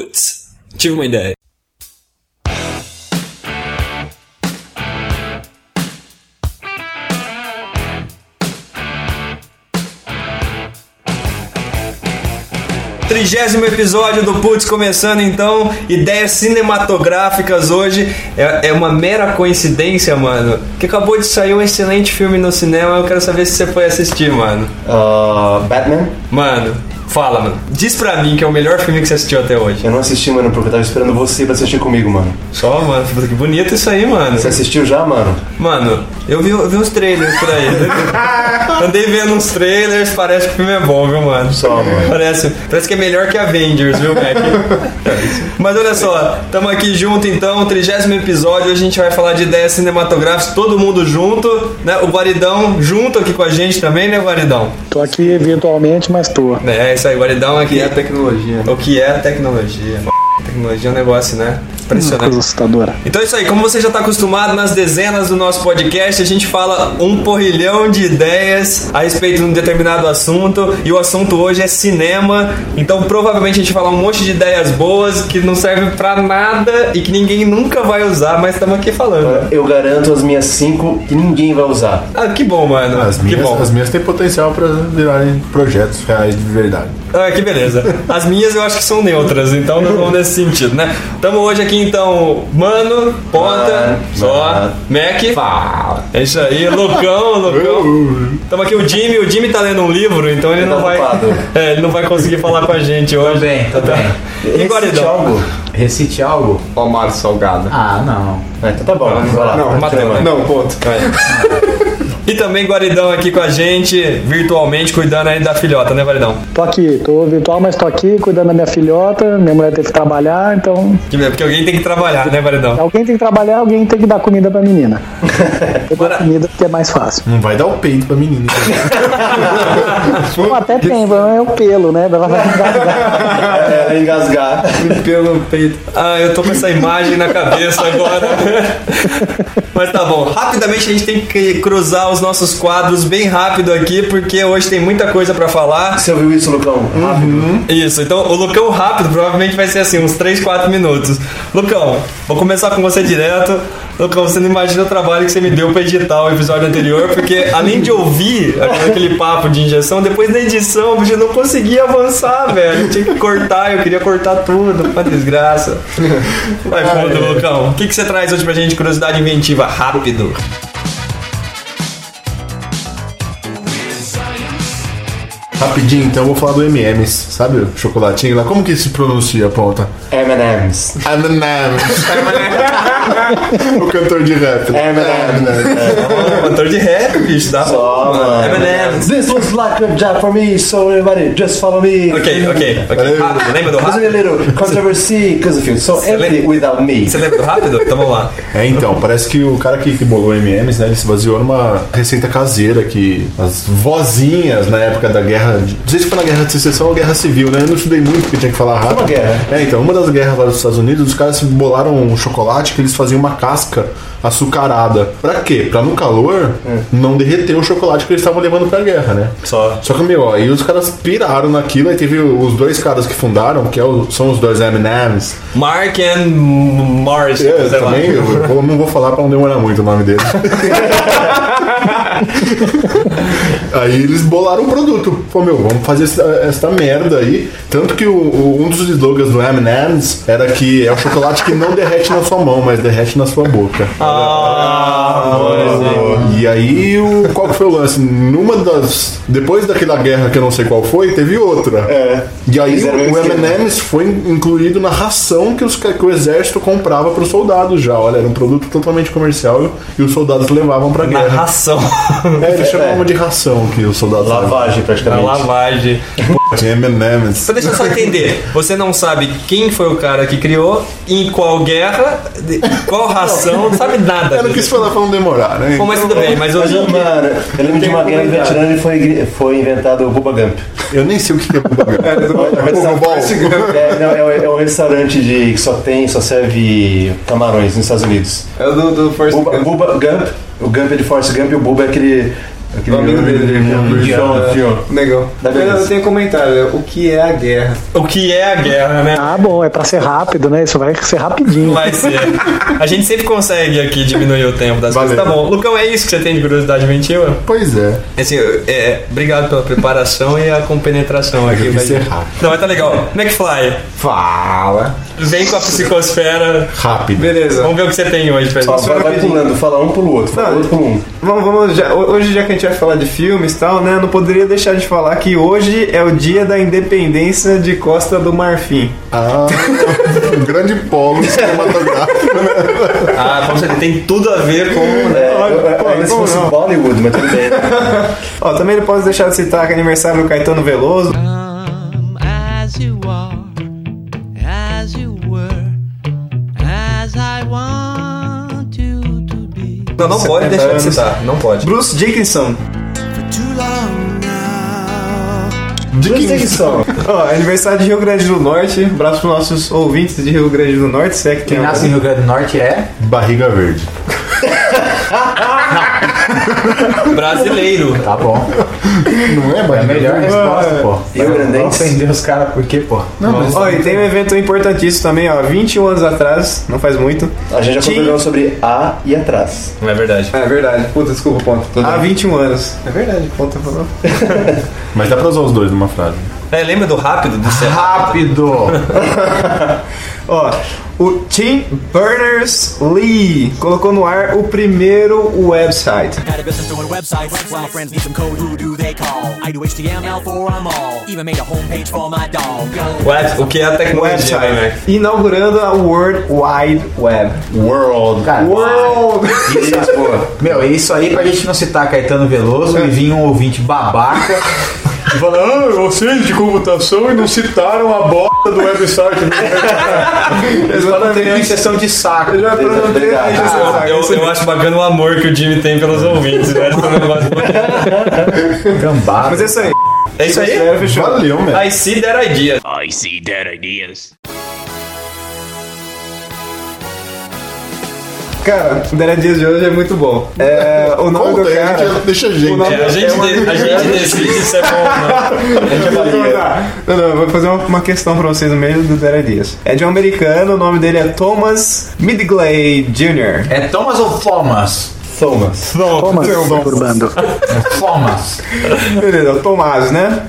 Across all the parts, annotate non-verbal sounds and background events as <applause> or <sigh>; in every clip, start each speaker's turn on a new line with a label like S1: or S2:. S1: Putz, tive uma ideia. Trigésimo episódio do Putz começando então, ideias cinematográficas hoje. É, é uma mera coincidência, mano. Que acabou de sair um excelente filme no cinema, eu quero saber se você foi assistir, mano.
S2: Ah, Batman?
S1: Mano, fala, mano. Diz pra mim que é o melhor filme que você assistiu até hoje.
S2: Eu não assisti, mano, porque eu tava esperando você pra assistir comigo, mano.
S1: Só, mano, <laughs> puta, que bonito isso aí, mano.
S2: Você assistiu já, mano?
S1: Mano, eu vi, eu vi uns trailers por aí. Andei vendo uns trailers, parece que o filme é bom, viu, mano?
S2: Só, mano.
S1: Parece, parece que é melhor que Avengers, viu, Mac? Mas olha só, estamos aqui junto então, trigésimo episódio. Hoje a gente vai falar de ideias cinematográficas, todo mundo junto, né? O Guaridão junto aqui com a gente também, né, Guaridão?
S3: Tô aqui eventualmente, mas tô.
S4: Né?
S1: É, isso aí, Guaridão aqui.
S2: E a tecnologia.
S1: O que é a tecnologia? Tecnologia é um negócio, né? Impressionante.
S3: Coisa assustadora.
S1: Então é isso aí, como você já está acostumado nas dezenas do nosso podcast, a gente fala um porrilhão de ideias a respeito de um determinado assunto, e o assunto hoje é cinema, então provavelmente a gente fala um monte de ideias boas que não servem pra nada e que ninguém nunca vai usar, mas estamos aqui
S5: É.
S1: falando.
S2: Eu garanto as minhas cinco que ninguém vai usar.
S1: Ah, que bom, mano.
S5: As
S1: que
S5: minhas,
S1: bom.
S5: as minhas têm potencial para virarem projetos reais de verdade.
S1: Ah, que beleza. As minhas eu acho que são neutras, então não vão nesse sentido, né? Tamo hoje aqui então, Mano, Ponta,
S2: Mano,
S1: Só,
S2: Mano.
S1: Mac. É isso aí, Lucão, Lucão. Tamo aqui o Jimmy, o Jimmy tá lendo um livro, então ele
S2: Ele tá
S1: não vai.
S2: ocupado.
S1: <laughs> É, ele não vai conseguir falar com a gente hoje. Tá.
S6: bem, tô
S1: E Guaridão?
S2: algo.
S6: Recite algo?
S2: Ó, Mário Salgado.
S6: Ah, não.
S2: É, então tá bom, vamos lá.
S1: Não,
S2: <laughs>
S1: matou, né?
S2: não, ponto.
S1: <laughs> E também Guaridão aqui com a gente, virtualmente, cuidando aí da filhota, né, Guaridão?
S3: Tô aqui, tô virtual, mas tô aqui cuidando da minha filhota. Minha mulher teve que trabalhar, então.
S1: Que beleza, Porque alguém tem que trabalhar, né, Guaridão?
S3: Alguém tem que trabalhar, alguém tem que dar comida pra
S4: <laughs>
S3: menina. Eu dou
S1: Bora.
S3: comida porque é mais fácil.
S5: Não vai dar o peito pra menina.
S4: Hum?
S3: Bom, até tem, mas é o pelo, né? Ela
S4: <laughs>
S3: vai engasgar.
S2: Ela É, engasgar.
S1: Pelo peito. Ah, eu tô com essa imagem na cabeça agora. Mas tá bom. Rapidamente a gente tem que cruzar os nossos quadros bem rápido aqui, porque hoje tem muita coisa pra falar.
S2: Você ouviu isso, Lucão? Rápido.
S1: Isso, então o Lucão rápido provavelmente vai ser assim, uns 3, 4 minutos. Lucão, vou começar com você direto. Lucão, você não imagina o trabalho que você me deu pra editar o episódio anterior, porque além de ouvir aquele- aquele papo de injeção, depois da edição, bicho, eu não conseguia avançar, velho. Eu tinha que cortar, eu queria cortar tudo, uma desgraça. Vai fundo,
S2: é.
S1: Lucão. O que, que você traz hoje pra gente? Curiosidade inventiva, rápido.
S5: Rapidinho, então eu vou falar do MMs, sabe? O chocolatinho lá. Como que se pronuncia a ponta?
S2: M&M's.
S5: M&M's. <laughs> o cantor de rap. É, né?
S2: M&M's.
S1: Ó, Cantor de rap, bicho, dá
S2: Só, mano.
S1: M&M's.
S2: This was like a job for me, so everybody just follow me.
S1: Ok, ok, ok. Rápido, lembra do
S2: There's a
S1: rápido?
S2: little controversy because of you, so empty without me.
S1: Você lembra do rápido? Então vamos lá.
S5: É, então, parece que o cara que, que bolou MMs, né, ele se baseou numa receita caseira que as vozinhas na época da guerra, de- não sei se foi na guerra de secessão ou guerra civil, né, eu não estudei muito porque tinha que falar rápido.
S2: uma guerra.
S5: É, então, uma das guerras lá dos Estados Unidos, os caras bolaram um chocolate que eles faziam uma casca açucarada. Pra quê? Pra no calor não derreter o chocolate que eles estavam levando pra guerra, né?
S2: É. Só.
S5: Só que, meu, aí os caras piraram naquilo, aí teve os dois caras que fundaram, que é o- são os dois M&M's,
S1: Mark and Morris,
S5: eu
S1: sei lá.
S5: É, também, eu, vou- não vou falar pra não demorar muito o
S1: <laughs>
S5: nome dele. aí eles bolaram o produto. Pô, meu, vamos fazer essa, essa merda aí. Tanto que o- o- um dos slogans do M&M's era que é o chocolate que não derrete na sua mão, mas derrete na sua boca.
S1: Ah,
S5: E aí, o, qual que foi o lance? Numa das. Depois daquela guerra que eu não sei qual foi, teve outra.
S2: É.
S5: E aí,
S2: Fizeram
S5: o
S2: um esquema.
S5: MM's foi incluído na ração que, os, ca- que o exército comprava para os soldados já. Olha, era um produto totalmente comercial e os soldados levavam pra
S1: na
S5: guerra.
S1: ração,
S5: <laughs> É, eles
S2: É.
S5: chamavam de ração que os soldados levavam.
S2: Lavagem,
S1: na
S2: praticamente.
S1: É lavagem.
S5: Tinha M&M, MM's.
S1: Só deixa eu
S5: <laughs>
S1: só entender. Você não sabe quem foi o cara que criou, em qual guerra, de- qual ração, não sabe nada.
S5: Eu não quis falar pra não demorar, né?
S1: Bom, mas tudo bem, mas
S2: Mas,
S1: hoje.
S2: eu- mano, eu lembro de uma guerra do Vietnã e foi, foi inventado o Bubba Gump.
S5: Eu nem sei o que que é Bubba Gump. Bubba Ball.
S2: É, não, é, um- é um restaurante de, que só tem, só serve camarões nos Estados Unidos.
S7: É o do, do Force
S2: Bubba, Bubba Gump, o Gump é de Force Gump e o Bubba é aquele Aquele
S6: amigo dele,
S2: dele,
S6: né?
S2: do João,
S6: É,
S2: João.
S6: Negão.
S2: Da
S6: Eu
S2: beleza.
S6: não tenho comentário. O que é a guerra?
S1: O que é a guerra, né?
S3: Ah, bom, é pra ser rápido, né? Isso vai ser rapidinho.
S1: Vai ser. A gente sempre consegue aqui diminuir o tempo das
S5: Valeu.
S1: coisas. Tá bom. Lucão, é isso que você tem de curiosidade mentiva?
S5: Pois é.
S1: Assim, eu- é, obrigado pela preparação e a compenetração aqui.
S5: Eu quis
S1: pra gente.
S5: errar.
S1: Não, mas tá legal. McFly,
S6: Fala.
S1: vem com a psicosfera.
S5: Rápido.
S6: Beleza.
S1: Vamos ver o que você tem hoje,
S2: Ó,
S1: pessoal.
S2: vai, vai
S6: rapidinho.
S2: pulando, fala um pro outro, fala
S6: Não,
S2: outro pro um.
S6: Vamos, vamos já, hoje, já que a gente vai falar de filmes e tal, né? Não poderia deixar de falar que hoje é o dia da independência de Costa do Marfim.
S5: Ah, um grande polo cinematográfico.
S1: Ah, com certeza. Tem tudo a ver com. né,
S2: É,
S6: Olha,
S2: eu- eu-
S6: pô,
S2: ainda se
S6: como
S2: fosse
S6: não?
S2: Bollywood, mas tudo bem.
S6: Ó, também não posso deixar de citar que é aniversário do Caetano Veloso.
S7: Come as you are, as you were, as I want you to be.
S1: Não, não pode deixar de citar. Não pode.
S6: Bruce Dickinson.
S7: For too long now.
S5: De
S2: Bruce
S5: que
S2: Dickinson.
S6: Ó, aniversário de Rio Grande do Norte. Abraço pros nossos ouvintes de Rio Grande do Norte. Se é que tem
S4: Quem nasce em
S6: algum.
S4: Rio Grande do Norte é.
S5: Barriga verde.
S1: Brasileiro.
S4: Tá bom.
S5: Não é barriga
S4: É a melhor
S5: verde?
S4: resposta, pô.
S2: E o Grandense?
S4: Não ofender os caras por quê, pô? Não, mas.
S6: Ó, e tem um evento importantíssimo também, ó. 21 anos atrás, não faz muito.
S2: A gente já é
S6: Tim-
S2: conversou sobre A e atrás.
S1: Não é verdade.
S6: É verdade. Puta, desculpa, ponto. Há 21 anos. É verdade, ponto. falou.
S5: Mas dá pra usar os dois numa frase.
S1: É, lembra do rápido? Do Serra?
S4: Rápido!
S6: Ó, o Tim Berners-Lee colocou no ar o primeiro website.
S8: Had a business doing websites while friends need some code. Who do they call? I do HTML for 'em all. Even made a homepage for my dog. Go.
S1: Web- O que é a tecnologia,
S6: Website.
S1: né, Mac?
S6: Inaugurando a World Wide Web.
S5: World.
S4: Cara,
S6: World!
S4: Tá. isso,
S6: <laughs>
S4: Meu, é isso aí pra gente não citar Caetano Veloso e vir um ouvinte babaca e falar, ah, vocês de computação e não citaram a bosta do website. né? Eles falam tem injeção de saco.
S6: Eu já perguntei a gente,
S4: Ah,
S6: sabe?
S1: Eu,
S6: Esse-
S1: eu acho bacana o amor que o Jimmy tem pelos ouvintes, né? Esse negócio-
S4: Gambá.
S6: Mas é isso aí.
S1: É isso aí?
S6: Espero, fechou.
S5: Valeu, velho.
S1: I see that idea.
S8: I see dead ideas.
S6: Cara, o Dera Dias de hoje é muito bom. É, o nome
S5: Conta
S6: do
S5: aí, a
S6: cara.
S5: gente- deixa a
S6: o
S5: gente.
S6: nome-
S1: É, a gente, de- a gente decide se é bom ou não.
S6: Não, não, eu vou fazer uma, uma questão pra vocês no meio do Dera Dias. É de um americano, o nome dele é Thomas Midgley Jr.
S4: É Thomas ou Thomas?
S2: Thomas.
S3: Toma, Urbano.
S4: Thomas.
S6: Beleza, o Tomás, né?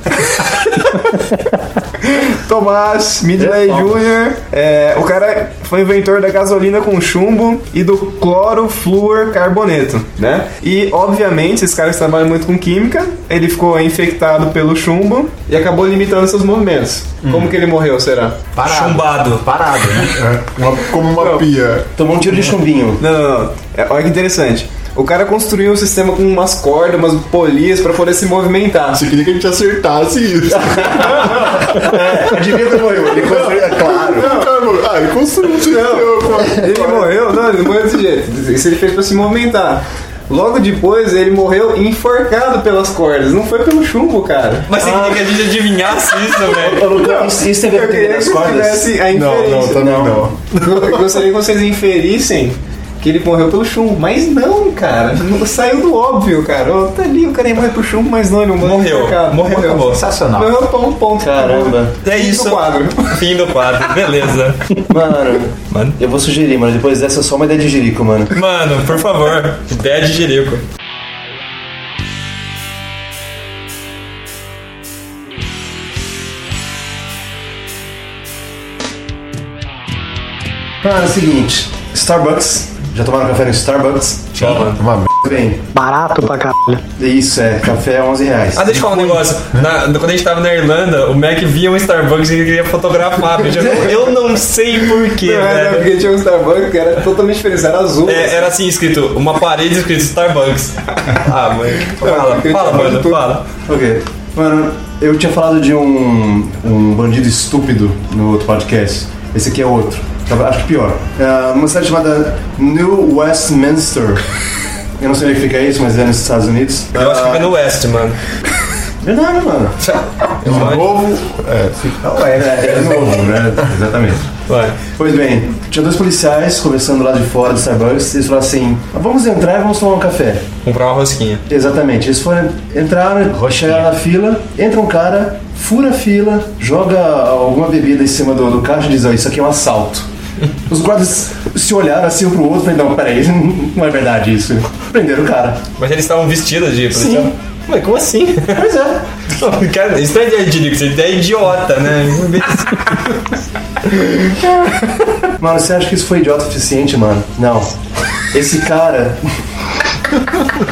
S6: Tomás Midgley Jr. É, o cara foi inventor da gasolina com chumbo e do clorofluorcarboneto, né? E, obviamente, esses caras trabalham muito com química. Ele ficou infectado pelo chumbo e acabou limitando seus movimentos. Como que ele morreu, será?
S4: Parado.
S1: Chumbado.
S4: Parado, né?
S5: É, uma- como uma pia.
S2: Tomou um tiro de chumbinho.
S6: Não, não, não. É, olha que interessante. O cara construiu um sistema com umas cordas, umas polias pra poder se movimentar.
S5: Você queria que a gente acertasse isso.
S2: Adivinha como eu, ele construiu, é claro.
S5: Não. Ah, ele construiu um sistema.
S6: Ele morreu, não, ele morreu desse jeito. Isso ele fez pra se movimentar. Logo depois ele morreu enforcado pelas cordas, não foi pelo chumbo, cara. Ah,
S1: Mas você queria que a gente adivinhasse isso, né? velho.
S2: Ô, Lucão, isso, isso tem a ver
S6: Eu
S2: com o
S6: queria que
S2: das
S6: vocês
S2: cordas?
S6: tivessem a
S5: Não, não,
S6: inferência.
S5: também É não.
S6: Eu gostaria que vocês inferissem que ele morreu pelo chumbo, mas não, cara. Não- Saiu do óbvio, cara. Ô, tá ali, o cara ia morrer pro chumbo, mas não, ele morreu.
S1: Morreu,
S6: enforcado.
S1: morreu, acabou.
S4: Sensacional.
S6: Morreu, pão, ponto.
S2: Caramba.
S1: É
S6: Fim do
S1: isso.
S6: quadro.
S1: Fim do quadro. Beleza.
S2: Mano,
S1: Mano.
S2: eu vou sugerir, mano, depois dessa é só uma ideia de jirico, mano.
S1: Mano, por favor. Ideia de Jerico.
S2: Mano, é o seguinte, Starbucks, já tomaram café no Starbucks?
S5: Toma, toma merda.
S2: Bem,
S3: Barato pra caralho.
S2: isso é, café é 11 reais.
S1: Ah, deixa eu falar um negócio. Na- quando a gente tava na Irlanda, o Mac via um Starbucks e ele queria fotografar. bicho. Eu, eu não sei
S6: <laughs>
S1: porquê,
S6: Não, era
S1: velho.
S6: porque tinha um Starbucks que era totalmente diferente, era azul.
S1: É, era assim escrito, uma parede escrito Starbucks. Ah, mano. Fala, fala, mano, fala.
S2: Ok. Mano, eu tinha falado de um, um bandido estúpido no outro podcast. Esse aqui é outro. Tava- Acho que pior. É uma cidade chamada New <laughs> Westminster. Eu não sei o que fica isso, mas é nos Estados Unidos. Ah,
S1: Eu acho que fica no West, mano.
S2: Verdade, mano.
S5: De novo, é, sim.
S2: Não, é, é, é novo, né? Exatamente.
S1: Vai.
S2: Pois bem, tinha dois policiais conversando lá de fora do Starbucks. Eles falaram assim: vamos entrar e vamos tomar um café.
S1: Comprar uma rosquinha.
S2: Exatamente. Eles foram, entraram, chegaram na fila, entra um cara, fura a fila, joga alguma bebida em cima do, do caixa e diz, ó, isso aqui é um <laughs> assalto. Os guardas se olharam assim um pro outro e falaram, não, peraí, não é verdade isso. Prenderam o cara.
S1: Mas eles estavam vestidos de policial.
S2: Sim.
S1: Mas como assim?
S2: Pois é.
S1: Não, cara, isso não é de ridículo, isso é idiota, né?
S6: <laughs>
S2: Mano, você acha que isso foi idiota o suficiente, mano? Não. Esse cara.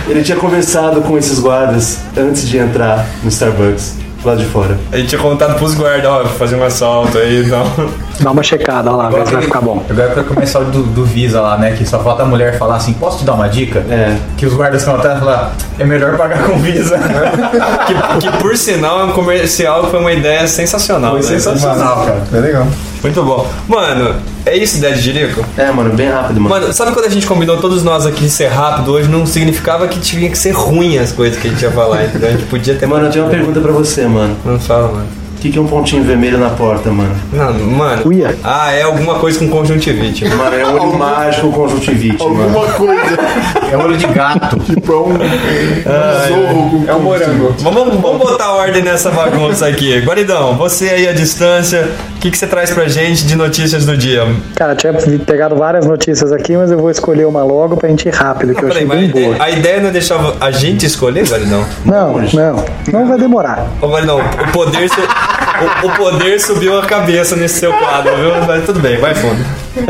S2: Ele tinha conversado com esses guardas antes de entrar no Starbucks, lá de fora.
S1: A gente tinha contado pros guardas, ó, fazer um assalto aí, não.
S3: Dá uma checada lá, ver se vai ficar bom.
S4: <laughs> Agora pra começar o do, do Visa lá, né? Que só falta a mulher falar assim, posso te dar uma dica?
S2: É.
S4: Que os guardas ficam atrás e falar, é melhor pagar com Visa.
S1: <laughs> Que, que, por sinal é um comercial que foi uma ideia sensacional. Foi
S4: Sensacional, cara.
S5: é legal.
S1: Muito bom. Mano, é isso, ideia de Jerico?
S2: É, mano, bem rápido, mano.
S1: Mano, sabe quando a gente combinou todos nós aqui de ser rápido hoje, não significava que tinha que ser ruim as coisas que a gente ia falar, entendeu? A gente podia ter.
S2: Mano, eu tenho uma pergunta pra você, mano.
S1: Não fala, mano.
S2: O que, que é um pontinho vermelho na porta, mano?
S1: Não, mano.
S3: Uia.
S1: Ah, é alguma coisa com conjuntivite. mano.
S2: Mano, é
S4: <laughs>
S2: olho mágico conjuntivite, mano.
S5: Alguma coisa,
S4: É olho de
S5: <laughs>
S4: gato.
S5: tipo, é um, um zorro. É um morango.
S1: Vamos, vamos botar ordem nessa bagunça aqui. Guaridão, você aí à distância, o que, que você traz pra gente de notícias do dia?
S3: Cara, tinha pegado várias notícias aqui, mas eu vou escolher uma logo pra gente ir rápido,
S4: Ah,
S3: que eu achei
S1: Peraí,
S3: bem
S1: mas
S3: boa.
S1: a ideia não é deixar a gente escolher, Guaridão?
S3: Não, não. Não vai demorar.
S1: Ô, Guaridão, o poder, su- o- o poder subiu a cabeça nesse seu quadro, viu? Mas tudo bem, vai fundo. <laughs>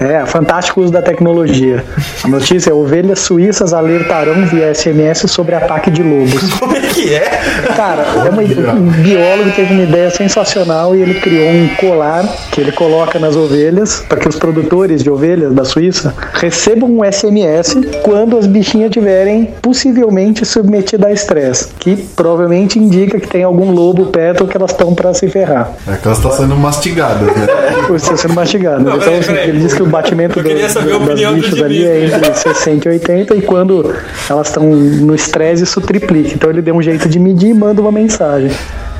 S3: É, fantástico uso da tecnologia. A notícia é ovelhas suíças alertarão via SMS sobre ataque de lobos.
S1: Como é que é?
S3: Cara, é uma- um biólogo teve uma ideia sensacional e ele criou um colar que ele coloca nas ovelhas para que os produtores de ovelhas da Suíça recebam um SMS quando as bichinhas tiverem possivelmente submetidas a estresse, que provavelmente indica que tem algum lobo perto que elas estão para se ferrar.
S5: É que ela está sendo mastigada, né?
S3: Ou estão sendo mastigadas.
S1: Não,
S3: então,
S1: peraí,
S3: assim,
S1: peraí.
S3: ele diz que o batimento
S1: Eu queria
S3: do-
S1: saber a
S3: do- das
S1: opinião do
S3: bichas
S1: Diniz. né?
S3: ali é entre 60 e 80 e quando elas estão no estresse isso triplica. Então ele deu um jeito de medir e manda uma mensagem.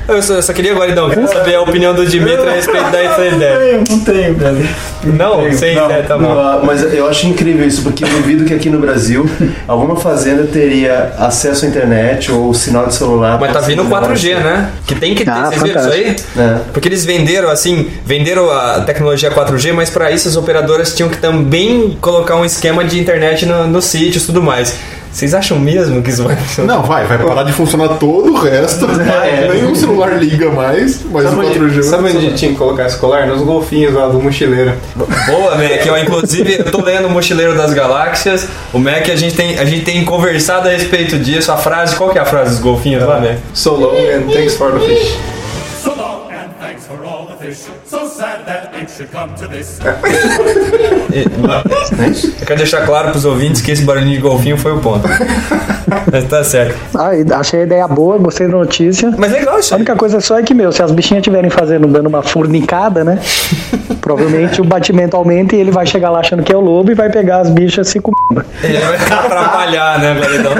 S1: Eu só, eu só queria, Guaridão, queria saber a opinião do Dimitri a respeito da sua ideia.
S4: Eu não tenho, velho.
S1: Não, sem ideia, tá bom.
S2: Não, mas eu acho incrível isso, porque eu duvido que aqui no
S4: <laughs>
S2: Brasil alguma fazenda teria acesso à internet ou sinal de celular.
S1: Mas tá vindo 4G, né? Que tem que ter,
S3: Ah,
S1: vocês viram isso aí?
S3: fantástico.
S2: É.
S1: Porque eles venderam, assim, venderam a tecnologia 4G, mas pra isso as operadoras tinham que também colocar um esquema de internet no, nos sítios e tudo mais. Vocês acham mesmo que isso vai funcionar?
S5: Não, vai, vai parar de funcionar todo o resto.
S2: É.
S5: Nenhum celular liga mais, mas o
S6: Sabe
S5: 4G
S6: onde, sabe
S5: vai
S6: onde tinha que colocar esse colar? Nos golfinhos lá do mochileiro.
S1: <laughs> Boa, Mac. Eu, inclusive, eu tô lendo o Mochileiro das Galáxias. O Mac, a gente, tem, a gente tem conversado a respeito disso. A frase, qual que é a frase dos golfinhos lá, Mac?
S6: So long and thanks for the fish.
S9: So long and thanks for all the fish. So sad that it should come to this.
S3: É
S1: Eu quero deixar claro pros ouvintes que esse barulhinho de golfinho foi o
S3: <laughs>
S1: ponto. Mas tá certo.
S3: Ah, e achei a ideia boa, gostei da notícia.
S1: Mas legal isso
S3: A
S1: aí.
S3: única coisa só é que, meu, se as bichinhas estiverem fazendo, dando uma
S1: <laughs>
S3: furnicada, né? provavelmente o batimento aumenta e ele vai chegar lá achando que é o lobo e vai pegar as bichas se comendo.
S1: Ele É, vai atrapalhar, né, Guaridão?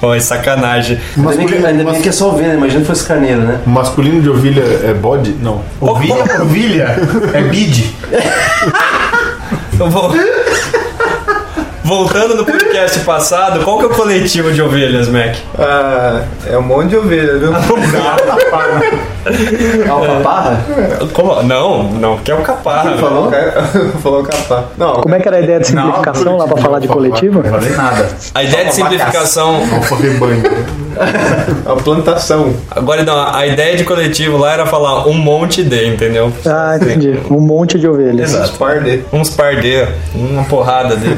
S1: Pô, é sacanagem.
S2: Ainda bem, que, ainda bem que é só ovelha, imagina que fosse carneiro, né?
S5: Masculino de ovelha é bode? Não.
S4: Ovilha, ovilha. É bid.
S1: Eu vou- Voltando no podcast passado, qual que é o coletivo de ovelhas, Mac?
S6: Ah, é um monte de ovelha, viu?
S4: Ah,
S2: Alfaparra?
S1: Como? Não, não, que é o caparra. né?
S2: Falou?
S6: <laughs> Falou capar. Não,
S3: Como é que era a ideia de simplificação lá pra falar de coletivo?
S4: Não falei nada.
S1: A ideia de simplificação.
S5: Alfa rebanho.
S6: a plantação.
S1: Agora não, a ideia de coletivo lá era falar um monte de, entendeu?
S3: Ah, entendi. Um monte de ovelhas.
S1: Exato.
S6: Par de.
S1: Uns par de, uma porrada de.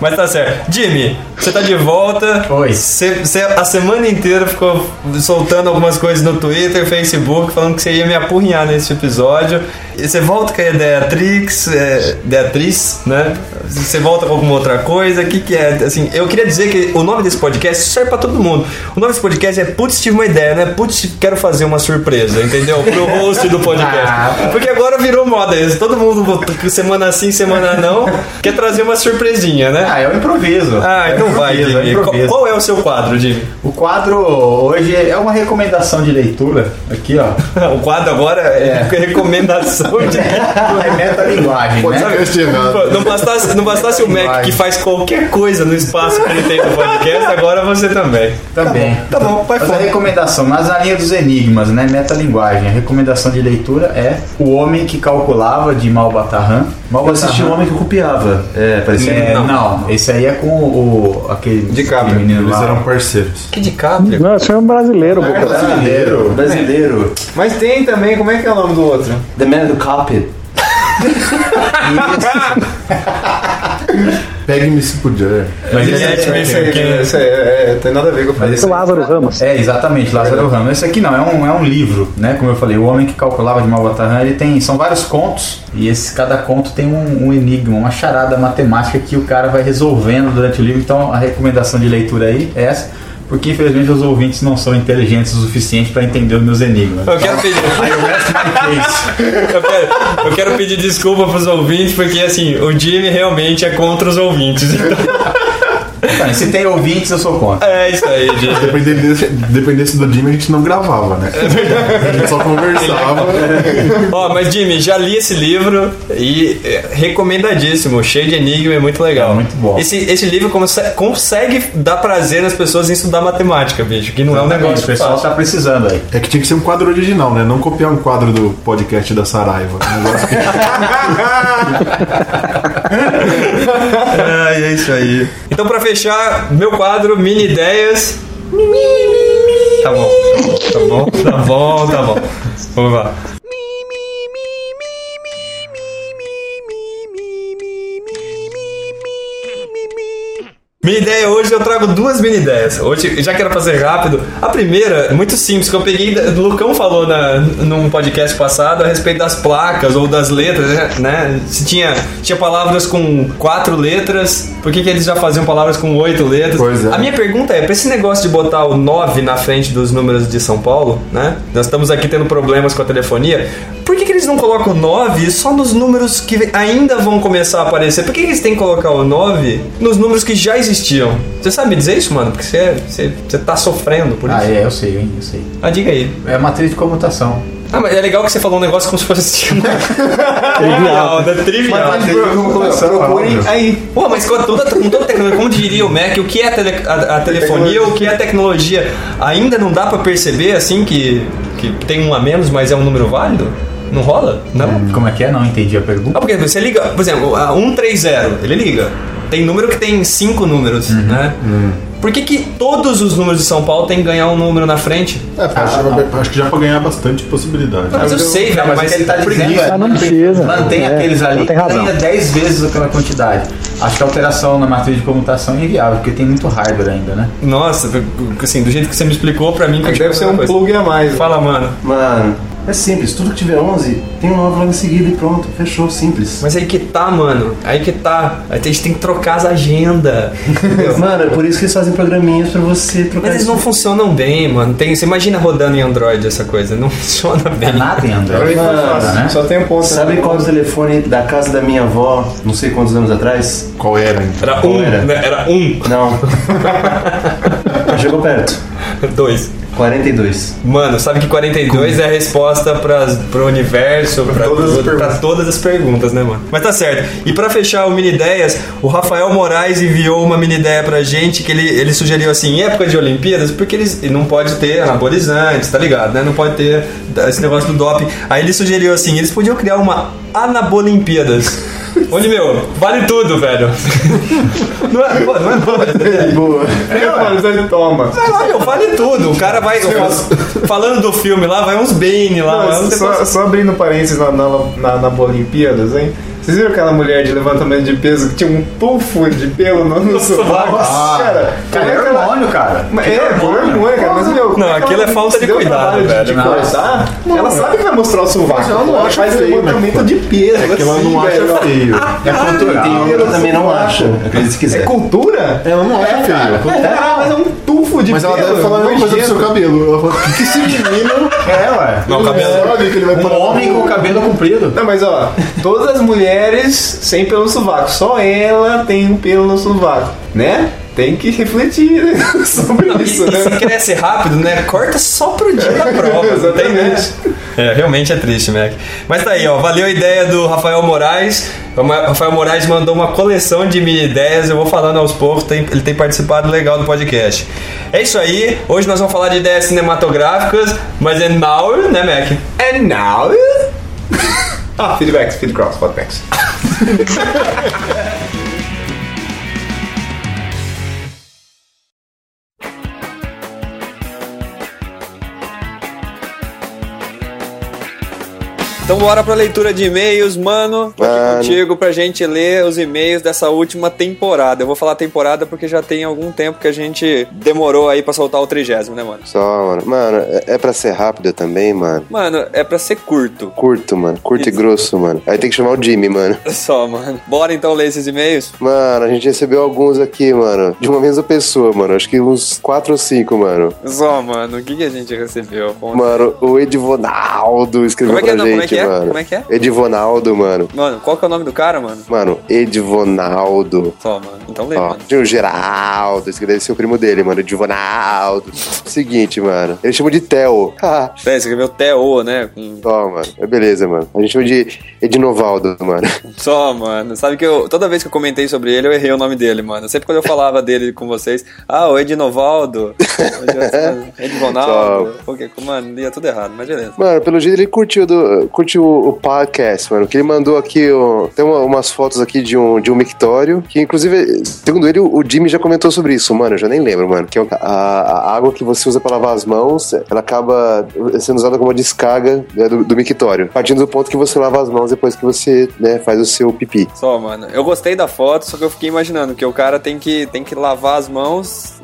S1: Mas tá certo. Jimmy, você tá de volta.
S4: Oi.
S1: Você, você a semana inteira ficou soltando algumas coisas no Twitter, Facebook, falando que você ia me apurrinhar nesse episódio. E você volta com a Ideatrix, é, Ideatriz, né? Você volta com alguma outra coisa. O que, que é? Assim, eu queria dizer que o nome desse podcast serve pra todo mundo. O nome nome desse podcast é Putz, tive uma ideia, né? Putz, quero fazer uma surpresa, entendeu? Pro host do podcast. Porque agora virou moda isso. Todo mundo, semana sim, semana não, quer trazer uma surpresinha, né?
S4: Ah, eu improviso.
S1: Ah, então
S4: eu
S1: vai,
S4: improviso, eu
S1: Jimmy. Qual,
S4: improviso.
S1: qual é o seu quadro, Jimmy? <laughs>
S4: O quadro hoje é uma recomendação de leitura.
S1: <laughs>
S4: Aqui, ó.
S1: O quadro agora é, <laughs> recomendação <laughs> de.
S4: É metalinguagem, né?
S5: Podcast errado.
S1: Não bastasse, não bastasse o Mac que faz qualquer coisa no espaço que ele tem no podcast, agora você também.
S4: Também.
S1: Tá bom, vai
S4: Mas é a
S1: fora.
S4: recomendação, mas na linha dos enigmas, né? Metalinguagem. A recomendação de leitura é O Homem que Calculava, de Malbatarran.
S2: Eu assisti um homem que copiava. É, parecia.
S4: É, não. esse aí é com o, o- aquele
S5: De cabra.
S4: menino
S5: Eles
S4: lá.
S5: eram parceiros.
S1: Que DiCaprio?
S3: Não, isso é um
S1: Ah,
S3: brasileiro, Boca.
S5: Brasileiro.
S2: Brasileiro.
S6: Mas tem também, como é que é o nome do outro?
S2: The Man Who Copied.
S5: Pegue-me se puder.
S4: Mas
S1: Ele
S4: esse
S1: é
S4: é-
S1: Edmilson
S4: é-
S1: Pequeno.
S6: Isso é, é, tem nada a ver com o
S4: mas esse-
S3: Do Lázaro Ramos.
S4: É, exatamente, Lázaro Ramos. Esse aqui não, é um, é um livro, né? Como eu falei, O Homem que Calculava de Malbatarran, ele tem. São vários contos, e esse, cada conto tem um, um enigma, uma charada matemática que o cara vai resolvendo durante o livro. Então a recomendação de leitura aí é essa, porque infelizmente os ouvintes não são inteligentes o suficiente para entender os meus enigmas. Então, é
S1: Eu quero pedir. Eu quero, eu quero pedir desculpa pros ouvintes, porque assim, o Jimmy realmente é contra os ouvintes. <laughs> Então,
S4: Então, se tem ouvintes, eu sou contra.
S1: é isso aí, Jimmy.
S5: Dependesse, dependesse do Jimmy, a gente não gravava, né? A gente só conversava.
S1: Ó, mas Jimmy, já li esse livro e é, recomendadíssimo, cheio de enigma, é muito legal.
S4: É muito bom.
S1: Esse, esse livro conse- consegue dar prazer nas pessoas em estudar matemática, bicho, que não é um
S4: Exatamente,
S1: negócio
S4: o pessoal
S1: fácil.
S4: está precisando aí.
S5: É que tinha que ser um quadro original, né? Não copiar um quadro do podcast da Saraiva. Um negócio que-
S1: É, é isso aí. Então, pra fechar, meu quadro, mini ideias. Tá bom, tá bom, tá bom, tá bom. Vamos lá. Minha ideia hoje, eu trago duas mini ideias. Hoje, já que era pra ser rápido, a primeira é muito simples, que eu peguei, o Lucão falou na, num podcast passado a respeito das placas ou das letras, né, né? Se tinha, tinha palavras com quatro letras, por que, que eles já faziam palavras com oito letras?
S5: Pois é.
S1: A minha pergunta é, pra esse negócio de botar o 9 na frente dos números de São Paulo, né? Nós estamos aqui tendo problemas com a telefonia. Por que, que eles não colocam o 9 só nos números que ainda vão começar a aparecer? Por que, que eles têm que colocar o 9 nos números que já existiam? Você sabe me dizer isso, mano? Porque você, você, você tá sofrendo por isso.
S4: Ah, é, eu sei, hein, eu sei.
S1: Ah, diga aí.
S4: É matriz de comutação.
S1: Ah, mas é legal que você falou um negócio como se fosse assim.
S4: <laughs>
S1: Trivial, né? Trivial.
S4: Matriz de comutação,
S6: Procurem
S4: óbvio.
S6: aí.
S1: Pô, mas com toda, com toda tecnologia, como diria o Mac, o que é a, tele- a- a telefonia, o que é a tecnologia? Ainda não dá pra perceber, assim, que, que tem um a menos, mas é um número válido? Não rola? Não?
S4: Como é que é? Não entendi a pergunta.
S1: Ah, porque você liga, por exemplo, a 130, ele liga. Tem número que tem cinco números,
S2: Uhum.
S1: né? Por que, que todos os números de São Paulo têm que ganhar um número na frente?
S5: É, acho, acho que já é pra ganhar bastante possibilidade.
S1: Mas eu sei, velho,
S4: Não,
S1: mas,
S4: o que ele tá dizendo é,
S3: Ah, não precisa.
S4: mantém
S3: É,
S4: aqueles ali,
S3: não tem razão.
S4: ganha 10 vezes aquela quantidade. Acho que a alteração na matriz de comutação é inviável, porque tem muito hardware ainda, né?
S1: Nossa, assim, do jeito que você me explicou, pra mim...
S6: Deve ser um
S1: coisa.
S6: plug a mais.
S1: Fala, mano.
S2: Mano, é simples. Tudo que tiver 11, tem um 9 logo em seguida e pronto. Fechou, simples.
S1: Mas aí que tá, mano. Aí que tá. Aí a gente tem que trocar as agendas.
S2: <laughs> Mano, é por isso que eles fazem programinhas pra você trocar
S1: Mas eles
S2: isso.
S1: não funcionam bem, mano. Tem, você imagina rodando em Android essa coisa. Não <laughs> funciona
S4: É
S1: bem.
S4: nada em Android.
S2: Mano,
S4: né?
S6: Só tem um ponto.
S2: sabe qual é o telefone da casa da minha avó, não sei quantos anos atrás?
S5: Qual era, então?
S1: Era
S2: Qual
S1: um,
S2: era?
S1: né? Era um,
S6: <laughs>
S2: Não. Chegou perto.
S1: dois.
S2: 42.
S1: Mano, sabe que 42 é a resposta pras, pro universo, pra
S6: todas as
S1: tudo, pra
S6: perguntas.
S1: todas as perguntas, né, mano? Mas tá certo. E pra fechar o Mini Ideias, o Rafael Moraes enviou uma mini ideia pra gente que ele, ele sugeriu assim, em época de Olimpíadas, porque eles não pode ter anabolizantes, tá ligado, né? Não pode ter esse negócio do doping. Aí ele sugeriu assim, eles podiam criar uma
S6: <laughs>
S1: Anabolimpíadas. Onde, meu, vale tudo, velho. <laughs> não é, pô, não é boa essa ideia.
S6: Boa. toma.
S1: Vai lá, meu, vale tudo. O cara vai. Falando do filme lá, vai uns Bane lá. vai
S6: Não,
S1: uns
S6: só, só abrindo parênteses na, na, na, na Olimpíadas, hein? Vocês viram aquela mulher de levantamento de peso que tinha um tufo de pelo no, no sovaco?
S2: Ah,
S6: cara,
S4: Cara, é
S6: como que ela-
S4: hormônio, cara.
S6: Mas É, por vergonha, cara, mas meu. como
S1: Não,
S6: que
S1: aquilo
S6: ela
S1: é falta de
S6: deu
S1: cuidado,
S6: um trabalho
S1: velho.
S6: De, de
S1: Nossa.
S6: cortar, ela sabe que vai mostrar o sovaco. Ela não acha faz um
S5: feio, né?
S6: levantamento de peso.
S5: Que ela não
S6: assim,
S5: acha
S6: velho.
S5: feio.
S2: É cultura. Tem um que é. também não acha. Acredite se
S6: É
S2: quiser.
S6: cultura?
S5: Ela não acha feio.
S6: Ah, mas é um tufo de de
S5: Mas ela
S6: pelo,
S5: deve falar a mesma coisa do
S6: nojento.
S5: seu cabelo. Ela fala, "Que que esse menino...
S10: É, ué.
S1: Não, o cabelo.
S5: Olha que ele vai
S10: Um
S5: parar
S10: homem
S5: no-
S10: com o cabelo comprido.
S6: Não, mas ó, todas as mulheres sem pelo no sovaco, só ela tem um pelo no sovaco, né? Tem que refletir <laughs> né, sobre
S1: E, e
S6: isso,
S1: se
S6: né?
S1: cresce rápido, né? Corta só pro dia
S6: <laughs>
S1: da prova. não tem
S6: Exatamente.
S1: jeito. É, realmente é triste, Mac. Mas tá aí, ó. Valeu a ideia do Rafael Moraes. O Ma- Rafael Moraes mandou uma coleção de mini ideias. Eu vou falando aos poucos. tem- ele tem participado legal do podcast. É isso aí. Hoje nós vamos falar de ideias cinematográficas. Mas é now, né, Mac?
S6: And now... É <laughs> ah, feedbacks, feedcross, feedbacks.
S1: Então bora pra leitura de e-mails, mano. Tô aqui contigo pra gente ler os e-mails dessa última temporada. Eu vou falar temporada porque já tem algum tempo que a gente demorou aí pra soltar o trigésimo, né, mano?
S4: Só, mano. Mano, é, é pra ser rápido também, mano.
S1: Mano, é pra ser curto.
S4: Curto, mano. Curto e
S1: Isso.
S4: grosso, mano. Aí tem que chamar o Jimmy, mano.
S1: <laughs> Só, mano. Bora então ler esses e-mails?
S4: Mano, a gente recebeu alguns aqui, mano. De uma mesma pessoa, mano. Acho que uns quatro ou cinco, mano.
S1: Só, mano. O que, que a gente recebeu? Bom,
S4: Mano, o Edivonaldo escreveu
S1: Como é que é?
S4: pra
S1: Não, como é
S4: gente,
S1: que é?
S4: mano.
S1: Como é que é?
S4: Edivonaldo, mano.
S1: Mano, qual que é o nome do cara, mano?
S4: Mano, Edivonaldo.
S1: Só, mano. Então lê,
S4: Ó,
S1: mano.
S4: tinha o Geraldo, esse que deve ser o primo dele, mano. Edivonaldo. Seguinte, mano. Ele chama de Theo. <laughs> Ah,
S1: É, você escreveu T.O., né? Com-
S4: Ó, mano. É beleza, mano. A gente chama de Edinovaldo, mano.
S1: Só, mano. Sabe que eu, toda vez que eu comentei sobre ele, eu errei o nome dele, mano. Sempre quando eu falava dele com vocês, ah, o
S4: <laughs>
S1: Edinovaldo, o Edivonaldo, qualquer coisa, mano, ia tudo errado, mas beleza.
S4: Mano, pelo jeito ele curtiu, do, curtiu o podcast, mano. Que ele mandou aqui. ó, tem uma- umas fotos aqui de um, de um mictório. Que inclusive, segundo ele, o Jimmy já comentou sobre isso, mano. Eu já nem lembro, mano. Que é o- a, a água que você usa pra lavar as mãos, ela acaba sendo usada como uma descarga né, do, do mictório. Partindo do ponto que você lava as mãos depois que você né, faz o seu pipi.
S1: Só, mano. Eu gostei da foto, só que eu fiquei imaginando que o cara tem que, tem que lavar as mãos.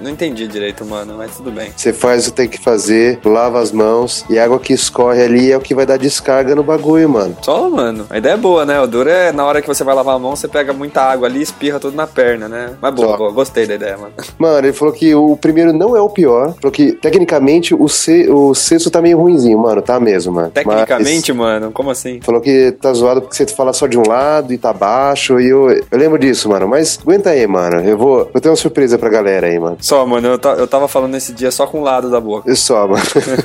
S1: Não entendi direito, mano, mas tudo bem.
S4: Você faz o que tem que fazer, lava as mãos, e a água que escorre ali é o que vai dar descarga no bagulho, mano.
S1: Só, mano. A ideia é boa, né? O duro é na hora que você vai lavar a mão, você pega muita água ali e espirra tudo na perna, né? Mas boa,
S4: Só.
S1: boa. Gostei da ideia, mano. <laughs>
S4: Mano, ele falou que o primeiro não é o pior. Falou que, tecnicamente, o, se, o sexto tá meio ruinzinho, mano. Tá mesmo, mano.
S1: Tecnicamente,
S4: Mas
S1: mano, como assim?
S4: Falou que tá zoado porque você fala só de um lado e tá baixo. E eu, eu lembro disso, mano. Mas aguenta aí, mano. Eu vou. Eu tenho uma surpresa pra galera aí, mano.
S1: Só, mano, eu, ta- eu tava falando esse dia só com o lado da boca.
S4: Eu só, mano. <laughs>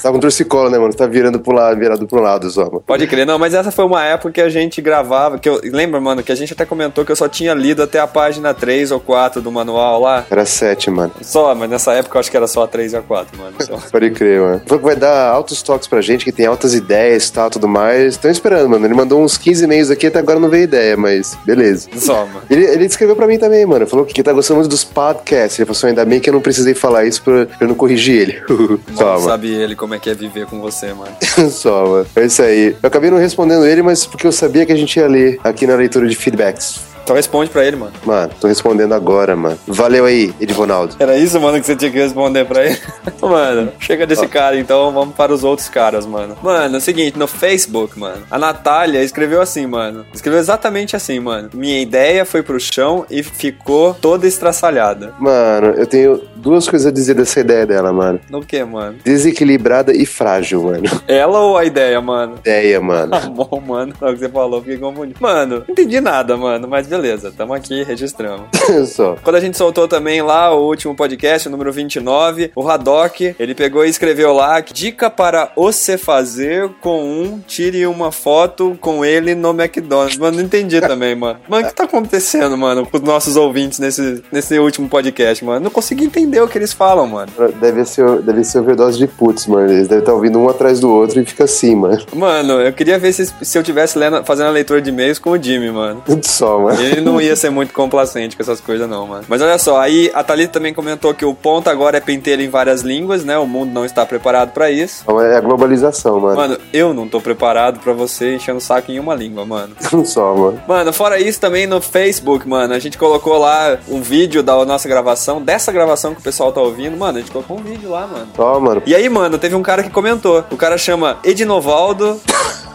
S4: tá com torcicolo, né, mano? Tá virando pro lado, virado pro lado só, mano.
S1: Pode crer, não, mas essa foi uma época que a gente gravava, que eu lembra, mano, que a gente até comentou que eu só tinha lido até a página 3 ou 4 do manual lá.
S4: Era sete, mano.
S1: Só, mas nessa época eu acho que era só a 3 e a 4, mano. Então,
S4: <laughs> Pode crer, mano. Falou que vai dar altos toques pra gente, que tem altas ideias e tal, tudo mais. Estão esperando, mano. Ele mandou uns 15 e-mails aqui, até agora não veio ideia, mas beleza.
S1: só, mano.
S4: Ele, ele escreveu pra mim também, mano. Falou que tá gostando muito dos podcasts. Ele falou assim, ainda bem que eu não precisei falar isso pra, pra eu não corrigir ele. <laughs> só,
S1: Não
S4: mano.
S1: sabe ele como é que é viver com você, mano.
S4: Só, mano. <laughs> É isso aí. Eu acabei não respondendo ele, mas porque eu sabia que a gente ia ler aqui na leitura de feedbacks.
S1: Então responde pra ele, mano.
S4: Mano, tô respondendo agora, mano. Valeu aí, Edivonaldo.
S1: Era isso, mano, que você tinha que responder pra <laughs> ele? mano, chega desse cara, então vamos para os outros caras, mano. Mano, é o seguinte, no Facebook, mano, a Natália escreveu assim, mano. Escreveu exatamente assim, mano. Minha ideia foi pro chão e ficou toda estraçalhada.
S4: Mano, eu tenho duas coisas a dizer dessa ideia dela, mano.
S1: No que, mano?
S4: Desequilibrada e frágil, mano.
S1: Ela ou a ideia, mano?
S4: Ideia, mano.
S1: Tá bom, mano. É o que você falou, fiquei confundido. Mano, não entendi nada, mano, mas beleza, tamo aqui, registramos.
S4: Só.
S1: Quando a gente soltou também lá o último podcast, o número 29, o Haddock, ele pegou e escreveu lá: Dica para você fazer com um, tire uma foto com ele no McDonald's. Mano, não entendi também, mano. Mano, o que tá acontecendo, mano, com os nossos ouvintes nesse, nesse último podcast, mano? Não consegui entender o que eles falam, mano.
S4: Deve ser, deve ser overdose de putz, mano. Eles devem estar ouvindo um atrás do outro e fica assim, mano.
S1: Mano, eu queria ver se, se eu tivesse lendo, fazendo a leitura de e-mails com o Jimmy, mano.
S4: Só, mano.
S1: Ele não ia ser muito complacente com essas coisas, não, mano. Mas olha só, aí a Thalita também comentou que o ponto agora é penteiro em várias línguas, né? O mundo não está preparado pra isso.
S4: É a globalização, mano.
S1: Mano, eu não tô preparado pra você enchendo o saco em uma língua,
S4: <laughs>
S1: mano.
S4: Um Só, mano.
S1: Mano, fora isso também no Facebook, mano, a gente colocou lá um vídeo da nossa gravação, dessa gravação que o pessoal tá ouvindo, mano, a gente colocou um vídeo lá, mano.
S4: Só, mano.
S1: E aí, mano, teve um cara que comentou. O cara chama Edinovaldo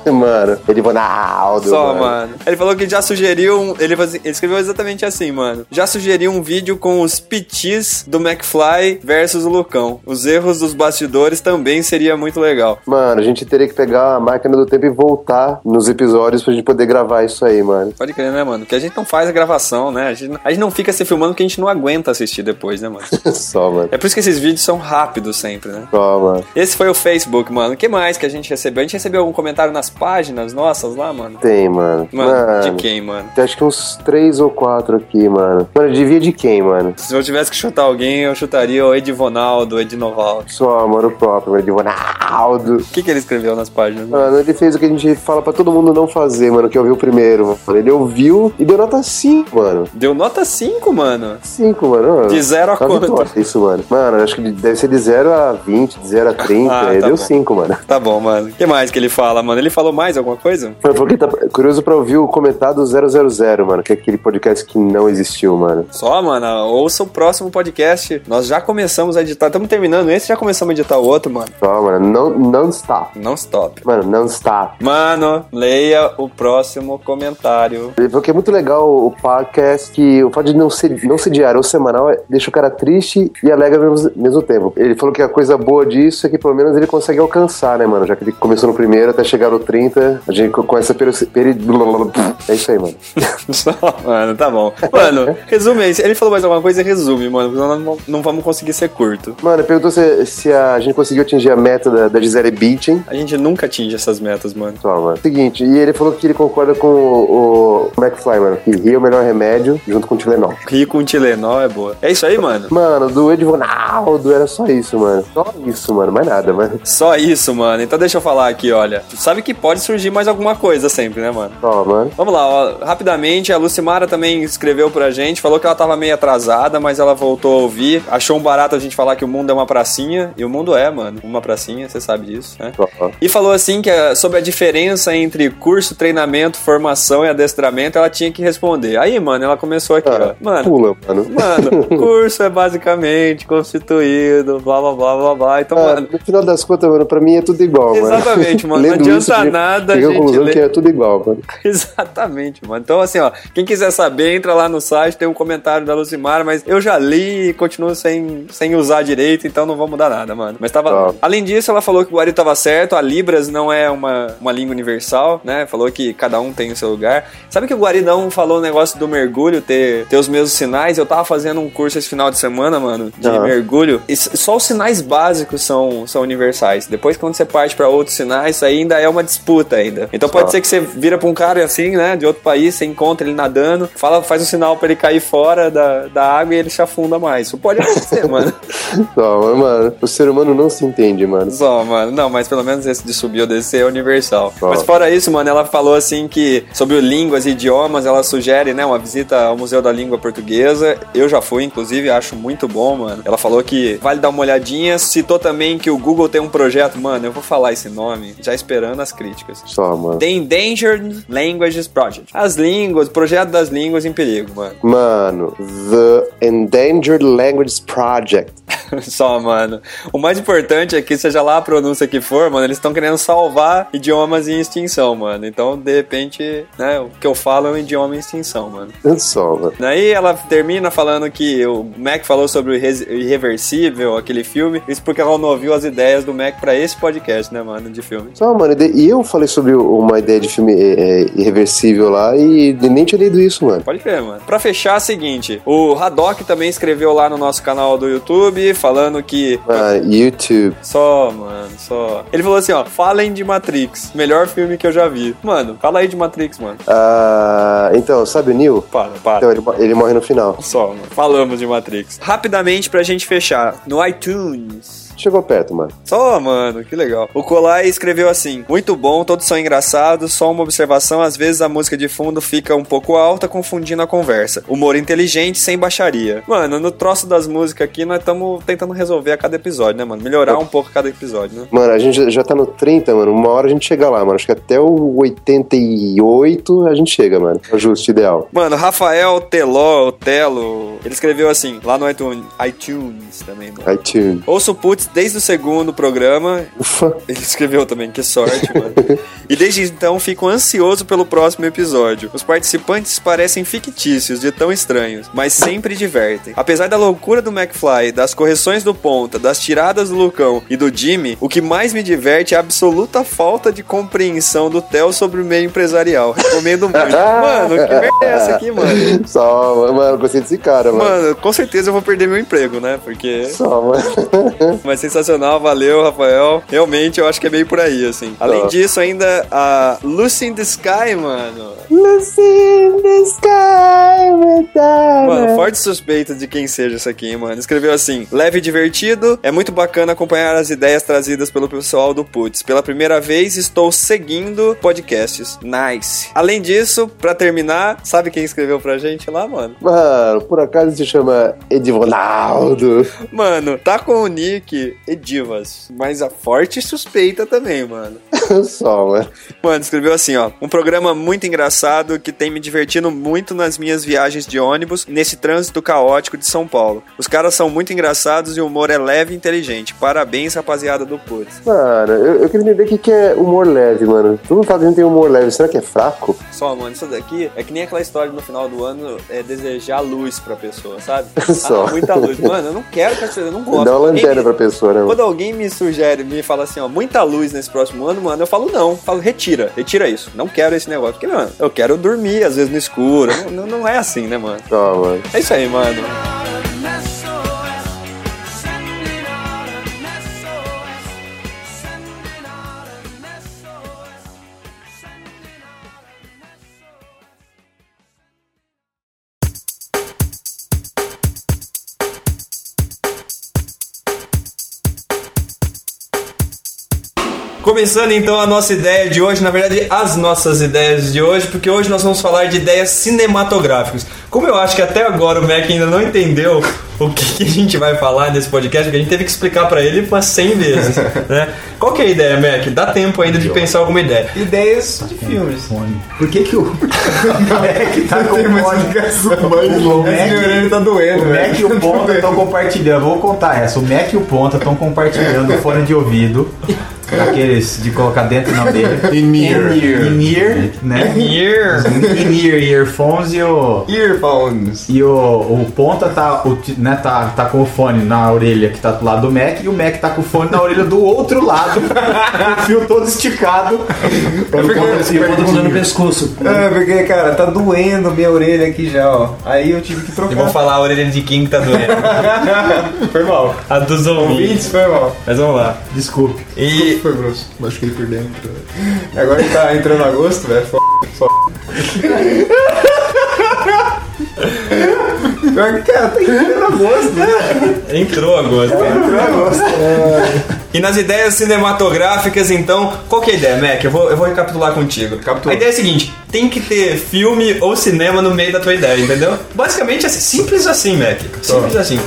S11: mano. Ele vai na Aldo.
S1: Só, mano. Ele falou que já sugeriu. um- Ele, faz- ele escreveu exatamente assim, mano. Já sugeriu um vídeo com os pitis do McFly versus o Lucão. Os erros dos bastidores também seria muito legal.
S11: Mano, a gente teria que pegar a máquina do tempo e voltar nos episódios pra gente poder gravar isso aí, mano.
S1: Pode crer, né, mano? Porque a gente não faz a gravação, né? A gente, a gente não fica se filmando porque a gente não aguenta assistir depois, né, mano?
S11: <laughs> Só, mano.
S1: É por isso que esses vídeos são rápidos sempre, né?
S11: Só, mano.
S1: Esse foi o Facebook, mano. O que mais que a gente recebeu? A gente recebeu algum comentário nas páginas nossas lá, mano?
S11: Tem, mano.
S1: Mano, de quem, mano?
S11: Tem acho que uns três ou quatro aqui, mano. Mano, adivinha de quem, mano?
S1: Se eu tivesse que chutar alguém, eu chutaria o Edivonaldo, o Edinoval.
S11: Só, mano, o próprio, mano. De Ronaldo.
S1: O que, que ele escreveu nas páginas? mano?
S11: Mano, ele fez o que a gente fala pra todo mundo não fazer, mano, que eu vi o primeiro, mano. Ele ouviu e deu nota 5, mano.
S1: Deu nota 5, mano.
S11: 5, mano.
S1: De zero a
S11: Uma
S1: quanto?
S11: vitória, Isso, mano. Mano, acho que deve ser de 0 a 20, de 0 a 30.
S1: <laughs> Ah,
S11: ele
S1: tá
S11: deu
S1: bom.
S11: 5, mano.
S1: Tá bom, mano. O que mais que ele fala, mano? Ele falou mais alguma coisa?
S11: Eu falei que tá curioso pra ouvir o comentado 000, mano, que é aquele podcast que não existiu, mano.
S1: Só, mano, ouça o próximo podcast. Nós já começamos a editar. Estamos terminando esse, já começamos a editar o outro, mano.
S11: Só, mano, não, não stop.
S1: Não stop.
S11: Mano, não stop.
S1: Mano, leia o próximo comentário.
S11: Ele falou que é muito legal o podcast, que o fato de não ser, não ser diário ou semanal é- deixa o cara triste e alegre ao mesmo, mesmo tempo. Ele falou que a coisa boa disso é que pelo menos ele consegue alcançar, né, mano? Já que ele começou no primeiro até chegar no 30, a gente co- com essa peri... peri- É isso aí, mano.
S1: Só, <laughs> mano, tá bom. Mano, resume aí. Se Ele falou mais alguma coisa, resume, mano. Porque nós não- não vamos conseguir ser curto.
S11: Mano, ele perguntou se, se a gente conseguiu atingir a meta da, da Gisele Bündchen.
S1: A gente nunca atinge essas metas, mano.
S11: Só, mano. Seguinte, e ele falou que ele concorda com o, o McFly, mano, que rir é o melhor remédio junto com o Tilenol.
S1: Rir com Tilenol é boa. É isso aí, mano.
S11: Mano, do Edvonaldo era só isso, mano. Só isso, mano, mais nada, mano.
S1: Só isso, mano. Então deixa eu falar aqui, olha. Tu Sabe que pode surgir mais alguma coisa sempre, né, mano?
S11: Só, mano.
S1: Vamos lá, ó, rapidamente, a Lucimara também escreveu pra gente, falou que ela tava meio atrasada, mas ela voltou a ouvir. Achou um barato a gente falar que o mundo é uma pracinha, e o mundo é, mano, uma pracinha, você sabe disso, né?
S11: Só.
S1: E falou assim que ah, sobre a diferença entre curso, treinamento, formação e adestramento, ela tinha que responder. Aí, mano, ela começou aqui, ó.
S11: Ah,
S1: Mano,
S11: Pula, mano. <laughs>
S1: mano, curso é basicamente constituído, blá blá blá blá blá. Então,
S11: Ah,
S1: mano,
S11: no final das contas, mano, pra mim é tudo igual, mano.
S1: Exatamente, mano. Não
S11: Lendo
S1: adianta
S11: isso, eu
S1: nada
S11: Cheguei
S1: a
S11: à
S1: gente
S11: conclusão
S1: ler.
S11: que é tudo igual, mano.
S1: <laughs> Exatamente, mano. Então, assim, ó, quem quiser saber, entra lá no site, tem um comentário da Lucimara, mas eu já li e continuo sem, sem usar direito, então não vou mudar nada, mano. Mas tava.
S11: Tá.
S1: Além disso, ela falou que o Guari tava certo, a Libras não é uma, uma língua universal, né? Falou que cada um tem o seu lugar. Sabe que o Guaridão falou o negócio do mergulho, ter, ter os mesmos sinais? Eu tava fazendo um curso esse final de semana, mano, de
S11: Ah.
S1: mergulho. E s- só os sinais básicos são, são universais. Depois, quando você parte pra outros sinais, isso aí ainda é uma disputa ainda. Então pode
S11: Tá.
S1: ser que você vira pra um cara assim, né? De outro país, você encontra ele nadando, fala, faz um sinal pra ele cair fora da, da água e ele se afunda mais. Isso pode acontecer, mano.
S11: Só, mano, mano. O ser humano não se entende, mano.
S1: <laughs> Só, mano. Não, mas pelo menos esse de subir ou descer é universal.
S11: Só.
S1: Mas fora isso, mano, ela falou assim que sobre o línguas e idiomas, ela sugere, né, uma visita ao Museu da Língua Portuguesa. Eu já fui, inclusive, acho muito bom, mano. Ela falou que vale dar uma olhadinha. Citou também que o Google tem um projeto, mano, eu vou falar esse nome, já esperando as críticas.
S11: Só, mano.
S1: The Endangered Languages Project. As línguas, projeto das línguas em perigo, mano.
S11: Mano, The Endangered Languages Project.
S1: <laughs> Só, mano. O mais importante é que, seja lá a pronúncia que for, mano, eles estão querendo salvar idiomas em extinção, mano. Então, de repente, né, o que eu falo é um idioma em extinção, mano.
S11: É Só, mano.
S1: Daí ela termina falando que o Mac falou sobre o Irre- Irreversível, aquele filme. Isso porque ela não ouviu as ideias do Mac pra esse podcast, né, mano, de filme.
S11: Só, mano, e de- e eu falei sobre o- uma ideia de filme é, é, irreversível lá e nem tinha lido isso, mano.
S1: Pode crer, mano. Pra fechar, é o seguinte. O Haddock também escreveu lá no nosso canal do YouTube, falando que
S11: Ah, YouTube.
S1: Só, mano, só. Ele falou assim, ó, falem de Matrix, melhor filme que eu já vi. Mano, fala aí de Matrix, mano.
S11: Ah, então, sabe o Neil?
S1: Para, para.
S11: Então, ele, mo- ele morre no final.
S1: Só, mano. Falamos de Matrix. Rapidamente pra gente fechar. No iTunes.
S11: Chegou perto, mano.
S1: Só, mano, que legal. O Colai escreveu assim: Muito bom, todos são engraçados, só uma observação: às vezes a música de fundo fica um pouco alta, confundindo a conversa. Humor inteligente, sem baixaria. Mano, no troço das músicas aqui, nós estamos tentando resolver a cada episódio, né, mano? Melhorar um pouco cada episódio, né?
S11: Mano, a gente já- já tá no 30, mano. Uma hora a gente chega lá, mano. Acho que até o 88 a gente chega, mano. É o justo, ideal.
S1: Mano, Rafael Teló, o Telo, ele escreveu assim, lá no iTunes, iTunes também, mano.
S11: iTunes.
S1: Ouço o Putz desde o segundo programa.
S11: Ufa.
S1: Ele escreveu também, que sorte, mano. E desde então fico ansioso pelo próximo episódio. Os participantes parecem fictícios, de tão estranhos, mas sempre divertem. Apesar da loucura do McFly, das correções do Ponta, das tiradas do Lucão e do Jimmy, o que mais me diverte é a absoluta falta de compreensão do Theo sobre o meio empresarial. Recomendo
S11: <laughs>
S1: muito. Mano, que merda é essa aqui, mano?
S11: Só, mano, eu gostei desse cara, mano.
S1: Mano, com certeza eu vou perder meu emprego, né? Porque.
S11: Só, mano.
S1: Mas sensacional, valeu, Rafael. Realmente, eu acho que é meio por aí, assim. Além
S11: Tá.
S1: disso, ainda a Lucy in the Sky, mano. Mano, forte suspeita de quem seja isso aqui, hein, mano. Escreveu assim: leve e divertido, é muito bacana acompanhar as ideias trazidas pelo pessoal do Putz. Pela primeira vez, estou seguindo podcasts. Nice. Além disso, pra terminar, sabe quem escreveu pra gente lá, mano?
S11: Mano, por acaso se chama Edivonaldo.
S1: Mano, tá com o Nick e Divas, mas a forte suspeita também, mano.
S11: <laughs> Só, mano.
S1: Mano, escreveu assim, ó. Um programa muito engraçado que tem me divertido muito nas minhas viagens de ônibus e nesse trânsito caótico de São Paulo. Os caras são muito engraçados e o humor é leve e inteligente. Parabéns, rapaziada do Putz.
S11: Mano, eu, eu queria entender o que, que é humor leve, mano. Todo mundo fala que a gente tem humor leve. Será que é fraco?
S1: Só, mano, isso daqui é que nem aquela história no final do ano é desejar luz pra pessoa, sabe?
S11: <laughs> Só.
S1: Ah, muita luz. Mano, eu não quero que a pessoa, eu não gosto.
S11: Dá uma
S1: Quando alguém
S11: lanterna
S1: me-
S11: pra pessoa, né, mano?
S1: Quando alguém me sugere, me fala assim, ó, muita luz nesse próximo ano, mano, eu falo não, eu falo retira, retira isso, não quero esse negócio, porque, mano, eu quero dormir, às vezes no escuro, não, não- não é assim, né, mano?
S11: Só, Tá, mano.
S1: É isso aí, mano. Começando então a nossa ideia de hoje, na verdade as nossas ideias de hoje, porque hoje nós vamos falar de ideias cinematográficas. Como eu acho que até agora o Mac ainda não entendeu o que, que a gente vai falar nesse podcast, porque a gente teve que explicar pra ele umas 100 vezes, né? Qual que é a ideia, Mac? Dá tempo ainda de pensar alguma ideia.
S6: Ideias de filmes.
S4: Por que que o...
S6: <laughs>
S4: Mac tá com
S6: Tem mais
S4: fone?
S6: explicação.
S4: O
S6: Esse neurônio
S4: Mac...
S6: tá doendo,
S4: O Mac e
S6: velho.
S4: o Ponta estão compartilhando. Vou contar essa. O Mac e o Ponta estão compartilhando fone
S6: <laughs>
S4: de ouvido. Aqueles de colocar dentro não dele.
S5: In-ear.
S4: In-ear, né?
S1: Yeah.
S4: In-ear earphones e o...
S6: Earphones.
S4: E o, o ponta tá, o, ti- né, tá, tá com o fone na orelha que tá do lado do Mac e o Mac tá com o fone na orelha do outro lado, <laughs> com o fio todo esticado.
S2: E eu tô usando o pescoço.
S6: Ah, porque, cara, tá doendo minha orelha aqui já, ó. Aí eu tive que
S1: Eu vou
S6: trocar.
S1: falar a orelha de quem que tá doendo.
S6: Foi mal.
S1: A dos ouvintes.
S6: Ouvintes, foi mal.
S1: Mas vamos lá.
S4: Desculpe.
S1: E
S6: Foi grosso.
S5: Acho que ele por dentro.
S6: Agora que tá entrando agosto, velho. F... Só. Pior que, cara, tá entrando agosto, né?
S1: Entrou agosto.
S6: Entrando agosto.
S1: E nas ideias cinematográficas, então, qual que é a ideia, Mac? Eu vou, eu vou recapitular contigo. A
S6: Capitula.
S1: ideia é a seguinte: tem que ter filme ou cinema no meio da tua ideia, entendeu? Basicamente, é simples assim, Mac. Simples assim.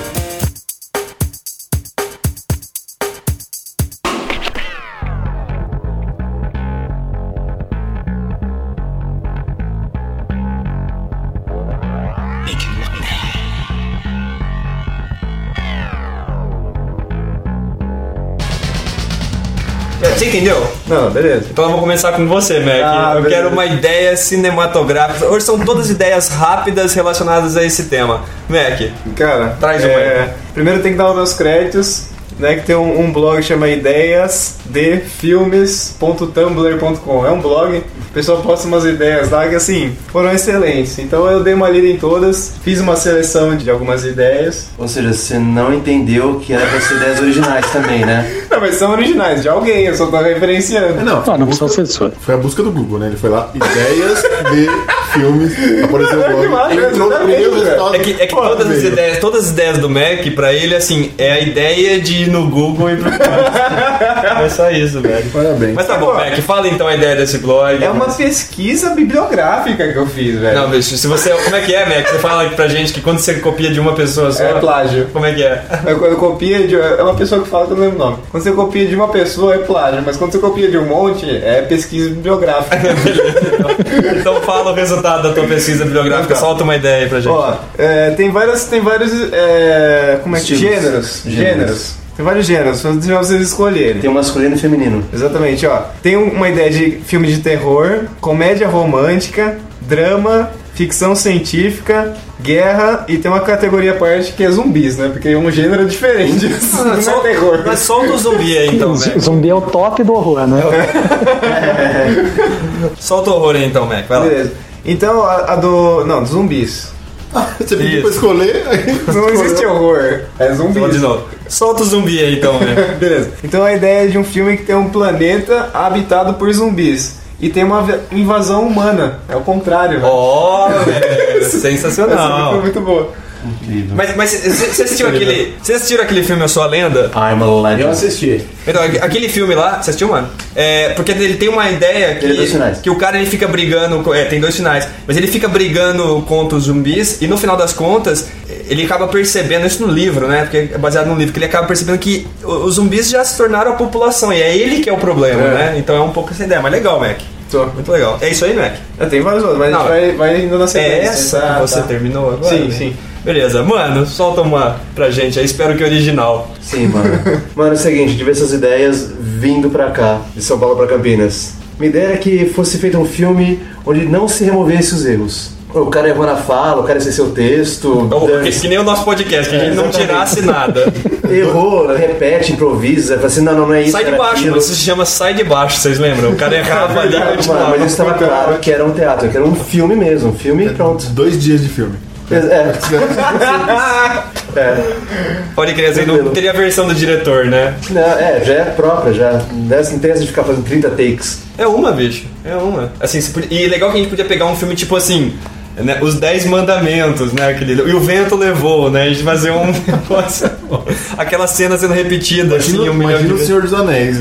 S1: É, Você entendeu?
S6: Não, beleza.
S1: Então eu vou começar com você, Mac.
S6: Ah,
S1: eu
S6: beleza.
S1: quero uma ideia cinematográfica. Hoje são todas ideias rápidas relacionadas a esse tema. Mac,
S6: Cara, é,
S1: Traz uma aí.
S6: Primeiro tem que dar os meus créditos, né? Que tem um, um blog que chama ideias de filmes.tumblr.com. É um blog, o pessoal posta umas ideias lá que assim foram excelentes. Então eu dei uma lida em todas, fiz uma seleção de algumas ideias.
S2: Ou seja, você não entendeu que era pra ser ideias originais também, né?
S6: Não, mas são originais de alguém, eu só tô referenciando.
S5: Não,
S3: Não, não precisa ser sua.
S5: foi a busca do Google, né? Ele foi lá, ideias de filmes, apareceu
S6: É
S5: o blog.
S6: demais,
S5: Ele entrou no primeiro
S6: exatamente,
S5: resultado.
S1: É que, é que
S5: Pô,
S1: todas as
S5: velho.
S1: ideias, todas as ideias do Mac, pra ele, assim, é a ideia de ir no Google e procurar. é só isso, velho.
S5: Parabéns.
S1: Mas tá bom, Mac, fala então a ideia desse blog.
S6: É uma pesquisa bibliográfica que eu fiz, velho.
S1: Não, bicho, se você. Como é que é, Mac? Você fala pra gente que quando você copia de uma pessoa só.
S6: É plágio.
S1: Como é que é?
S6: É Quando copia de. É uma pessoa que fala que eu não lembro o nome. Quando você copia de uma pessoa é plágio, mas quando você copia de um monte é pesquisa bibliográfica.
S1: Então fala o resultado da tua pesquisa bibliográfica,
S6: Então.
S1: solta uma ideia aí pra gente.
S6: Ó, é, tem várias. Tem vários. é, como é que
S2: Estilos.
S6: gêneros.
S2: Gêneros.
S6: Gêneros. Tem vários gêneros, só deixa vocês escolherem.
S2: Tem o masculino e feminino.
S6: Exatamente, ó. Tem um- uma ideia de filme de terror, comédia romântica, drama, ficção científica, guerra e tem uma categoria à parte que é zumbis, né? Porque é um gênero diferente. Não é terror.
S1: Mas só um do zumbi aí
S6: <laughs>
S1: então,
S3: Z-
S4: né?
S1: Mac.
S3: Zumbi é o top do horror, né?
S1: Solta o horror aí então, Mac. Vai lá.
S6: Beleza. Então a, a do. Não, zumbis.
S5: Você pediu pra
S1: Isso.
S5: escolher, aí
S6: Não existe horror. É
S1: Vou de
S6: zumbis.
S1: novo. Solta o zumbi aí então, Mac.
S6: Beleza. Então a ideia é de um filme que tem um planeta habitado por zumbis. E tem uma ve- invasão humana. É o contrário, velho.
S1: Ó,
S6: <laughs>
S1: velho,
S6: Essa foi
S1: sensacional.
S6: muito boa.
S1: Mas mas vocês assistiram aquele. Vocês assistiram aquele filme Eu Sou a Lenda?
S6: Ah.
S2: I'm a
S4: Eu
S2: legend.
S4: assisti.
S1: Então, aque- aquele filme lá, você assistiu, mano? É, porque ele tem uma ideia que,
S2: Tem dois finais.
S1: que o cara ele fica brigando. com- É, tem dois finais. Mas ele fica brigando contra os zumbis e no final das contas, ele acaba percebendo isso no livro, né? Porque é baseado num livro, que ele acaba percebendo que o- os zumbis já se tornaram a população e é ele que é o problema, né? Então é um pouco essa ideia. Mas legal, Mac.
S6: Tô.
S1: Muito legal. É isso aí, Mac.
S6: Ah, Tem vários outros, mas a
S1: Não,
S6: gente vai, vai indo na sequência.
S1: É essa
S6: Tá,
S1: que você
S6: tá.
S1: terminou agora?
S6: Sim,
S1: né?
S6: sim.
S1: Beleza, mano, solta uma pra gente aí, espero que original.
S2: Sim, mano. Mano, é o seguinte, tive essas ideias vindo pra cá, de São Paulo pra Campinas. Minha ideia era que fosse feito um filme onde não se removesse os erros. O cara errou na fala, o cara esqueceu o
S1: <laughs>
S2: texto,
S1: Então, que,
S2: dane-se.
S1: que nem o nosso podcast, que a
S2: É,
S1: gente não
S2: exatamente.
S1: tirasse
S2: <laughs>
S1: nada.
S2: errou, repete, improvisa, fala assim, não, não, não é isso,
S1: Sai de
S2: era
S1: baixo,
S2: aquilo.
S1: mano. Isso se chama Sai de Baixo, vocês lembram? O cara errava ali,
S2: Mano,
S1: continuava.
S2: mas isso estava claro que era um teatro, que era um filme mesmo, um filme e pronto.
S5: dois dias de filme.
S2: É, é, <laughs>
S1: Pode crer, assim, não
S2: Tranquilo.
S1: teria a versão do diretor, né?
S2: não, é, já é própria, já. Dessa- Não tem essa de ficar fazendo 30 takes.
S1: É uma, bicho. É uma. Assim, você podia- E legal que a gente podia pegar um filme tipo assim. né, Os Dez Mandamentos, né? Aquele... E o vento levou, né? A gente fazer um <laughs> negócio. Aquela cena sendo repetida, assim,
S5: Imagina,
S1: um milhão de
S5: imagina o
S1: vezes.
S5: Senhor dos Anéis.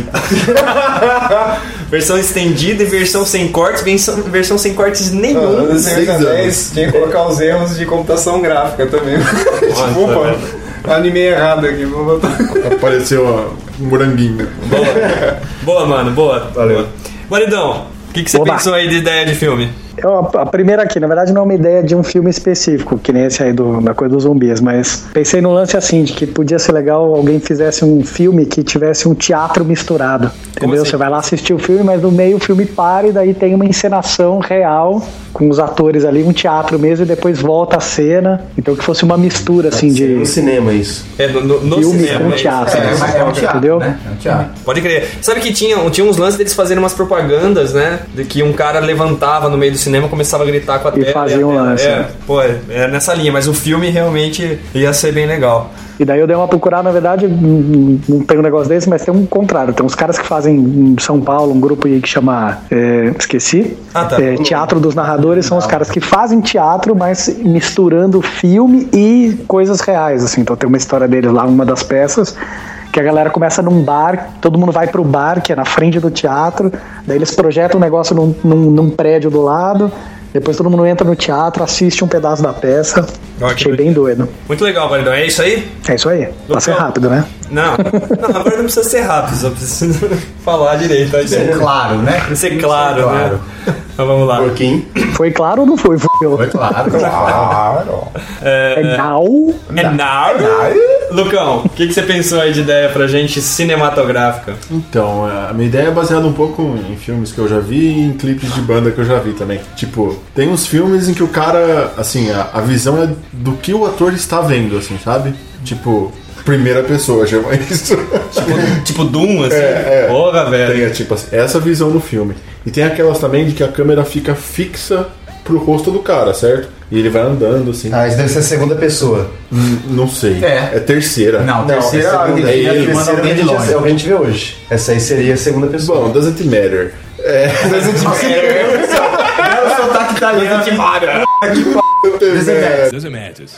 S1: Versão estendida e versão sem cortes, versão, versão sem cortes
S4: Tá
S2: Ah,
S1: nenhum. né?
S6: Não, Senhor
S5: seis
S6: Um dos Anéis, tinha que colocar os erros de computação gráfica também. <laughs> tipo, opa, animei errado aqui, vou botar.
S5: Apareceu ó, um moranguinho.
S1: Boa. boa, mano, boa. Valeu. Maridão, o que, que você
S3: Oba.
S1: pensou aí de ideia de filme?
S3: É uma- a primeira aqui, na verdade, não é uma ideia de um filme específico, que nem esse aí do, da coisa dos zumbis, mas pensei no lance assim, de que podia ser legal alguém fizesse um filme que tivesse um teatro misturado. Entendeu?
S1: assim?
S3: Você vai lá assistir o filme, mas no meio o filme para e daí tem uma encenação real com os atores ali, um teatro mesmo, e depois volta a cena. Então que fosse uma mistura assim
S2: Seria um
S3: de
S2: cinema isso.
S1: É, no, no- no
S3: filme
S1: cinema.
S3: com
S1: é isso.
S3: teatro.
S4: É, mas é um teatro,
S3: Entendeu?
S4: né? É um teatro.
S1: Pode crer. Sabe que tinha, tinha uns lances deles fazerem umas propagandas, né? De que um cara levantava no meio do cinema, começava a gritar com a tela.
S3: fazia
S1: e a
S3: um
S1: tela-
S3: lance,
S1: É,
S3: né?
S1: pô, é nessa linha, mas o filme realmente ia ser bem legal.
S3: E daí eu dei uma procurada, na verdade, hum, não tem um negócio desse, mas tem um contrário. Tem uns caras que fazem em São Paulo um grupo aí que chama. é, esqueci.
S1: Ah, tá.
S3: É, teatro dos Narradores são os caras que fazem teatro, mas misturando filme e coisas reais, assim. Então tem uma história deles lá, uma das peças. Que a galera começa num bar, todo mundo vai pro bar, que é na frente do teatro, daí eles projetam um negócio num, num- num prédio do lado, depois todo mundo entra no teatro, assiste um pedaço da peça.
S1: Ó, que
S3: Achei bem doido.
S1: Muito legal, Maridão. É isso aí?
S3: É isso aí. Passa
S1: Lucão.
S3: rápido, né? <laughs>
S1: Não. Não, agora não precisa ser rápido, só precisa <laughs> falar direito a ideia.
S4: Claro, né?
S1: Precisa ser claro, né? Então vamos lá.
S5: Porquinho.
S3: Foi claro ou não foi? Foi.
S4: Foi claro, claro.
S3: É, Gal?
S1: É now? Lucão, o que, que você pensou aí de ideia pra gente cinematográfica?
S5: Então, a minha ideia é baseada um pouco em filmes que eu já vi e em clipes de banda que eu já vi também. Tipo, tem uns filmes em que o cara, assim, a, a visão é do que o ator está vendo, assim, sabe? Tipo, primeira pessoa, já é isso.
S1: Tipo, tipo Doom, assim?
S5: É, é.
S1: Porra, velho.
S5: Tem, é, tipo, assim, essa visão do filme. E tem aquelas também de que a câmera fica fixa pro rosto do cara, certo? E ele vai andando, assim.
S2: Ah, isso deve ser a segunda pessoa.
S5: Não sei.
S4: É.
S5: É terceira.
S4: Não, terceira
S2: essa
S4: alguém
S2: segunda-
S4: que
S2: a
S4: ia filmando
S2: terceira
S4: alguém de
S2: é o que a gente-
S4: longe.
S2: É o que a gente vê hoje. Essa aí seria a segunda pessoa.
S5: Bom, doesn't matter. É, doesn't
S4: É o sotaque
S2: tá
S4: italiano.
S5: matter.
S2: Desemete.
S6: Desmédios,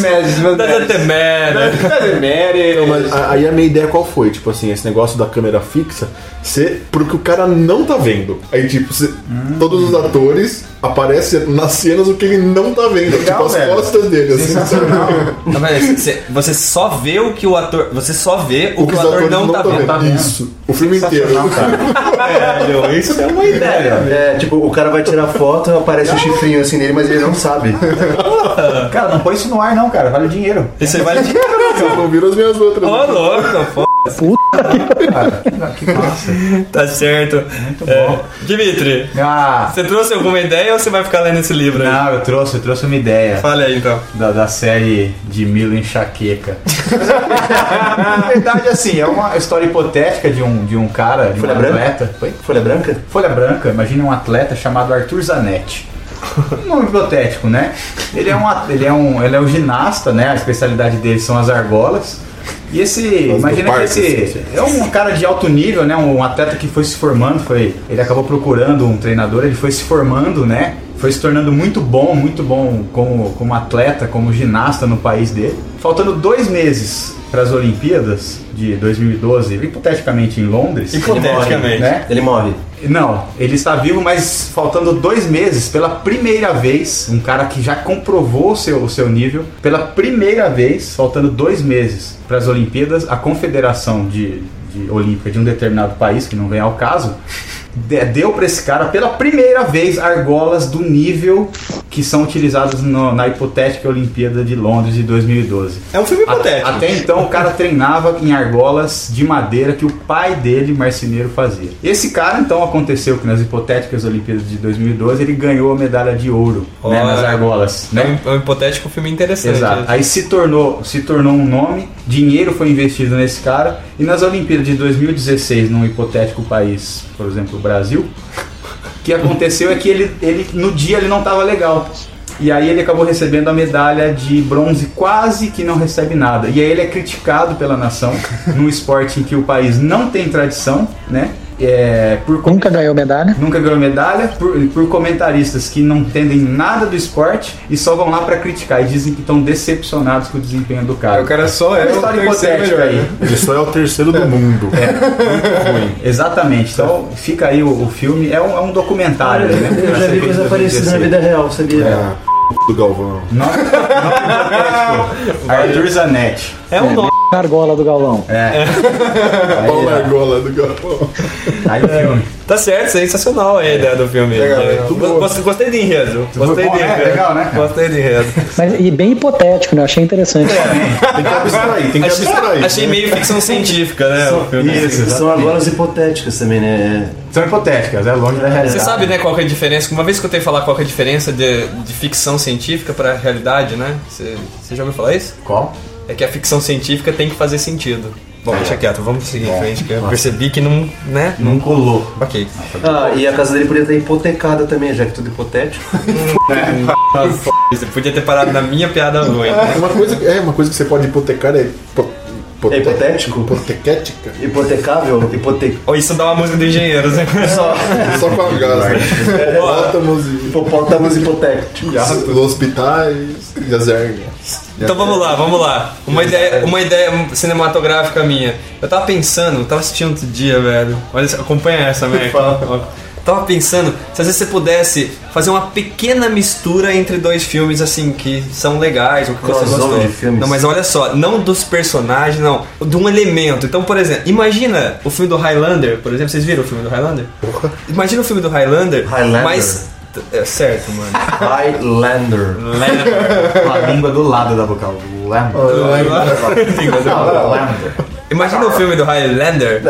S6: meu
S1: Doesn't matter.
S6: Deus.
S1: <laughs>
S6: Desmédios.
S5: Mas a- aí a minha ideia qual foi? Tipo assim, esse negócio da câmera fixa ser pro que o cara não tá vendo. Aí, tipo, você- todos os atores aparecem nas cenas o que ele não tá vendo. tipo, as
S4: velho.
S5: costas dele, assim.
S1: Tá vendo? Você- Você só vê o que o ator. Você só vê o,
S5: O
S1: que o ator não tá vendo.
S5: Isso. O filme inteiro.
S1: Velho, isso é uma ideia.
S2: É, tipo, o cara vai tirar foto, aparece um chifrinho assim nele, mas ele não sabe.
S4: Cara, não põe isso no ar não, cara. Vale o dinheiro.
S1: Esse vale de.
S5: Vocês não viram as minhas outras. né?
S1: Ô, louco, pô.
S4: Que massa.
S1: Tá certo.
S4: Muito
S1: É,
S4: bom.
S1: Dimitri,
S4: Ah,
S1: você trouxe alguma ideia ou você vai ficar lendo esse livro aí?
S4: não, eu trouxe, eu trouxe uma ideia
S1: Fala aí então.
S4: da, da série de Milo enxaqueca. <laughs> Na verdade, assim, é uma história hipotética de um, de um cara, de um
S2: Folha branca?
S4: atleta. Oi?
S2: Folha branca?
S4: Folha Branca, imagina um atleta chamado Arthur Zanetti. Um nome hipotético, né? Ele é um, at- ele é um, ele é um ginasta, né? A especialidade dele são as argolas. E esse, imagina que
S5: parque,
S4: esse é um cara de alto nível, né? Um atleta que foi se formando, foi, ele acabou procurando um treinador, ele foi se formando, né? Foi se tornando muito bom, muito bom como, como atleta, como ginasta no país dele. Faltando dois meses para as Olimpíadas de 2012, hipoteticamente em Londres. ele morre,
S1: Hipoteticamente.
S4: né?
S2: Ele morre.
S4: Não, ele está vivo, mas faltando dois meses, pela primeira vez, um cara que já comprovou o seu, o seu nível, pela primeira vez, faltando dois meses para as Olimpíadas, a Confederação de, de Olímpica de um determinado país, que não vem ao caso, <laughs> de- deu para esse cara, pela primeira vez, argolas do nível que são utilizadas no- na hipotética Olimpíada de Londres de 2012.
S1: É um filme
S4: A-
S1: hipotético.
S4: Até então o cara treinava em argolas de madeira que o pai dele, marceneiro, fazia. Esse cara, então, aconteceu que nas hipotéticas Olimpíadas de 2012 ele ganhou a medalha de ouro né,
S1: Olha.
S4: nas argolas.
S1: É
S4: Né?
S1: um, é um hipotético filme interessante. né?
S4: Exato. Aí se tornou, se tornou um nome, dinheiro foi investido nesse cara, e nas Olimpíadas de 2016, num hipotético país, por exemplo, o Brasil, o que aconteceu é que ele, ele no dia ele não estava legal. E aí ele acabou recebendo a medalha de bronze, quase que não recebe nada. E aí ele é criticado pela nação num esporte em que o país não tem tradição, né? É, por
S3: Nunca ganhou medalha.
S4: nunca ganhou medalha por, por comentaristas que não entendem nada do esporte e só vão lá pra criticar e dizem que estão decepcionados com o desempenho do cara.
S6: O cara só é
S4: é uma
S6: o
S4: história
S6: terceiro
S4: hipotética
S6: melhor,
S4: aí.
S6: né?
S5: Ele só é o terceiro do mundo.
S4: Exatamente. Então fica aí o, o filme. É um, é um documentário, né?
S2: Eu já vi coisa parecida na vida real, sabia?
S5: Do Galvão.
S4: Não, Arthur Zanetti.
S1: É um nome.
S3: Na argola do Galvão.
S4: É.
S5: Paulo
S4: Aí,
S5: Argola do Galvão.
S4: aí o filme.
S1: Tá certo, sensacional aí a ideia do filme.
S6: Legal,
S1: É,
S6: legal.
S1: tu- gost- Gostei de enredo. Gostei
S4: Bom,
S1: de
S4: é,
S1: enredo.
S4: legal, né, cara?
S1: Gostei de
S4: <laughs>
S1: enredo.
S3: Mas, e bem hipotético, né? Eu Achei interessante.
S5: Tem que abstrair, tem que abstrair.
S1: Achei meio ficção científica, né? o filme.
S4: né? Isso,
S2: São agora as hipotéticas também, né?
S4: assim, São hipotéticas, é longe da realidade.
S1: Você sabe, né, qual que é a diferença? Uma vez que eu tenho que falar qual que é a diferença de, de ficção científica pra realidade, né? Você você já ouviu falar isso?
S4: Qual? É.
S1: É que a ficção científica tem que fazer sentido. Bom, deixa quieto, vamos seguir em frente, que eu percebi que não, né?
S4: Não colou.
S1: Ok.
S2: Ah, e a casa dele podia estar hipotecada também, já que tudo é hipotético.
S1: Você podia ter parado na minha piada
S4: <laughs>
S1: ruim. né?
S5: Uma coisa, que- é, uma coisa que você pode hipotecar é. hipo-
S2: É hipotético?
S5: Hipotequética?
S2: Hipotecável? Hipote...
S1: Ou isso dá uma música do Engenheiros, né?
S5: Só com a gás. <laughs> né? Ótamos e.
S2: Hipopótamos hipotéticos.
S5: Os hospitais e as hérnias.
S1: Então vamos lá, vamos lá. Uma ideia, uma ideia cinematográfica minha. Eu tava pensando, eu tava assistindo outro dia, velho. Olha, só, acompanha essa, velho. Tava pensando, se às vezes você pudesse fazer uma pequena mistura entre dois filmes, assim, que são legais, ou que você
S2: Crossover
S1: gostou.
S2: de filmes.
S1: Não, mas olha só, não dos personagens, não, de um elemento. Então, por exemplo, imagina o filme do Highlander, por exemplo, vocês viram o filme do Highlander? Imagina o filme do Highlander,
S2: Highlander.
S1: mas. É certo,
S2: <laughs>
S1: mano.
S2: Highlander.
S4: Com a língua do lado da boca. Lembra? Lembra.
S1: Imagina o filme do Highlander,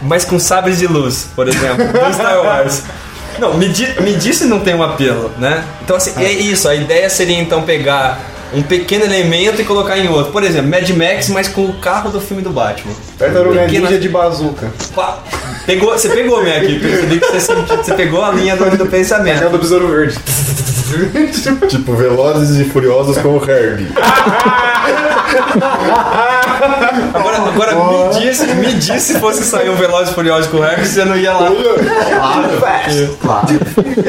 S1: mas com sabres de luz, por exemplo, do Star Wars. Não, me, di, me diz se não tem um apelo, né? Então, assim, é isso. A ideia seria, então, pegar um pequeno elemento e colocar em outro. Por exemplo, Mad Max, mas com o carro do filme do Batman.
S6: Tartaruga
S1: Pequena-
S6: Ninja de bazuca.
S1: Pá! Pegou, você pegou minha equipe, percebi que você, sentiu- você pegou a linha do, do
S6: É o
S1: pensamento.
S6: do Besouro Verde.
S5: Tipo, velozes e furiosos como Herbie.
S1: Agora, agora me, diz, me diz se fosse sair um Veloz e Furioso com o Rex, você não ia lá.
S4: Claro.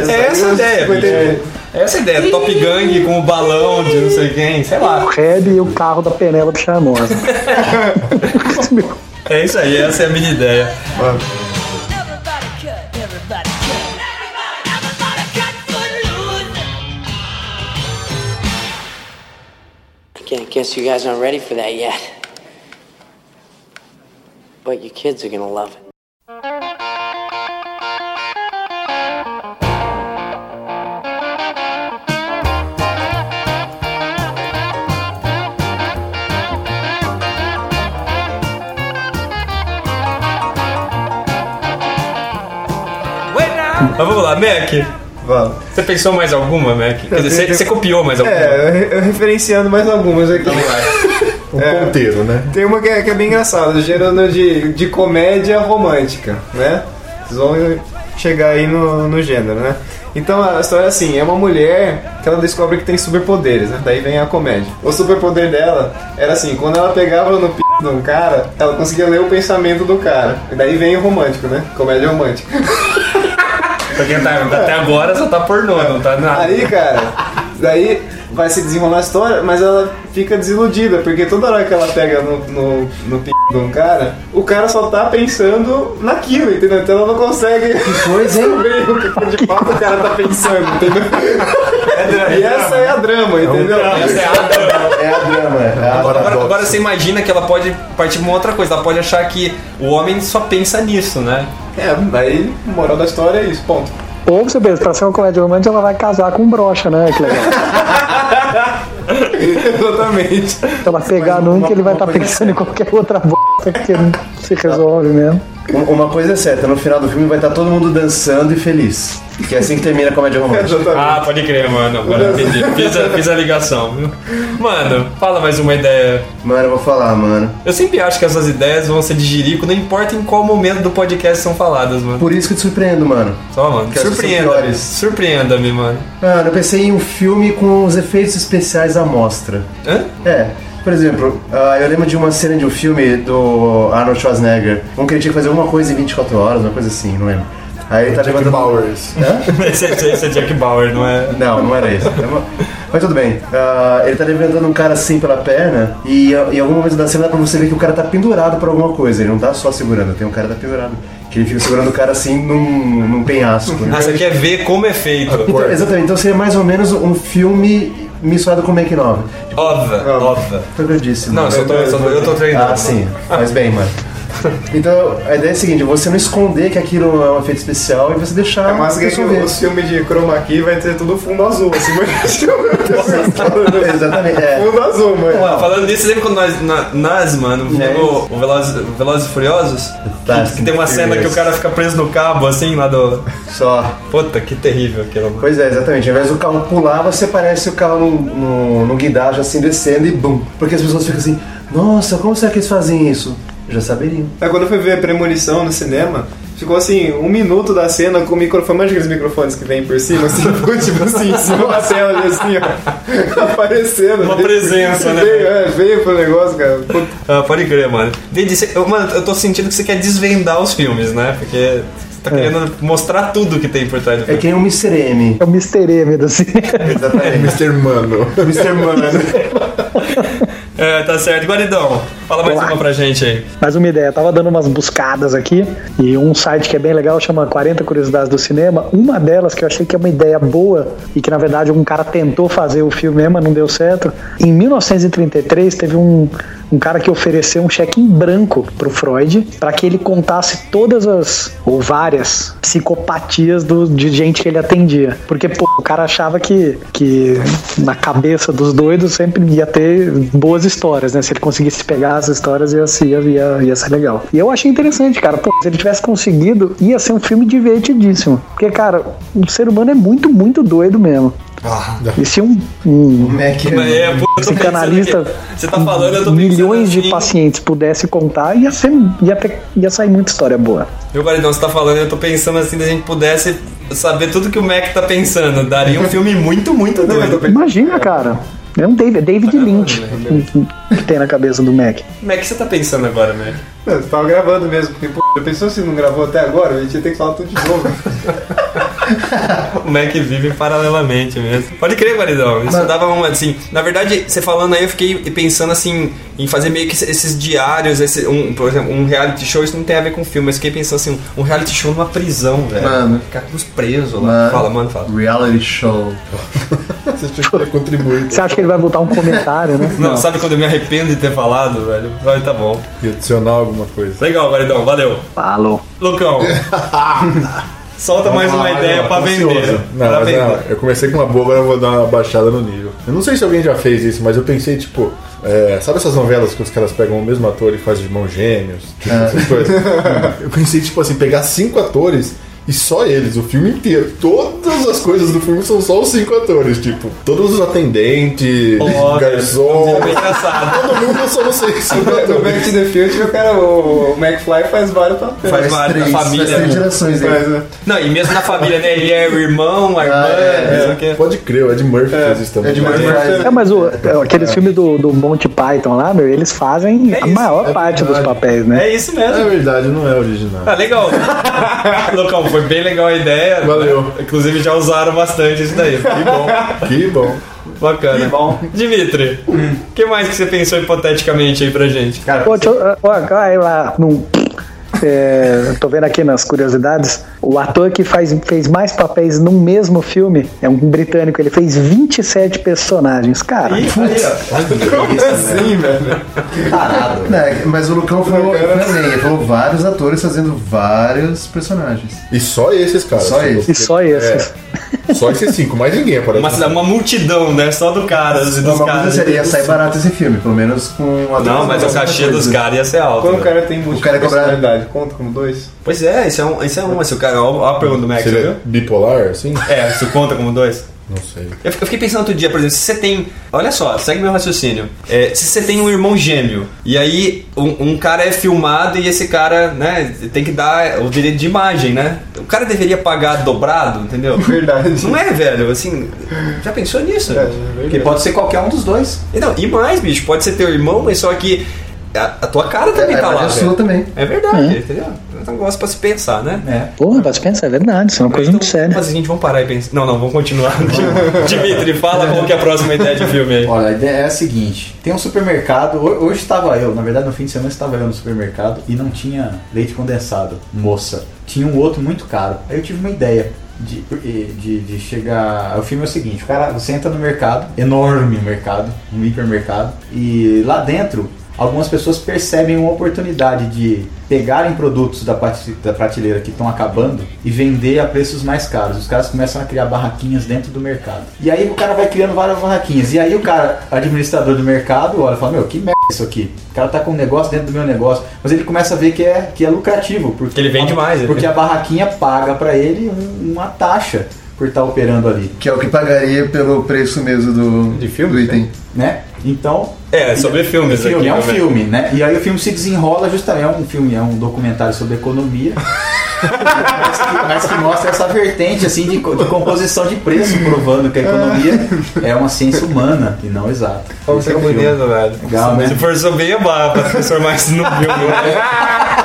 S1: É essa a ideia,
S6: Vai
S1: bicho.
S6: ter-
S1: É essa a ideia. Top Gang com o balão de não sei quem, sei lá.
S3: O Reb e o carro da Penélope Charmosa.
S1: É isso aí, essa é a minha ideia.
S7: Everybody cut, everybody cut. Everybody, everybody cut for loose.
S12: I guess you guys aren't ready for that yet. But your kids are gonna love it.
S1: Mas vamos lá, Mac. Vamos. Você pensou mais alguma, Mac? Quer dizer, você, você copiou mais alguma?
S6: É, eu re- eu referenciando mais algumas aqui.
S4: Então
S5: Um ponteiro, né?
S6: Tem uma que é, que é bem engraçada, gênero de, de comédia romântica, né? Vocês vão chegar aí no, no gênero, né? Então a história é assim, é uma mulher que ela descobre que tem superpoderes, né? Daí vem a comédia. O superpoder dela era assim, quando ela pegava no p de um cara, ela conseguia ler o pensamento do cara. E daí vem o romântico, né? Comédia romântica.
S1: Porque tá- até agora só tá pornô, não tá nada.
S6: Aí, cara, daí vai se desenrolar a história, mas ela fica desiludida, porque toda hora que ela pega no, no, no p de um cara, o cara só tá pensando naquilo, entendeu? Então ela não consegue coisa, saber o que de fato o cara tá pensando, entendeu? e essa é a drama, entendeu?
S1: Essa é a drama.
S2: É a drama, é a
S1: Agora, agora,
S2: paradoxo.
S1: agora você imagina que ela pode partir pra uma outra coisa. Ela pode achar que o homem só pensa nisso, né?
S6: É, daí moral da história é isso, ponto.
S3: Ou você pensa, pra ser uma comédia romântica, ela vai casar com um brocha, né? Que legal.
S6: Exatamente.
S3: Se ela pegar num que ele vai estar pensando em qualquer outra bosta que não se resolve mesmo.
S2: Um- Uma coisa é certa, no final do filme vai estar todo mundo dançando e feliz. Que é assim que termina a comédia romântica.
S1: Ah, pode crer, mano. Agora eu entendi. Fiz a, fiz a ligação, viu? Mano, fala mais uma ideia.
S2: Mano, eu vou falar, mano.
S1: Eu sempre acho que essas ideias vão ser de jirico, não importa em qual momento do podcast são faladas, mano.
S2: Por isso que eu te surpreendo, mano.
S1: Só, mano.
S2: Que essas são
S1: Surpreenda.
S2: piores.
S1: Surpreenda-me, mano. <laughs>
S2: Mano, eu pensei em um filme com os efeitos especiais à mostra.
S1: Hã?
S2: É, por exemplo, ah, eu lembro de uma cena de um filme do Arnold Schwarzenegger, um que ele tinha que fazer alguma coisa em 24 horas, uma coisa assim, não lembro. Aí ele tá levantando. Bowers.
S1: Esse, esse- esse é Jack Bauer, não é?
S2: Não, não era isso. É uma- Mas tudo bem. Ah, ele tá levantando um cara assim pela perna e ah, em algum momento da cena dá pra você ver que o cara tá pendurado por alguma coisa. Ele não tá só segurando, tem um cara que tá pendurado. Que ele fica segurando o cara assim num, num penhasco. né?
S1: Ah, você quer ver como é feito.
S2: Então, exatamente, então seria mais ou menos um filme misturado com make novel.
S1: Óbvio,
S2: Ah.
S1: óbvio.
S2: Foi o que eu disse. né?
S1: Não, eu só tô- eu só tô- eu tô treinando.
S2: Ah, sim. Mas bem, mano. Então, a ideia é a seguinte, você não esconder que aquilo é um efeito especial e você deixar
S6: É mais
S2: a
S6: que
S2: pessoa
S6: o- os filmes de chroma key vai ter tudo fundo azul, assim, <laughs>
S2: ver. <laughs> Exatamente, é.
S6: fundo azul, mano.
S1: Ah, Falando nisso, lembra quando nós, na- nós mano, vimos o Velozes Velozes e Furiosos?
S2: Tá, Fast
S1: Que tem uma
S2: and
S1: cena que
S2: Furious.
S1: o cara fica preso no cabo, assim, lá do...
S2: Só.
S1: Puta, que terrível aquilo, mano.
S2: Pois é, exatamente. Ao invés do carro pular, você parece o carro no, no, no guindaste, assim, descendo e bum. Porque as pessoas ficam assim, nossa, como será que eles fazem isso? Já saberiam.
S6: Sabe, quando eu fui ver Premonição no cinema, ficou assim, um minuto da cena com o microfone, mais aqueles microfones que vem por cima, assim, ficou, tipo assim, em cima da tela, ali, assim, ó, aparecendo.
S1: Uma presença, né?
S6: Veio, é, veio pro negócio, cara. Puta,
S1: Ah, pode crer, mano. Didi, você- eu- mano, eu tô sentindo que você quer desvendar os filmes, né? Porque você tá querendo mostrar tudo que tem por trás do
S2: É
S1: filme.
S2: que nem o Mr. M.
S3: É o Mr. M do cinema.
S2: Exatamente.
S5: Mr. Mano.
S2: Mr. Mano.
S1: É, tá certo. Guaridão, fala mais uma pra gente aí.
S3: Mais uma ideia, eu tava dando umas buscadas aqui e um site que é bem legal chama 40 Curiosidades do Cinema. Uma delas que eu achei que é uma ideia boa e que na verdade um cara tentou fazer o filme, mas não deu certo. Em 1933 teve um, um cara que ofereceu um cheque em branco pro Freud para que ele contasse todas as ou várias psicopatias do- de gente que ele atendia. Porque pô, o cara achava que, que na cabeça dos doidos sempre ia ter boas histórias, né? Se ele conseguisse pegar as histórias, ia, ser- ia, ia, ia ser legal. E eu achei interessante, cara. Pô, se ele tivesse conseguido, ia ser um filme divertidíssimo. Porque, cara, o ser humano é muito, muito doido mesmo.
S1: Ah.
S3: E se um, um
S2: Mac.
S1: Mas é, pô, eu tô pensando
S3: Psicanalista,
S1: que Você tá falando, eu tô
S3: milhões
S1: pensando
S3: de
S1: assim-
S3: pacientes pudesse contar, ia, ser, ia, ter- ia sair muita história boa.
S1: Meu guaridão, você tá falando, eu tô pensando assim, se a gente pudesse saber tudo que o Mac tá pensando. Daria
S3: <laughs>
S1: um filme muito, muito doido.
S3: Imagina, cara. É um David, David Lynch que tem na cabeça do Mac.
S1: Mac, o que você tá pensando agora, Mac?
S6: Não, eu tava gravando mesmo, porque, pô, já pensou se não gravou até agora? A gente ia ter que falar tudo de novo.
S1: O Mac vive é paralelamente mesmo. Pode crer, guaridão. Isso dava uma assim. Na verdade, você falando aí, eu fiquei pensando assim em fazer meio que esses diários, esse, um, por exemplo, um reality show, isso não tem a ver com filme, mas eu fiquei pensando assim, um reality show numa prisão, velho.
S2: Mano.
S1: Ficar com os presos lá.
S2: Mano.
S1: Fala, mano, fala.
S2: Reality show.
S5: Você tinha que ter contribuído
S3: Você acha que ele vai botar um comentário, né?
S1: Não, sabe quando eu me arrependo de ter falado, velho? Vai, tá bom.
S5: e adicionar alguma coisa.
S1: Legal, guaridão, valeu.
S3: Falou.
S1: Lucão. Solta mais
S5: Ah,
S1: uma ideia pra vender.
S5: tá
S1: né?
S5: Não,
S1: pra
S5: mas é
S1: vender.
S5: não, eu comecei com uma boa, agora eu vou dar uma baixada no nível. Eu não sei se alguém já fez isso, mas eu pensei, tipo, é, sabe essas novelas que os caras pegam o
S1: Ah. <laughs>
S5: mesmo ator e fazem de irmãos gêmeos? Tipo, essas coisas. eu pensei, tipo assim, pegar cinco atores E só eles, o filme inteiro. Todas as coisas do filme são só os cinco atores, tipo, todos os atendentes,
S1: tá
S6: Olha,
S5: um
S1: um
S5: garçom.
S6: é engraçado.
S5: Todo mundo eu só não sei se
S1: <laughs>
S6: No Back to the Future, o cara, o McFly faz vários papéis.
S1: Faz vários, da família. né?
S6: Faz, né?
S1: Não, e mesmo na família, né? Ele é o irmão, a irmã. né?
S5: Pode crer, o Ed Murphy fez isso também.
S1: Ed Murphy.
S3: É, mas o, aqueles filmes do, do Monty Python lá, meu, eles fazem a maior parte dos papéis, né?
S1: É isso mesmo.
S5: É verdade, não é original.
S1: Ah, legal. Lucão, foi bem legal a ideia. Valeu. Inclusive já usaram bastante isso daí. Que bom.
S5: Que bom.
S1: Bacana. Que bom. Dimitri, o que mais que você pensou hipoteticamente aí pra gente? Cara,
S3: Pô, deixa eu- ah, ó, cai lá, num- é, tô vendo aqui nas curiosidades, o ator que faz, fez mais papéis num mesmo filme é um britânico, ele fez 27 personagens. Cara, putz,
S2: Como assim, velho? Parado. É, né, mas o Lucão falou pra mim, ele falou vários atores fazendo vários personagens.
S5: E só esses, cara.
S2: Só esses. E só esses.
S5: É. só esses cinco, mais ninguém aparece.
S1: Uma, uma multidão, né? Só do cara. Dos
S2: Mas uma coisa
S1: caras.
S2: seria, ia sair barato esse filme, pelo menos com um a
S1: Não, mas o cachê dos caras ia ser alto.
S6: Quando o
S1: né?
S6: cara tem múltipla
S2: cara é cobrado.
S6: personalidade, conta como dois?
S1: Pois é, isso é um, isso é um assim, o cara, ó, ó a pergunta do Max,
S5: Seria
S1: viu?
S5: bipolar, assim?
S1: É, isso conta como dois?
S5: Não sei.
S1: Eu fi- eu fiquei pensando outro dia, por exemplo, se você tem. Olha só, segue meu raciocínio. É, se você tem um irmão gêmeo, e aí um, um cara é filmado e esse cara, né, tem que dar o direito de imagem, né? O cara deveria pagar dobrado, entendeu?
S6: Verdade.
S1: Não é, velho, assim. Já pensou nisso?
S2: É.
S4: Porque pode ser qualquer um dos dois.
S1: E não, e mais, bicho, pode ser teu irmão, mas só que a, a tua cara também
S2: É,
S1: tá
S2: mas
S1: lá.
S2: a sua
S1: velho.
S2: também.
S1: É verdade, entendeu? É um negócio pra se pensar, né? É.
S3: porra, pode pensar, é verdade, isso é uma coisa muito séria.
S1: Então, Mas a gente vamos parar e pensar. Não, não, vamos continuar. <laughs> Dimitri, fala qual que é a próxima ideia de filme aí.
S4: Olha, a ideia é a seguinte: tem um supermercado. ho- Hoje estava eu, na verdade, no fim de semana estava eu no supermercado e não tinha leite condensado, moça. Tinha um outro muito caro. Aí eu tive uma ideia. De, de, de chegar. O filme é o seguinte: o cara você entra no mercado, enorme mercado, um hipermercado, e lá dentro algumas pessoas percebem uma oportunidade de pegarem produtos da, prate- da prateleira que estão acabando e vender a preços mais caros. Os caras começam a criar barraquinhas dentro do mercado. E aí o cara vai criando várias barraquinhas. E aí o cara, administrador do mercado, olha e fala, meu, que merda isso aqui. O cara tá com um negócio dentro do meu negócio. Mas ele começa a ver que é, que é lucrativo. Porque
S1: Que ele vende mais, né?
S4: Porque a barraquinha paga pra ele um- uma taxa por estar operando ali.
S2: Que é o que pagaria pelo preço mesmo do, do item.
S4: Né? Então,
S1: É, sobre filmes
S4: filme,
S1: aqui.
S4: é um
S1: né?
S4: filme, né? E aí o filme se desenrola justamente, é um filme, é um documentário sobre economia, <laughs> mas, que, mas que mostra essa vertente assim de, co- de composição de preço, provando que a economia é uma ciência humana e não exata. Esse é o filme.
S1: velho.
S4: Legal, né?
S1: Se for sobre ia barra pra transformar isso num filme.
S4: <laughs>
S1: né?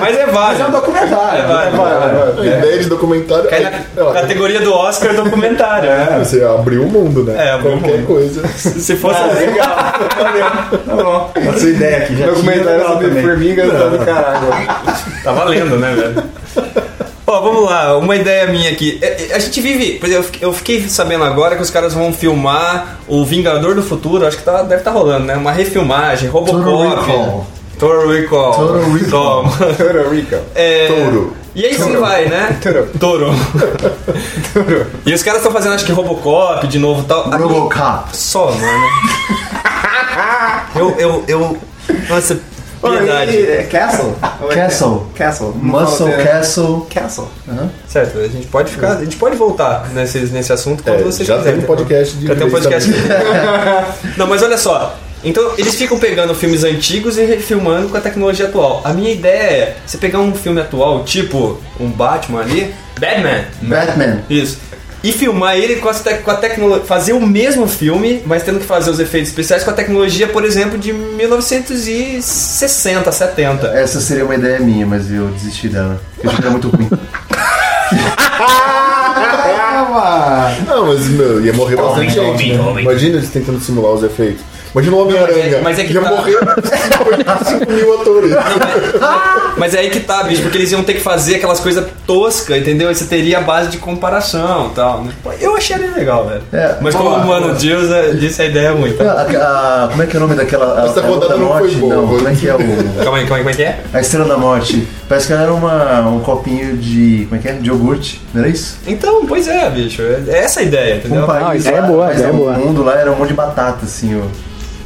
S1: Mas é
S4: Mas
S1: válido.
S4: é um documentário.
S1: É válido.
S5: A ideia de documentário
S1: É. Cai
S5: é.
S1: na categoria do Oscar documentário, né?
S5: Você abriu o mundo, né?
S1: É, abriu o
S5: Qualquer
S1: mundo.
S5: coisa.
S1: Se se
S4: Ah,
S1: fosse. assim,
S4: Tá bom. A sua ideia aqui já
S6: Documentário
S4: tinha, legal
S6: sobre
S4: também.
S6: formigas tá do caralho.
S1: Tá valendo, né, velho? <laughs> Ó, vamos lá, uma ideia minha aqui. É, é, A gente vive, por exemplo, eu fiquei- eu fiquei sabendo agora que os caras vão filmar o Vingador do Futuro, acho que tá, deve estar rolando, né? Uma refilmagem, Robocop.
S2: Recall.
S1: Total Recall. Total Recall.
S6: <laughs> Puerto né, Rico.
S1: É,
S5: Touro.
S1: E aí sim vai, né? Touro. Touro. E os caras estão fazendo, acho que Robocop de novo e tal. Aqui-
S2: Robocop.
S1: Só, mano. eu, eu, eu. Nossa, piedade.
S6: E- e- é Castle? Ou é
S2: Castle.
S6: Castle. Não
S2: Muscle
S6: fala o termo.
S2: Castle.
S6: Castle.
S1: Certo, a gente pode ficar, a gente pode voltar nesse, nesse assunto quando
S5: É,
S1: vocês
S5: já
S1: quiserem.
S5: tem um podcast de
S1: Já tem um podcast. <laughs> Não, mas olha só. Então, eles ficam pegando filmes antigos e refilmando com a tecnologia atual. A minha ideia é você pegar um filme atual, tipo um Batman ali, Batman,
S2: Batman.
S1: isso. E filmar ele com, as tec- com a tecnologia. Fazer o mesmo filme, mas tendo que fazer os efeitos especiais com a tecnologia, por exemplo, de 1960, 70.
S2: Essa seria uma ideia minha, mas eu desisti dela. porque Eu achei que era muito
S4: <laughs>
S2: ruim.
S5: Não, mas meu, ia morrer bastante gente. né? Imagina eles tentando simular os efeitos. Imagina o
S1: Não,
S5: Homem-Aranha.
S1: mas é- mas é que
S5: ia
S1: tá-
S5: morrer 55 mil atores.
S1: Mas é aí que tá, bicho, porque eles iam ter que fazer aquelas coisas toscas, entendeu? Aí você teria a base de comparação e tal. né? Pô, Eu achei bem legal, velho.
S2: É,
S1: Mas como
S2: boa,
S1: o Mano Deus eh, disse, a ideia é muito.
S2: Não, a- a- como é que é o nome daquela. A,
S5: Essa
S2: a
S5: rodada
S2: Luta
S5: não foi
S2: Norte?
S5: boa.
S2: Não, como é que é o.
S1: Calma aí, calma aí, como é que é?
S2: A Estrela da Morte. Parece que ela era uma, um copinho de. Como é que é? De iogurte, não era isso?
S1: Então, pois é, bicho. É é essa a ideia,
S2: Um
S1: entendeu?
S2: país.
S3: ideia é boa,
S2: mas
S3: ideia é
S2: o
S3: boa.
S2: mundo lá era um monte de batata, assim, ó.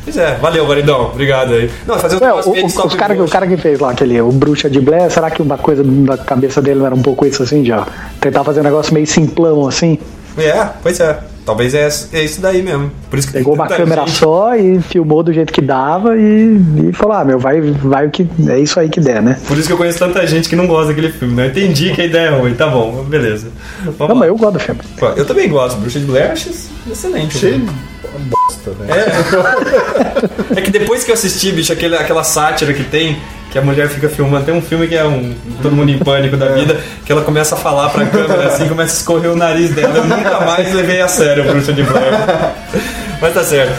S1: Pois é, valeu, Guaridão. Obrigado aí. Não, fazer um
S3: Ué,
S1: negócio
S3: É, o,
S1: bem de
S3: o-
S1: stop
S3: os cara, que- o
S1: motion.
S3: cara que fez lá aquele o bruxa de Blair, será que uma coisa da cabeça dele não era um pouco isso assim, já? Tentar fazer um negócio meio simplão assim?
S1: É, pois é. Talvez é, é isso daí mesmo. Por isso que
S3: Pegou uma câmera só e filmou do jeito que dava e, e falou: ah, meu, vai, vai o que. É isso aí que der, né?
S1: Por isso que eu conheço tanta gente que não gosta daquele filme, né? Eu entendi que a ideia é ruim, tá bom, beleza. Vamos
S3: Não, mas eu gosto do filme.
S1: Pô, Eu também gosto, Bruxa de Blair, acho excelente.
S5: Achei
S1: bosta, É. é que depois que eu assisti, bicho, aquele, aquela sátira que tem, que a mulher fica filmando, tem um filme que é um todo mundo em pânico da vida, que ela começa a falar pra câmera assim, começa a escorrer o nariz dela. Eu nunca mais levei a sério a Bruxa de Blair. Mas tá certo.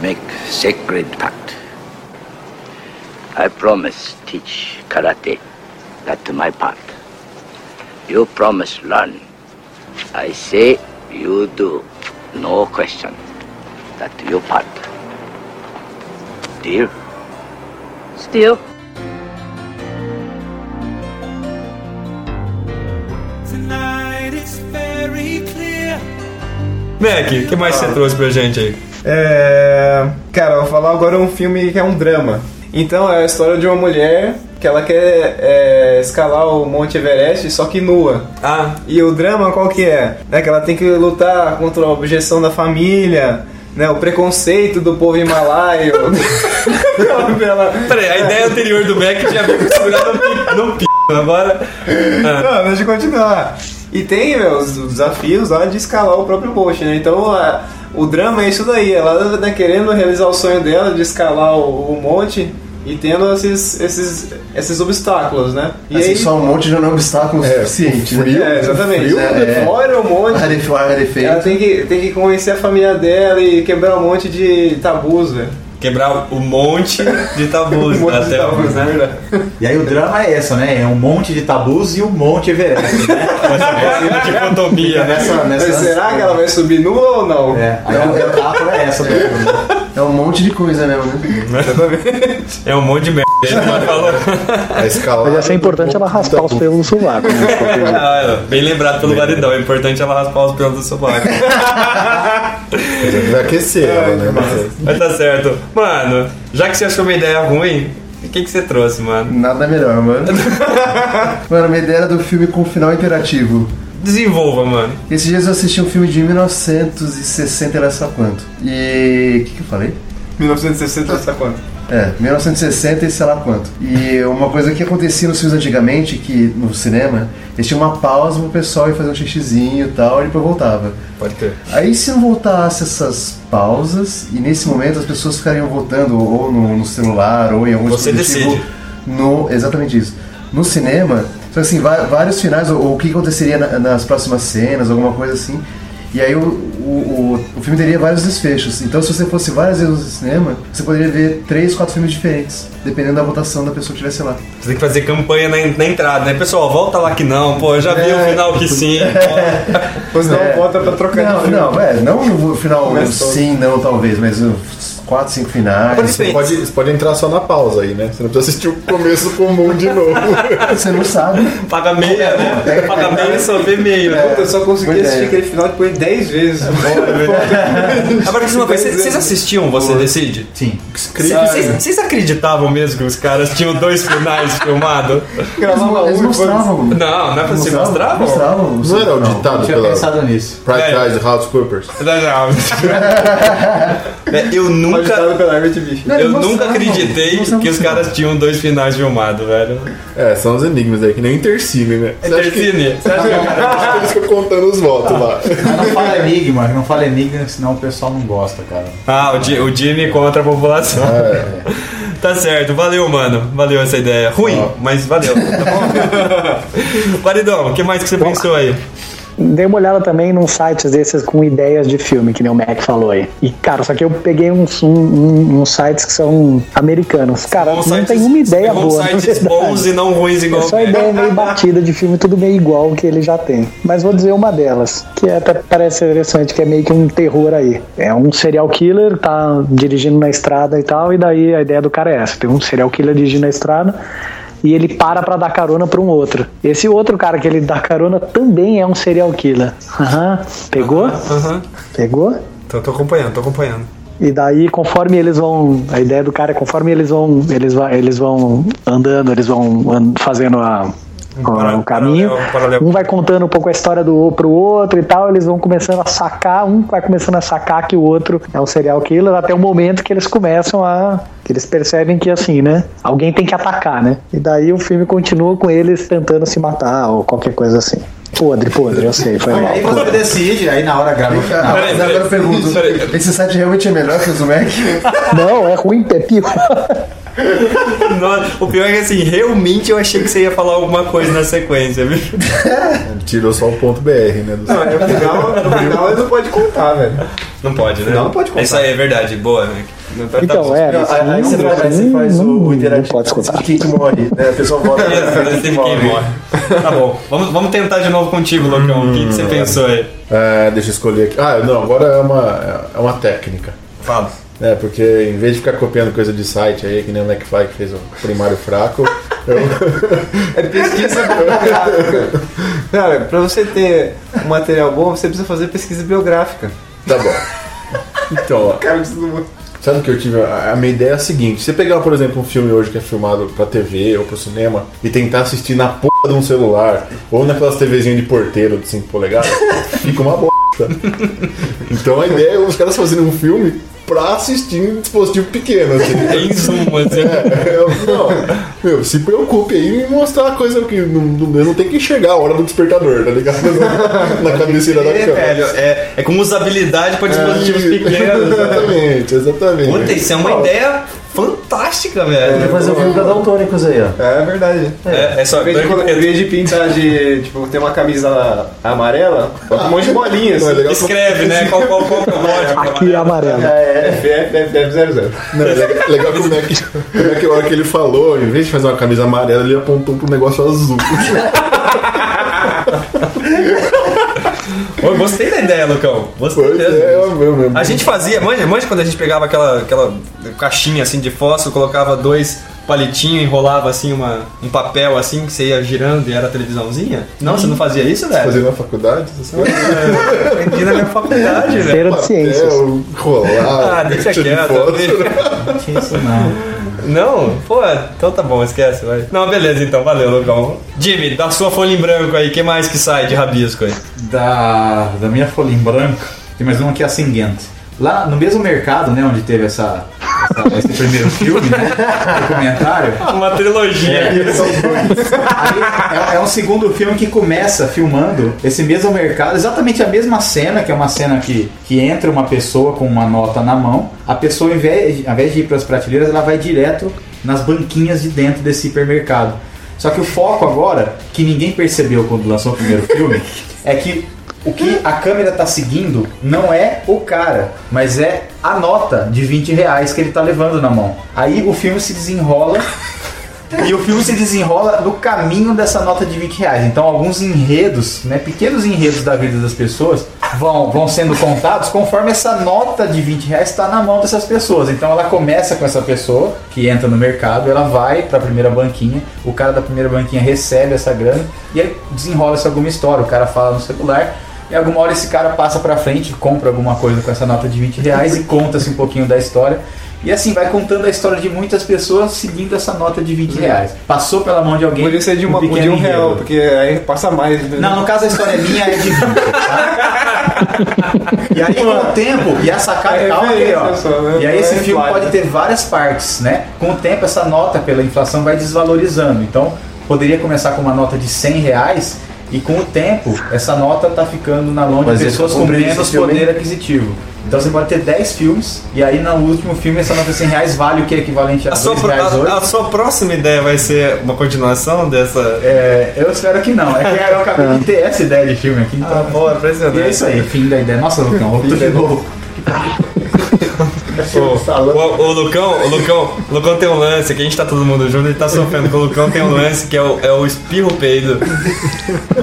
S13: Make sacred pact. I promise teach karate. That my part. You promise learn. I say you do. No question. That your part. Deal?
S14: Still.
S7: Tonight it's very clear.
S1: Mac, o que mais você trouxe pra gente aí?
S6: É. Cara, eu vou falar agora um filme que é um drama. Então é a história de uma mulher que ela quer é, escalar o Monte Everest, só que nua.
S1: Ah.
S6: E o drama qual que é? É que ela tem que lutar contra a objeção da família, né? O preconceito do povo himalaio. <laughs>
S1: Peraí, a ideia anterior do Mac já veio misturada no pi- no p. Agora. Ah.
S6: Não, deixa eu continuar. E tem, meu, os desafios lá de escalar o próprio post, né? Então a- o drama é isso daí. Ela tá querendo realizar o sonho dela de escalar o, o monte e tendo esses, esses, esses obstáculos, né? E
S2: Assim, só um monte já não é obstáculo suficiente, né?
S6: é, exatamente.
S2: Frio,
S6: é,
S2: é.
S6: Fora o monte. Ela tem que, tem que convencer a família dela e quebrar um monte de tabus, velho.
S1: Quebrar o monte de tabus.
S4: monte de
S1: até
S4: tabus,
S1: né?
S4: E aí o drama é essa, né? É um monte de tabus e um monte Everest, né?
S1: dicotomia,
S4: né? Nessa, nessa,
S6: Mas será que ela vai subir nua ou não?
S4: É, aí a metáfora é essa.
S2: É um monte de coisa mesmo, né?
S1: É um monte de merda. Ele não falou. A escalada.
S3: Mas ia ser é importante ela raspar
S1: um
S3: os pelos do
S1: <laughs>
S3: sovaco, né?
S1: Ah, bem lembrado pelo guaridão, é importante ela raspar os pelos do sovaco.
S5: Vai aquecer ela, né? Mas-
S1: Mas tá certo. Mano, já que você achou minha ideia ruim, o que, que você trouxe, mano?
S2: Nada melhor,
S6: <laughs>
S2: mano. mano, minha ideia era do filme com final interativo.
S1: Desenvolva, mano.
S2: Esses dias eu assisti um filme de 1960, era só quanto? E. O que, que eu falei?
S6: 1960 essa conta.
S2: É, 1960 e sei lá quanto. E uma coisa que acontecia nos filmes antigamente, que no cinema, eles tinham uma pausa pro pessoal ir fazer um xixizinho e tal, e depois voltava.
S1: Pode ter.
S2: Aí se não voltasse essas pausas, e nesse momento as pessoas ficariam voltando ou no, no celular, ou em algum
S1: Você
S2: dispositivo.
S1: decide.
S2: No, exatamente isso. No cinema, só assim, va- vários finais, ou, ou o que aconteceria na- nas próximas cenas, alguma coisa assim. E aí o, o, o, o filme teria vários desfechos. Então se você fosse várias vezes no cinema, você poderia ver três, quatro filmes diferentes, dependendo da votação da pessoa que estivesse lá.
S1: Você tem que fazer campanha na, na entrada, né? Pessoal, volta lá que não, pô, eu já vi o final que sim.
S6: Pois
S4: É.
S2: não,
S6: volta pra trocar
S2: não,
S1: de filme.
S2: Não, é, não no final
S1: Começa todo.
S2: sim, não, talvez, mas uh, quatro, cinco finais.
S5: Você pode, você pode entrar só na pausa aí, né? Você não precisa assistir o começo comum de novo.
S2: Você não sabe.
S1: Paga meia, né? Paga meia e só vê meio.
S6: Puta, eu só consegui
S4: é.
S6: assistir aquele final depois 10 vezes.
S1: Agora, diz uma coisa, vocês- vocês assistiam Você Decide?
S4: Sim.
S1: Vocês vocês acreditavam mesmo que os caras tinham dois finais filmados?
S2: Eles mostravam.
S1: Não, não é pra se mostrar,
S5: Não era o ditado pela...
S4: nisso.
S1: É.
S5: Price House Coopers.
S1: É, Eu nunca. Eu
S5: Eles
S1: nunca
S5: mostravam,
S1: acreditei que os caras tinham dois finais filmados, velho.
S5: É, são os enigmas aí, que nem Intercine, né? Você acha que-
S1: Intercine?
S5: Você acha que <laughs> eles ficam contando os
S1: <laughs>
S5: votos lá?
S4: Não fala enigma, não fala enigma, senão o pessoal não gosta, cara.
S1: Ah, o, Ji- o Jimmy contra a população. <laughs> Tá certo, valeu, mano. Valeu essa <laughs> ideia. Ruim, mas valeu. Tá bom? Guaridão, o que mais que você pensou aí?
S3: Dei uma olhada também num sites desses com ideias de filme, que nem o Mac falou aí. E, cara, só que eu peguei uns, um, um- uns sites que são americanos. Cara, não tem uma ideia
S1: Pegou
S3: boa. na
S1: sites bons
S3: verdade.
S1: e não ruins igual.
S3: É só ideia meio batida de filme, tudo meio igual que ele já tem. Mas vou dizer uma delas, que até parece interessante, que é meio que um terror aí. É um serial killer, tá dirigindo na estrada e tal, e daí a ideia do cara é essa: tem um serial killer dirigindo na estrada. E ele para pra dar carona pra um outro. Esse outro cara que ele dá carona também é um serial killer. Aham. Pegou?
S1: Aham.
S3: Pegou?
S1: Então tô acompanhando, tô acompanhando.
S3: E daí, conforme eles vão, a ideia do cara é conforme eles vão, eles vão, eles vão andando, eles vão an- fazendo a o caminho. Um vai contando um pouco a história do pro outro e tal, eles vão começando a sacar, um vai começando a sacar que o outro é um serial killer, até o momento que eles começam a que eles percebem que assim, né? Alguém tem que atacar, né? E daí o filme continua com eles tentando se matar ou qualquer coisa assim. Podre, podre, eu sei, foi mal.
S4: Aí
S6: é.
S4: você decide, aí na hora grava o final.
S2: Mas agora eu pergunto, esse site realmente é melhor que os do Mac?
S3: Não, é ruim, é pior.
S1: Nossa, o pior é que assim, realmente eu achei que você ia falar alguma coisa na sequência, viu?
S5: Tirou só o ponto BR, né? Do...
S1: Não, é
S6: No final, no final ele não pode contar, velho.
S1: Não pode, né?
S6: Não, não pode contar. Então, é-
S1: Isso aí é verdade, boa, né? Tá
S3: Então,
S1: bom.
S3: é,
S2: Não, Então, aí, aí Ah, você faz, aí você faz o, o interativo. Pode escutar. Quem que morre, né? A pessoa volta.
S1: Teve quem morre. Tá bom. Vamos, vamos tentar de novo contigo, Locão. O que, que
S6: Hum.
S1: você pensou aí?
S5: É, deixa eu escolher aqui. Ah, não, agora é uma, é uma técnica.
S1: Fala.
S5: É, porque em vez de ficar copiando coisa de site aí, que nem o McFly que fez o primário fraco,
S6: É pesquisa biográfica. Cara, pra você ter um material bom, você precisa fazer pesquisa biográfica.
S5: <laughs> Tá bom. Então, ó. Sabe o que eu tive? A a minha ideia é a seguinte: você pegar, por exemplo, um filme hoje que é filmado pra TV ou pro cinema e tentar assistir na porra de um celular ou naquelas TVzinhas de porteiro de 5 polegadas, <laughs> fica uma bosta. Então a ideia é os caras fazendo um filme pra assistir em dispositivo pequeno. Assim.
S1: É <laughs> em zoom, assim.
S5: É, eu- não, meu, se preocupe aí em mostrar a coisa que não, não, eu não tem que enxergar a hora do despertador, tá ligado? <laughs> Na, na cabeceira da
S1: É,
S5: cama.
S1: velho, é, é com usabilidade pra dispositivos
S5: É,
S1: pequenos.
S5: <laughs> Exatamente, exatamente.
S1: Puta, isso é uma ideia fantástica, velho.
S2: Vai fazer o filme da Daltônicos aí, ó.
S6: É verdade.
S1: É, é só-
S6: um Em vez, de, colo- em vez de pintar de. Tipo, ter uma camisa amarela, bota um monte de bolinhas.
S5: Não, é legal-
S1: Escreve, né? Qual, qual, qual que é o código?
S3: Aqui é amarelo.
S6: É, FF00.
S5: Não, é legal, legal como é que como é que a hora que ele falou, em vez de fazer uma camisa amarela, ele apontou pro
S1: <laughs>
S5: negócio azul.
S1: Ô, gostei da ideia, Lucão. Gostei
S5: é,
S1: mesmo.
S6: é,
S1: A gente fazia, manja, manja quando a gente pegava aquela, aquela caixinha assim de fósforo, colocava dois palitinhos, enrolava assim uma, um papel assim que você ia girando e era a televisãozinha? Não, você não fazia isso, velho?
S5: Fazia na faculdade?
S1: É, aprendi na minha faculdade, velho.
S3: Feira de ciências.
S5: Rolar.
S1: Ah, deixa
S5: tiro de
S1: quieto.
S5: foto.
S1: Não? Pô, então tá bom, esquece, vai. Não, beleza então, valeu, Lucão. Jimmy, da sua folha em branco aí, que mais que sai de rabisco aí?
S4: da, da minha folha em branco, tem mais uma que é a Singuente. Lá no mesmo mercado, né, onde teve essa, essa- esse primeiro filme, né, documentário,
S1: Uma trilogia.
S4: é, é um segundo filme que começa filmando esse mesmo mercado, exatamente a mesma cena, que é uma cena que, que entra uma pessoa com uma nota na mão, a pessoa, ao invés, ao invés de ir para as prateleiras, ela vai direto nas banquinhas de dentro desse hipermercado. Só que o foco agora, que ninguém percebeu quando lançou o primeiro filme, é que o que a câmera tá seguindo não é o cara, mas é a nota de 20 reais que ele tá levando na mão. Aí o filme se desenrola e o filme se desenrola no caminho dessa nota de 20 reais. Então, alguns enredos, né, pequenos enredos da vida das pessoas, vão, vão sendo contados conforme essa nota de 20 reais está na mão dessas pessoas. Então, ela começa com essa pessoa que entra no mercado, ela vai para a primeira banquinha, o cara da primeira banquinha recebe essa grana e aí desenrola-se alguma história. O cara fala no celular. E alguma hora esse cara passa pra frente, compra alguma coisa com essa nota de 20 reais e conta-se um pouquinho da história. E assim, vai contando a história de muitas pessoas seguindo essa nota de 20 reais. Passou pela mão de alguém.
S6: Podia ser de, uma,
S4: pequeno
S6: de um
S4: enredo.
S6: real, porque aí passa mais. né?
S4: Não, no caso a história é minha, é
S6: <laughs>
S4: de 20. tá? E aí com o tempo, e a sacada
S6: É
S4: calma aí, ó.
S6: referência só, né?
S4: E aí esse
S6: Não é
S4: filme
S6: plágio.
S4: pode ter várias partes, né? Com o tempo essa nota pela inflação vai desvalorizando. Então poderia começar com uma nota de 100 reais E com o tempo, essa nota tá ficando na mão de
S2: Mas
S4: pessoas
S2: esse-
S4: com
S2: o preço
S4: menos
S2: desse filme,
S4: poder
S2: hein?
S4: aquisitivo. Então você pode ter 10 filmes, e aí no último filme essa nota de 100 reais vale o que? Equivalente a,
S1: A
S4: dois
S1: sua, pro-
S4: reais hoje?
S1: a, a sua próxima ideia vai ser uma continuação dessa?
S4: É, eu espero que não. É que eu acabei de ter essa ideia de filme aqui. Então... Ah,
S1: boa, impressionante.
S4: E é isso aí, fim da ideia. Nossa, Lucão, outro de novo.
S1: O, o Lucão, o Lucão, o Lucão tem um lance, que a gente tá todo mundo junto, ele tá sofrendo com o Lucão tem um lance que é o, é o espirro peido.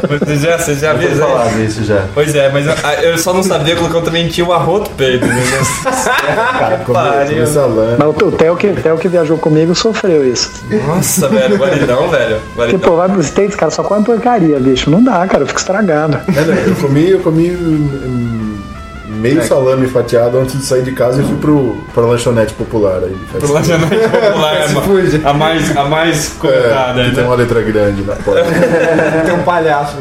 S1: Você já, você já viu? né?
S2: falar disso já.
S1: Pois é, mas eu, eu só não sabia que o Lucão também tinha o arroto peido, né?
S5: Ah,
S1: Cara, pariu.
S3: Mas o, o Theo que, o Theo que viajou comigo sofreu isso.
S1: Nossa, velho, validão, velho.
S3: Porque,
S1: Validão.
S3: pô, vai pros States, cara, só come porcaria, bicho. Não dá, cara, eu fico estragado.
S5: É, né, eu comi, eu comi hum, meio salame fatiado antes de sair de casa e fui pro, pra lanchonete popular aí.
S1: Pro lanchonete popular, é ma- a mais, a mais comentada,
S5: É, que
S1: né?
S5: Tem uma letra grande na porta.
S1: <laughs>
S6: Tem um palhaço.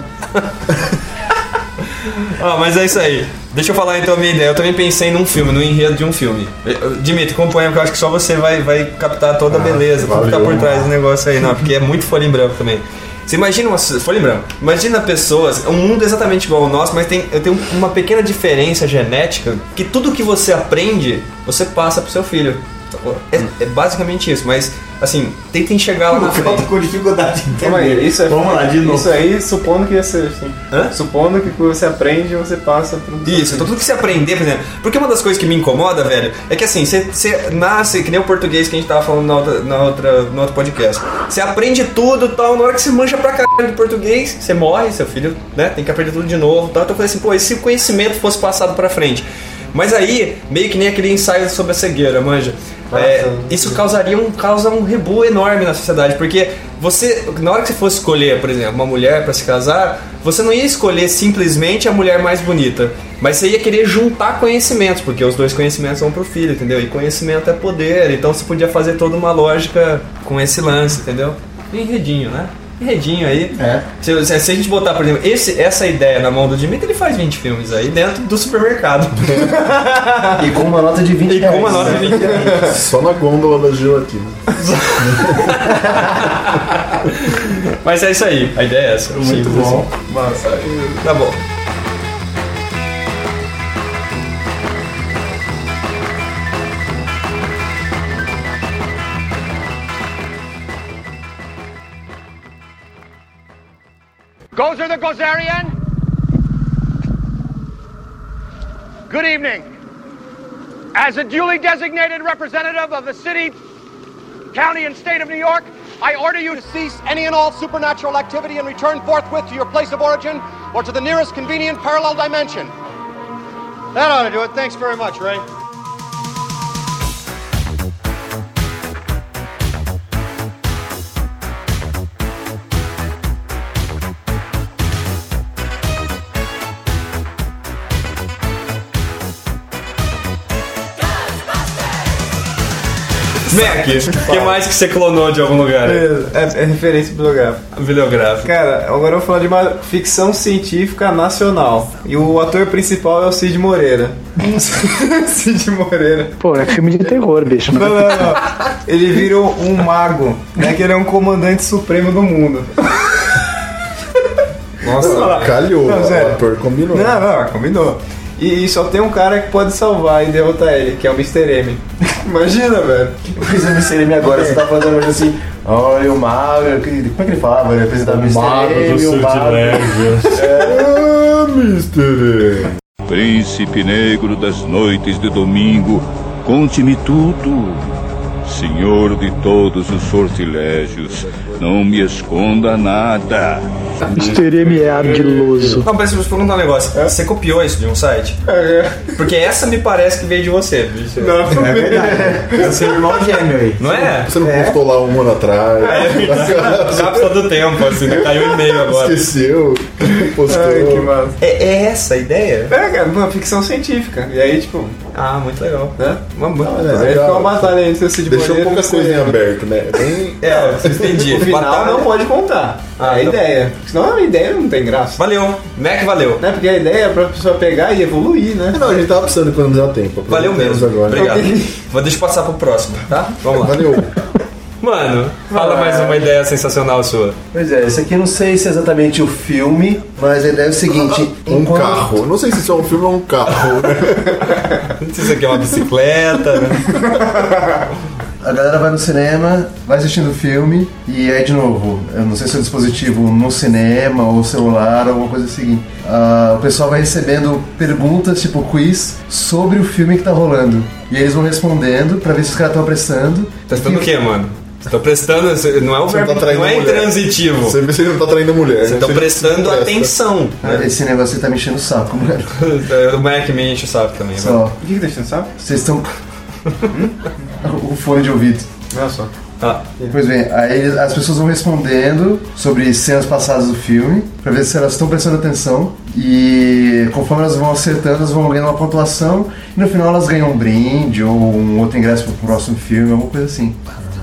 S1: Ah, mas é isso aí. Deixa eu falar então a minha ideia. Eu também pensei num filme, no enredo de um filme. Eu- Dimitri, compõe, porque eu acho que só você vai, vai captar toda a beleza, tudo que tá por trás do negócio aí, não, porque é muito folha em branco também. Você imagina uma folha em branco. Imagina pessoas, um mundo exatamente igual ao nosso, mas tem, eu tenho uma pequena diferença genética que tudo que você aprende, você passa pro seu filho. sacou? É, é basicamente isso, mas assim, tentem chegar lá na frente.
S4: com dificuldade.
S6: Calma aí, isso é
S1: Vamos lá, de novo.
S6: Isso aí, supondo que ia ser assim. Supondo que quando você aprende, você passa pro.
S1: Isso, então tudo que você aprender, por exemplo. Porque uma das coisas que me incomoda, velho, é que assim, você, você nasce, que nem o português que a gente tava falando na outra, na outra, no outro podcast. Você aprende tudo e tal, na hora que você mancha pra caralho de português, você morre, seu filho, né? Tem que aprender tudo de novo e tal. Então eu falei assim, pô, e se o conhecimento fosse passado pra frente? Mas aí, meio que nem aquele ensaio sobre a cegueira, manja. É, isso causaria um, causa um rebu enorme na sociedade, porque você, na hora que você fosse escolher, por exemplo, uma mulher pra se casar, você não ia escolher simplesmente a mulher mais bonita, mas você ia querer juntar conhecimentos, porque os dois conhecimentos vão pro filho, entendeu? E conhecimento é poder, então você podia fazer toda uma lógica com esse lance, entendeu? Enredinho, né? Enredinho aí. Se, se- se a gente botar, por exemplo, esse- essa ideia na mão do Dimitri, ele faz 20 filmes aí dentro do supermercado.
S2: E com uma nota de 20
S1: E
S6: É
S1: com uma
S2: reais,
S1: nota de
S2: né?
S1: 20 reais.
S5: Só na gôndola da gelatina.
S1: Mas é isso aí, a ideia é essa. Muito
S5: bom.
S1: Tá bom.
S15: Gozer the Gozerian? Good evening. As a duly designated representative of the city, county, and state of New York, I order you to cease any and all supernatural activity and return forthwith to your place of origin or to the nearest convenient parallel dimension. That ought to do it. Thanks very much, Ray.
S1: Mac, o que mais que você clonou de algum lugar?
S6: É, é referência bibliográfica.
S1: Bibliográfica.
S6: Cara, agora eu vou falar de uma ficção científica nacional. E o ator principal é o Cid Moreira. <laughs> Cid Moreira.
S3: Pô, é filme de terror, bicho.
S6: Não,
S3: Né?
S6: não, não. Ele virou um mago, né? Que ele é um comandante supremo do mundo.
S5: Nossa, calhou.
S6: Não, sério.
S5: o ator combinou.
S3: é.
S6: Não, não, combinou. E, e só tem um cara que pode salvar e derrotar ele, que é o Mr. M. <laughs> Imagina, velho.
S2: Mas o Mr. M agora, você tá fazendo hoje assim, olha o mago, que- como é que ele falava? Ele apresentava o Mr.
S5: mago
S2: M,
S5: do
S2: o mago.
S5: Ah, Mr. M.
S16: Príncipe negro das noites de domingo, conte-me tudo. Senhor de todos os sortilégios, não me esconda nada.
S3: Mr. M é habilidoso.
S1: Não, peraí, deixa eu te perguntar um negócio.
S6: É?
S1: Você copiou isso de um site? Porque essa me parece que veio de você. bicho.
S6: Não,
S5: é
S1: verdade. Você é irmão gêmeo aí. Não é?
S5: Você não postou lá um ano atrás?
S1: Cápsula do tempo, assim, caiu o e-mail agora.
S5: Esqueceu? <laughs> Postou.
S6: Ai, que massa.
S1: É, é essa a ideia?
S6: É, cara, uma ficção científica. E aí, tipo.
S1: Ah, muito legal.
S6: Né? Uma,
S5: Ah,
S6: aí
S5: legal.
S6: ficou uma batalha entre o Cid
S5: Deixou um
S6: Moreira e o
S5: poucas coisas
S6: Mr.
S5: em
S6: M.
S5: aberto, né?
S1: <laughs>
S5: Bem-
S1: É, você entendi.
S6: O final
S1: Batalha.
S6: não pode contar.
S1: Ah,
S6: é a
S1: então.
S6: ideia. Senão a ideia não tem graça.
S1: Valeu. Mac, valeu.
S6: Né? Porque a ideia é pra pessoa pegar e evoluir, né?
S5: Não, a gente tava precisando economizar tempo.
S1: Valeu mesmo.
S5: Agora.
S1: Obrigado. Vou deixa eu passar pro próximo, tá? Vamos lá.
S5: Valeu.
S1: Mano, fala mais uma ideia sensacional sua.
S2: Pois é, esse aqui eu não sei se é exatamente o filme, mas a ideia é o seguinte:
S5: Um carro. Não sei se isso é um filme ou um carro.
S1: Não sei se isso aqui é uma bicicleta, né?
S2: A galera vai no cinema, vai assistindo o filme, e aí de novo, eu não sei se é o dispositivo no cinema ou celular, alguma coisa assim. Ah, o pessoal vai recebendo perguntas, tipo quiz, sobre o filme que tá rolando. E aí eles vão respondendo pra ver se os caras estão apressando.
S1: Tá estudando o quê, mano? Você tá prestando. você- Não é um
S2: Você não
S1: verbo.
S2: tá traindo
S1: Não é
S2: mulher.
S1: intransitivo.
S5: Você vê se ele não tá traindo mulher.
S1: Vocês estão prestando atenção. <laughs>
S2: Ah, Esse negócio aí tá me enchendo o saco, <laughs> mano.
S1: o Mac me enche o saco também,
S2: Só.
S1: velho.
S2: O que, que tá enchendo o saco? Vocês <laughs> estão. o fone de ouvido.
S6: Olha só.
S1: Tá.
S2: Pois bem, aí as pessoas vão respondendo sobre cenas passadas do filme, pra ver se elas estão prestando atenção. E conforme elas vão acertando, elas vão ganhando uma pontuação. E no final elas ganham um brinde ou um outro ingresso pro próximo filme, alguma coisa assim.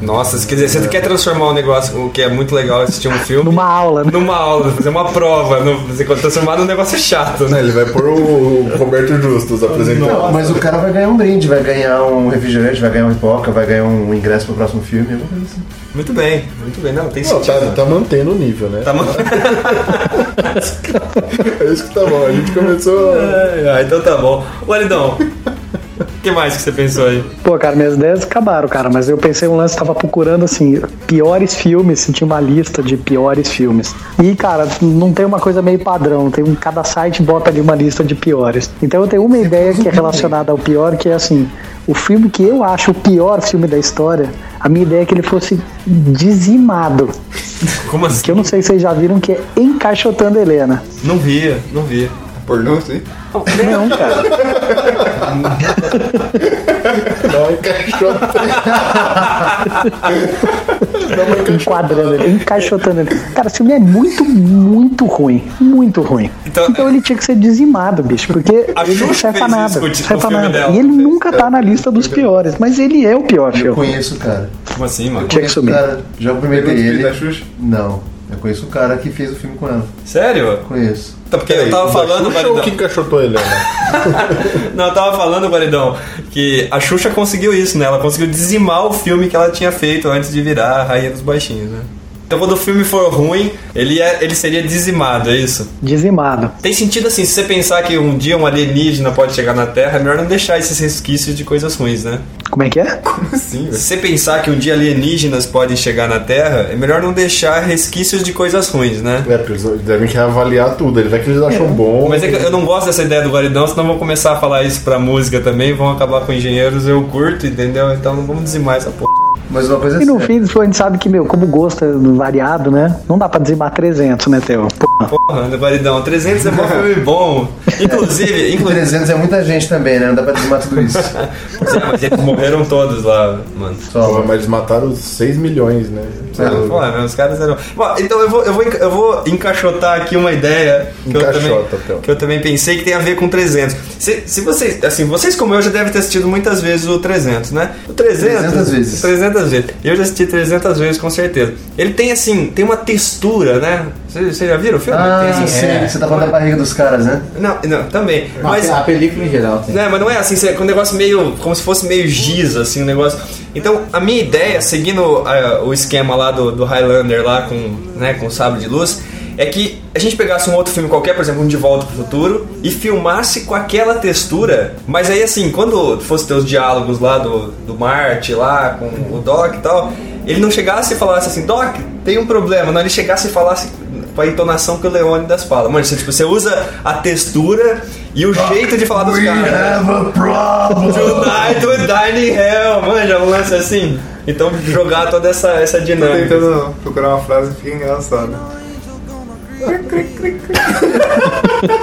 S1: Nossa, quer dizer, você quer transformar um negócio, o que é muito legal assistir um filme. Numa aula, né? Numa aula, fazer uma prova. No, você transformar num negócio chato, né?
S5: Ele vai pôr o Roberto Justus apresentando.
S2: Não, mas o cara vai ganhar um brinde, vai ganhar um refrigerante, vai ganhar uma pipoca, vai ganhar um ingresso pro próximo filme, alguma coisa assim.
S1: Muito bem, muito bem. Não, tem
S5: Não,
S1: sentido.
S5: tá, tá mantendo o nível, né? Tá É isso que tá bom, a gente começou.
S1: <laughs> Ah, então tá bom. Walidão, o que mais que você pensou aí?
S3: Pô, cara, minhas ideias acabaram, cara, mas eu pensei um lance, tava procurando, assim, piores filmes, assim, tinha uma lista de piores filmes. E, cara, não tem uma coisa meio padrão, tem um, cada site bota ali uma lista de piores. Então eu tenho uma ideia que é relacionada ao pior, que é assim, o filme que eu acho o pior filme da história, a minha ideia é que ele fosse dizimado.
S1: Como assim?
S3: Que eu não sei se vocês já viram, que é Encaixotando Helena.
S1: Não via, não via.
S6: Pornô, sim?
S1: <laughs>
S3: Não, cara.
S1: um
S5: Não encaixou.
S3: Enquadrando ele, encaixotando ele. Cara, esse filme é muito, muito ruim. Muito ruim. Então, ele tinha que ser dizimado, bicho, porque
S1: A
S3: ele não
S1: Xuxa
S3: serve pra
S1: fez
S3: nada.
S1: isso com o
S3: não
S1: ti-
S3: serve
S1: no
S3: pra
S1: filme
S3: nada.
S1: dela.
S3: E ele nunca tá na lista dos piores, mas ele é o pior filme.
S2: Eu conheço o cara.
S1: Como assim, mano?
S3: Tinha que sumir.
S2: Cara, já cumprimentei
S1: Pergunta o
S2: ele.
S1: filho da Xuxa?
S2: Não, eu conheço o cara que fez o filme com ela.
S1: Sério?
S2: Conheço.
S1: Tá, porque eu tava falando, Walidão.
S5: que encaixotou ele, né?
S1: Não, eu tava falando, Guaridão, que a Xuxa conseguiu isso, né? Ela conseguiu dizimar o filme que ela tinha feito antes de virar a Rainha dos Baixinhos, né? Então quando o filme for ruim, ele, é- ele seria dizimado, é isso?
S3: Dizimado.
S1: Tem sentido assim, se você pensar que um dia um alienígena pode chegar na Terra, é melhor não deixar esses resquícios de coisas ruins, né?
S3: Como é que é?
S1: Se você pensar que um dia alienígenas podem chegar na Terra, é melhor não deixar resquícios de coisas ruins, né?
S5: É, porque eles devem reavaliar tudo. Ele vai que eles acham bom.
S1: Mas é que eu não gosto dessa ideia do guaridão, senão vou começar a falar isso pra música também, vão acabar com engenheiros, eu curto, entendeu? Então não vamos dizimar essa porra.
S2: Mas uma coisa é
S3: E no fim, a gente sabe que, meu, como o gosto é variado, né? Não dá pra dizimar 300, né, Teo? Porra.
S1: Porra, guaridão, 300 é bom filme bom. Inclusive, inclusive.
S2: 300 é muita gente também, né? Não dá pra dizimar tudo
S3: <laughs>
S2: isso.
S1: Pois é, mas eles <laughs> morreram todos lá, mano.
S5: Pô, mas eles mataram 6 milhões, né?
S1: Ah, pô, mas os caras eram. Bom, então eu vou, eu, vou, enca- eu vou encaixotar aqui uma ideia que eu, também,
S5: Encaixota,
S2: então.
S5: Theo.
S1: que eu também pensei que tem a ver com 300. Se, se vocês, assim, vocês como eu já devem ter assistido muitas vezes o 300, né? O 300.
S2: 300 vezes.
S1: 300 vezes. Eu já assisti 300 vezes com certeza. Ele tem assim, tem uma textura, né? Vocês vocês já viram o filme?
S2: Ah,
S1: tem, assim,
S2: sei,
S1: é.
S2: você tá falando da barriga dos caras, né?
S1: Não, não, também. Mas,
S4: A película em geral.
S1: né, mas não é assim, é um negócio meio. como se fosse meio giz, assim, o negócio. Então, a minha ideia, seguindo ah, o esquema lá do, do Highlander lá com, né, com o sábio de luz, é que a gente pegasse um outro filme qualquer, por exemplo, um De Volta pro Futuro, e filmasse com aquela textura, mas aí assim, quando fosse ter os diálogos lá do, do Marte, lá com o Doc e tal, ele não chegasse e falasse assim, Doc, tem um problema, não, ele chegasse e falasse com a entonação que o Leônidas fala. Mano, você, tipo, você usa a textura e o jeito de falar dos caras.
S2: have a problem.
S1: Tonight we dine in hell. Mano, já um lance assim. Então jogar toda essa, essa
S6: Tô
S1: dinâmica.
S6: tentando procurar uma frase que fica engraçada.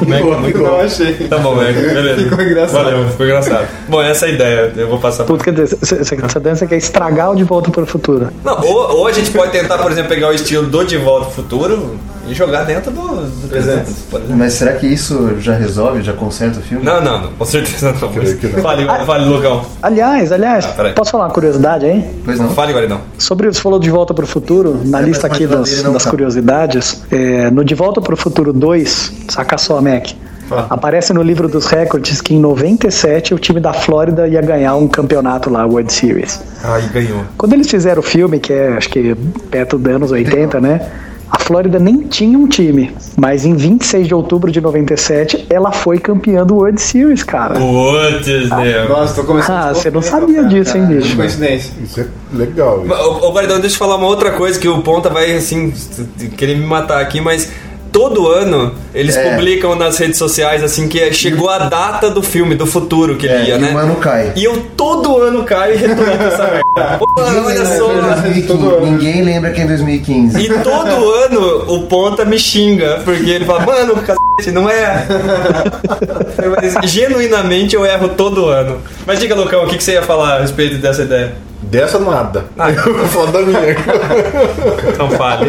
S1: Mac, muito
S6: Não achei.
S1: é Tá bom, Mac, beleza.
S6: Ficou engraçado.
S1: Valeu, ficou engraçado. Bom, essa é a ideia. Eu vou passar.
S3: Puta, quer dizer, você- você- essa dança quer estragar o De Volta para o Futuro.
S1: Não, ou, ou a gente pode tentar, por exemplo, pegar o estilo do De Volta ao Futuro e jogar dentro do, do 300. por exemplo.
S2: Mas será que isso já resolve, já conserta o filme?
S1: Não, não, não, com certeza não. Fale, fale, Lucão.
S3: Aliás, aliás,
S2: Ah,
S1: peraí.
S3: posso falar uma curiosidade aí?
S2: Pois não.
S1: Fale, Guaridão.
S3: Sobre você falou de Volta para o Futuro, na lista aqui
S2: É, mas não
S3: das,
S2: dele não
S3: das
S2: tá.
S3: curiosidades, é, no De Volta para o Futuro 2, saca só, Mac.
S2: Ah.
S3: Aparece no livro dos recordes que em 97 o time da Flórida ia ganhar um campeonato lá, World Series.
S1: Ah, e ganhou.
S3: Quando eles fizeram o filme, que é acho que perto dos anos 80, né? A Flórida nem tinha um time, mas em 26 de outubro de 97 ela foi campeã do World Series, cara.
S1: Putz, Deus.
S6: Nossa, tô começando
S3: Ah, você não sabia disso, hein, bicho?
S6: coincidência.
S5: Isso é legal.
S1: Mas, Ô, ô Guardão, deixa eu falar uma outra coisa que o Ponta vai, assim, querer me matar aqui, mas todo ano eles
S2: É.
S1: publicam nas redes sociais, assim, que é- chegou a data do filme, do futuro que ele ia,
S2: É, e
S1: né?
S2: o mano cai.
S1: E eu todo ano caio e retorno essa
S2: <laughs>
S1: merda. Pô, olha
S2: é
S1: só.
S2: Ninguém lembra que é em 2015.
S1: E todo ano o Ponta me xinga, porque ele fala, mano, cacete, não é. Mas, genuinamente eu erro todo ano. Mas diga, Lucão, o que, que você ia falar a respeito dessa ideia?
S5: Dessa nada. <laughs>
S2: Ah,
S5: Eu vou falar da minha.
S1: Então fale.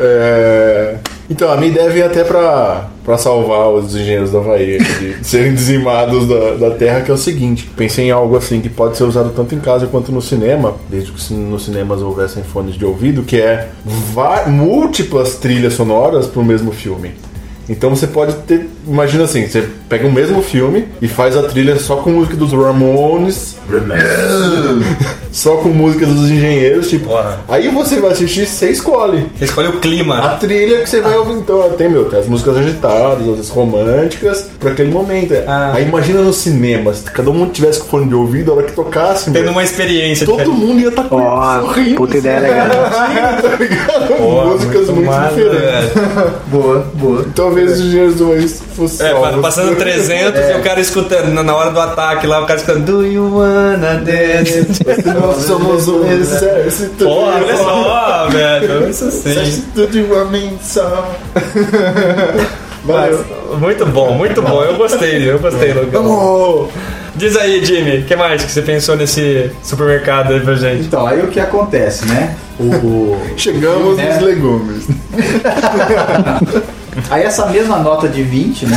S5: É, Então, a minha ideia veio até pra, pra salvar os engenheiros da Havaí aqui, de <laughs> serem dizimados da, da terra, que é o seguinte: pensei em algo assim que pode ser usado tanto em casa quanto no cinema, desde que nos cinemas houvessem fones de ouvido, que é va- múltiplas trilhas sonoras pro mesmo filme. Então você pode ter. Imagina assim, você pega o mesmo filme e faz a trilha só com música dos Ramones. <laughs> só com música dos engenheiros, tipo. Aí você vai assistir, você escolhe.
S1: Você <laughs> escolhe o clima.
S5: A trilha que você vai ouvir. Então, tem, meu, tem as músicas agitadas, as românticas, pra aquele momento. é.
S1: Ah.
S5: Aí imagina no cinema, se cada um tivesse com fone de ouvido, a hora que tocasse.
S1: Tendo
S5: meu,
S1: uma experiência
S5: Todo mundo ia estar tá sorrindo.
S3: puta ideia né?
S1: né,
S3: legal.
S5: tá ligado?
S1: Pô,
S5: músicas muito,
S1: massa,
S5: diferentes. boa, boa. Talvez os engenheiros do ex fossem.
S1: É, pa- passando 300 e o cara escutando, na- na hora do ataque lá, o cara escutando Do you wanna dance?
S5: Nós somos um exército.
S1: Porra, olha só, velho, isso sim.
S5: Exército de uma
S1: <laughs>
S5: mensal.
S1: Mas, muito bom, muito bom. Eu gostei, eu gostei, Lucão. Diz aí, Jimmy, o que mais que você pensou nesse supermercado aí pra gente?
S4: Então, aí o que acontece, né?
S5: Chegamos
S4: Né?
S1: É.
S5: nos legumes.
S4: Aí essa mesma nota de 20, né?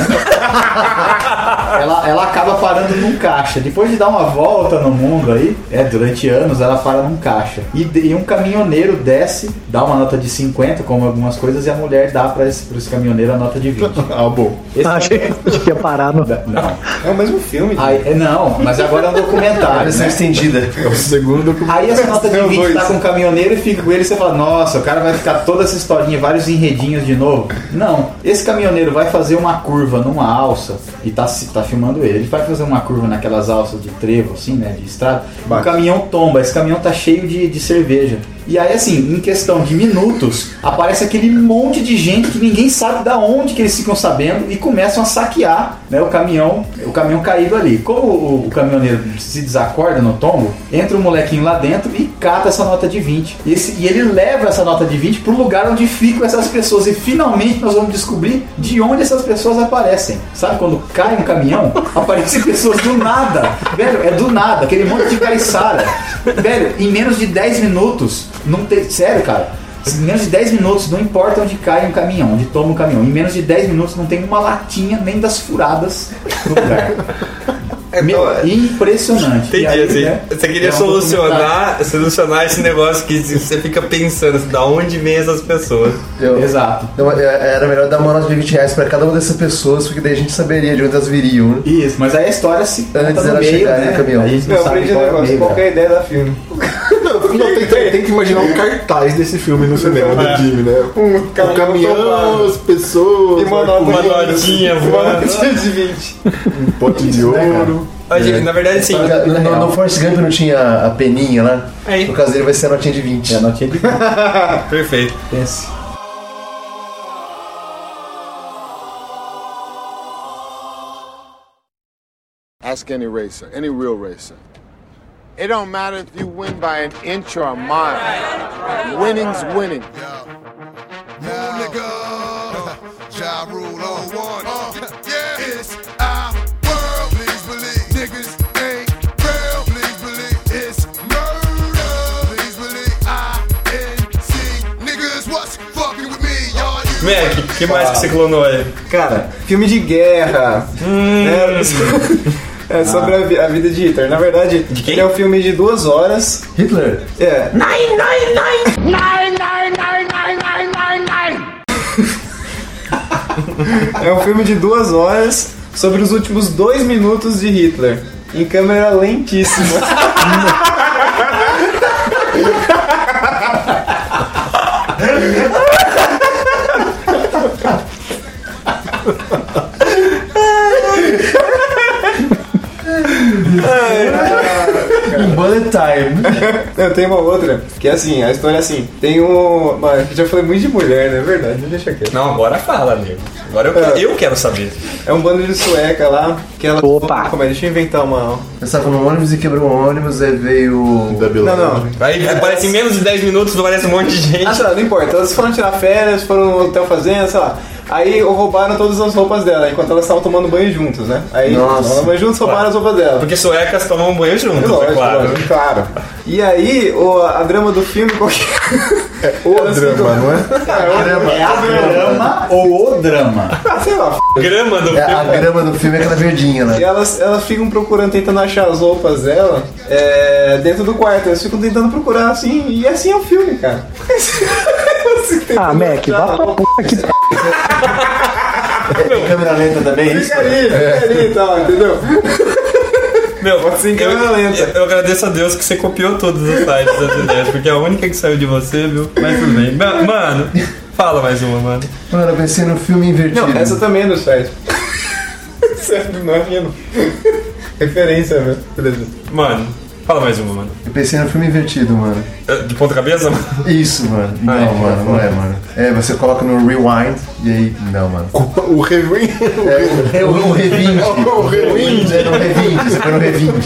S4: ela, ela acaba parando num caixa. Depois de dar uma volta no mundo aí, é, durante anos, ela para num caixa. E, de- e um caminhoneiro desce, dá uma nota de 50, como algumas coisas, e a mulher dá para esse, pra esse caminhoneiro a nota
S3: <laughs>
S4: de 20.
S5: ah, bom.
S4: Esse é
S3: Ah, achei que ia parar no.
S4: Não.
S6: É o mesmo filme.
S4: Aí, é, não, mas agora é um documentário.
S2: Versão
S4: né?
S2: Tá estendida.
S5: É o segundo
S4: Aí essa nota de
S2: São
S4: 20 tá
S2: dois.
S4: com o caminhoneiro e fica com ele e você fala, nossa, o cara vai ficar toda essa historinha, vários enredinhos de novo. Não, esse caminhoneiro vai fazer uma curva numa alça e tá, se- tá filmando ele. Ele vai fazer uma curva naquelas alças de trevo, assim, né? De estrada. O caminhão tomba, esse caminhão tá cheio de, de cerveja. E aí, assim, em questão de minutos, aparece aquele monte de gente que ninguém sabe da onde que eles ficam sabendo e começam a saquear né, o caminhão, o caminhão caído ali. Como o, o caminhoneiro se desacorda no tombo, entra o molequinho lá dentro e cata essa nota de 20. E, esse- e ele leva essa nota de 20 pro lugar onde ficam essas pessoas. E finalmente nós vamos descobrir de onde essas pessoas aparecem. Sabe quando cai um caminhão, <laughs> aparecem pessoas do nada. Velho, é do nada, aquele monte de caiçara. Velho, em menos de 10 minutos, não tem. Sério, cara. Em menos de 10 minutos, não importa onde cai um caminhão, onde toma um caminhão, em menos de 10 minutos não tem uma latinha nem das furadas no lugar. Meu, impressionante.
S1: É, Entendi,
S4: E aí,
S1: assim,
S4: né,
S1: você queria
S4: é um
S1: solucionar, solucionar esse negócio que você fica pensando, assim, da onde vem essas pessoas?
S4: Exato.
S2: era melhor dar uma nota de 20 reais pra cada uma dessas pessoas, porque daí a gente saberia de onde elas viriam, né?
S4: Isso, mas aí a história se conta
S2: Antes
S4: Tá no
S2: ela
S4: meio,
S2: chegar
S4: né?
S2: no caminhão.
S4: A gente não
S6: Eu
S4: sabe
S6: aprendi um
S4: qual é o
S6: negócio,
S4: meio,
S6: qual que é a ideia da filme?
S5: Não, tem, tem- tem que imaginar um cartaz desse filme no cinema
S1: É.
S5: do Jimmy, né? Um caminhão,
S6: tomado.
S5: as pessoas,
S6: E uma nota
S1: Uma
S5: arco-íris,
S1: notinha
S6: Uma
S1: voando.
S6: notícia de 20.
S5: um pote de ouro.
S1: Mas, gente, na verdade, sim.
S2: Na- na- No, no Forrest Gump não tinha a- a peninha lá?
S1: Aí.
S2: No caso dele vai ser a notinha de 20.
S4: É a notinha de
S1: Perfeito.
S4: Pense.
S17: Ask any racer, any real racer. It don't matter if you win by an inch or a mile. Winning's winning.
S18: Ja Rule 01. Uh, yeah, it's our world. Please believe niggas ain't real. Please believe it's murder. Please believe I N C niggas. What's fucking with me, y'all? You
S1: Mac, o que mais que você clonou aí?
S6: Cara, filme de guerra.
S2: Hum.
S6: É, é sobre a, vi-
S2: Ah.
S6: a vida de Hitler. Na verdade, ele é um filme de duas horas.
S2: Hitler?
S6: É.
S7: Nine, nine, nine, nine, nine, nine, nine, nine, nine.
S6: É um filme de duas horas sobre os últimos dois minutos de Hitler. Em câmera lentíssima.
S2: <laughs>
S6: Bullet time. Eu tenho uma outra, que é assim, a história é assim. Tem um. Mas já falei muito de mulher, não é verdade? Deixa quieto.
S1: Não, agora fala, amigo. Agora eu, eu quero saber.
S6: É um bando de sueca lá, que ela. Opa! Como é? Deixa eu inventar uma.
S2: Começava no ônibus e quebrou um ônibus, aí veio.
S1: Não, não. Aí parece em menos de 10 minutos, parece um monte de gente.
S6: Ah, sei lá, não importa. Elas foram tirar férias, foram no hotel fazenda, sei lá. Aí roubaram todas as roupas dela, enquanto elas estavam tomando banho juntos, né? Aí
S1: Nossa.
S6: tomaram banho juntos, roubaram as roupas dela.
S1: Porque suecas tomam banho juntas,
S6: Lógico,
S1: é claro.
S6: lógico, claro. E aí, o, a drama do filme, qual que é?
S5: o drama, não é?
S4: É a grama ou o drama?
S6: Ah, sei lá,
S1: Grama do
S2: É, a grama do filme é aquela verdinha, né?
S6: E elas, elas ficam procurando, tentando achar as roupas dela é, dentro do quarto. Elas ficam tentando procurar assim, e assim é o filme, cara.
S3: Ah, Mac, vá pra puta que
S2: É, câmera lenta também, é isso?
S6: Fica ali, fica ali e tal, tá, entendeu?
S1: Meu,
S6: assim que
S1: eu,
S6: era lenta.
S1: eu agradeço a Deus que você copiou todos os sites das ideias, porque é a única que saiu de você, viu? Mas tudo bem. Ma- Mano, fala mais uma, mano.
S2: Mano, eu pensei no filme invertido.
S6: Não, essa também é do site. Certo, não é minha, não. Referência, velho. Beleza.
S1: Mano, fala mais uma, mano.
S2: Eu pensei no filme invertido, mano.
S1: Eh, De ponta cabeça? mano?
S2: Isso, mano. Não,
S1: Ah, é.
S2: mano, não é, mano. É, você coloca no rewind e aí. Não, mano.
S5: O rewind.
S2: É o, o rewind.
S5: O rewind.
S2: É no rewind, você foi no rewind.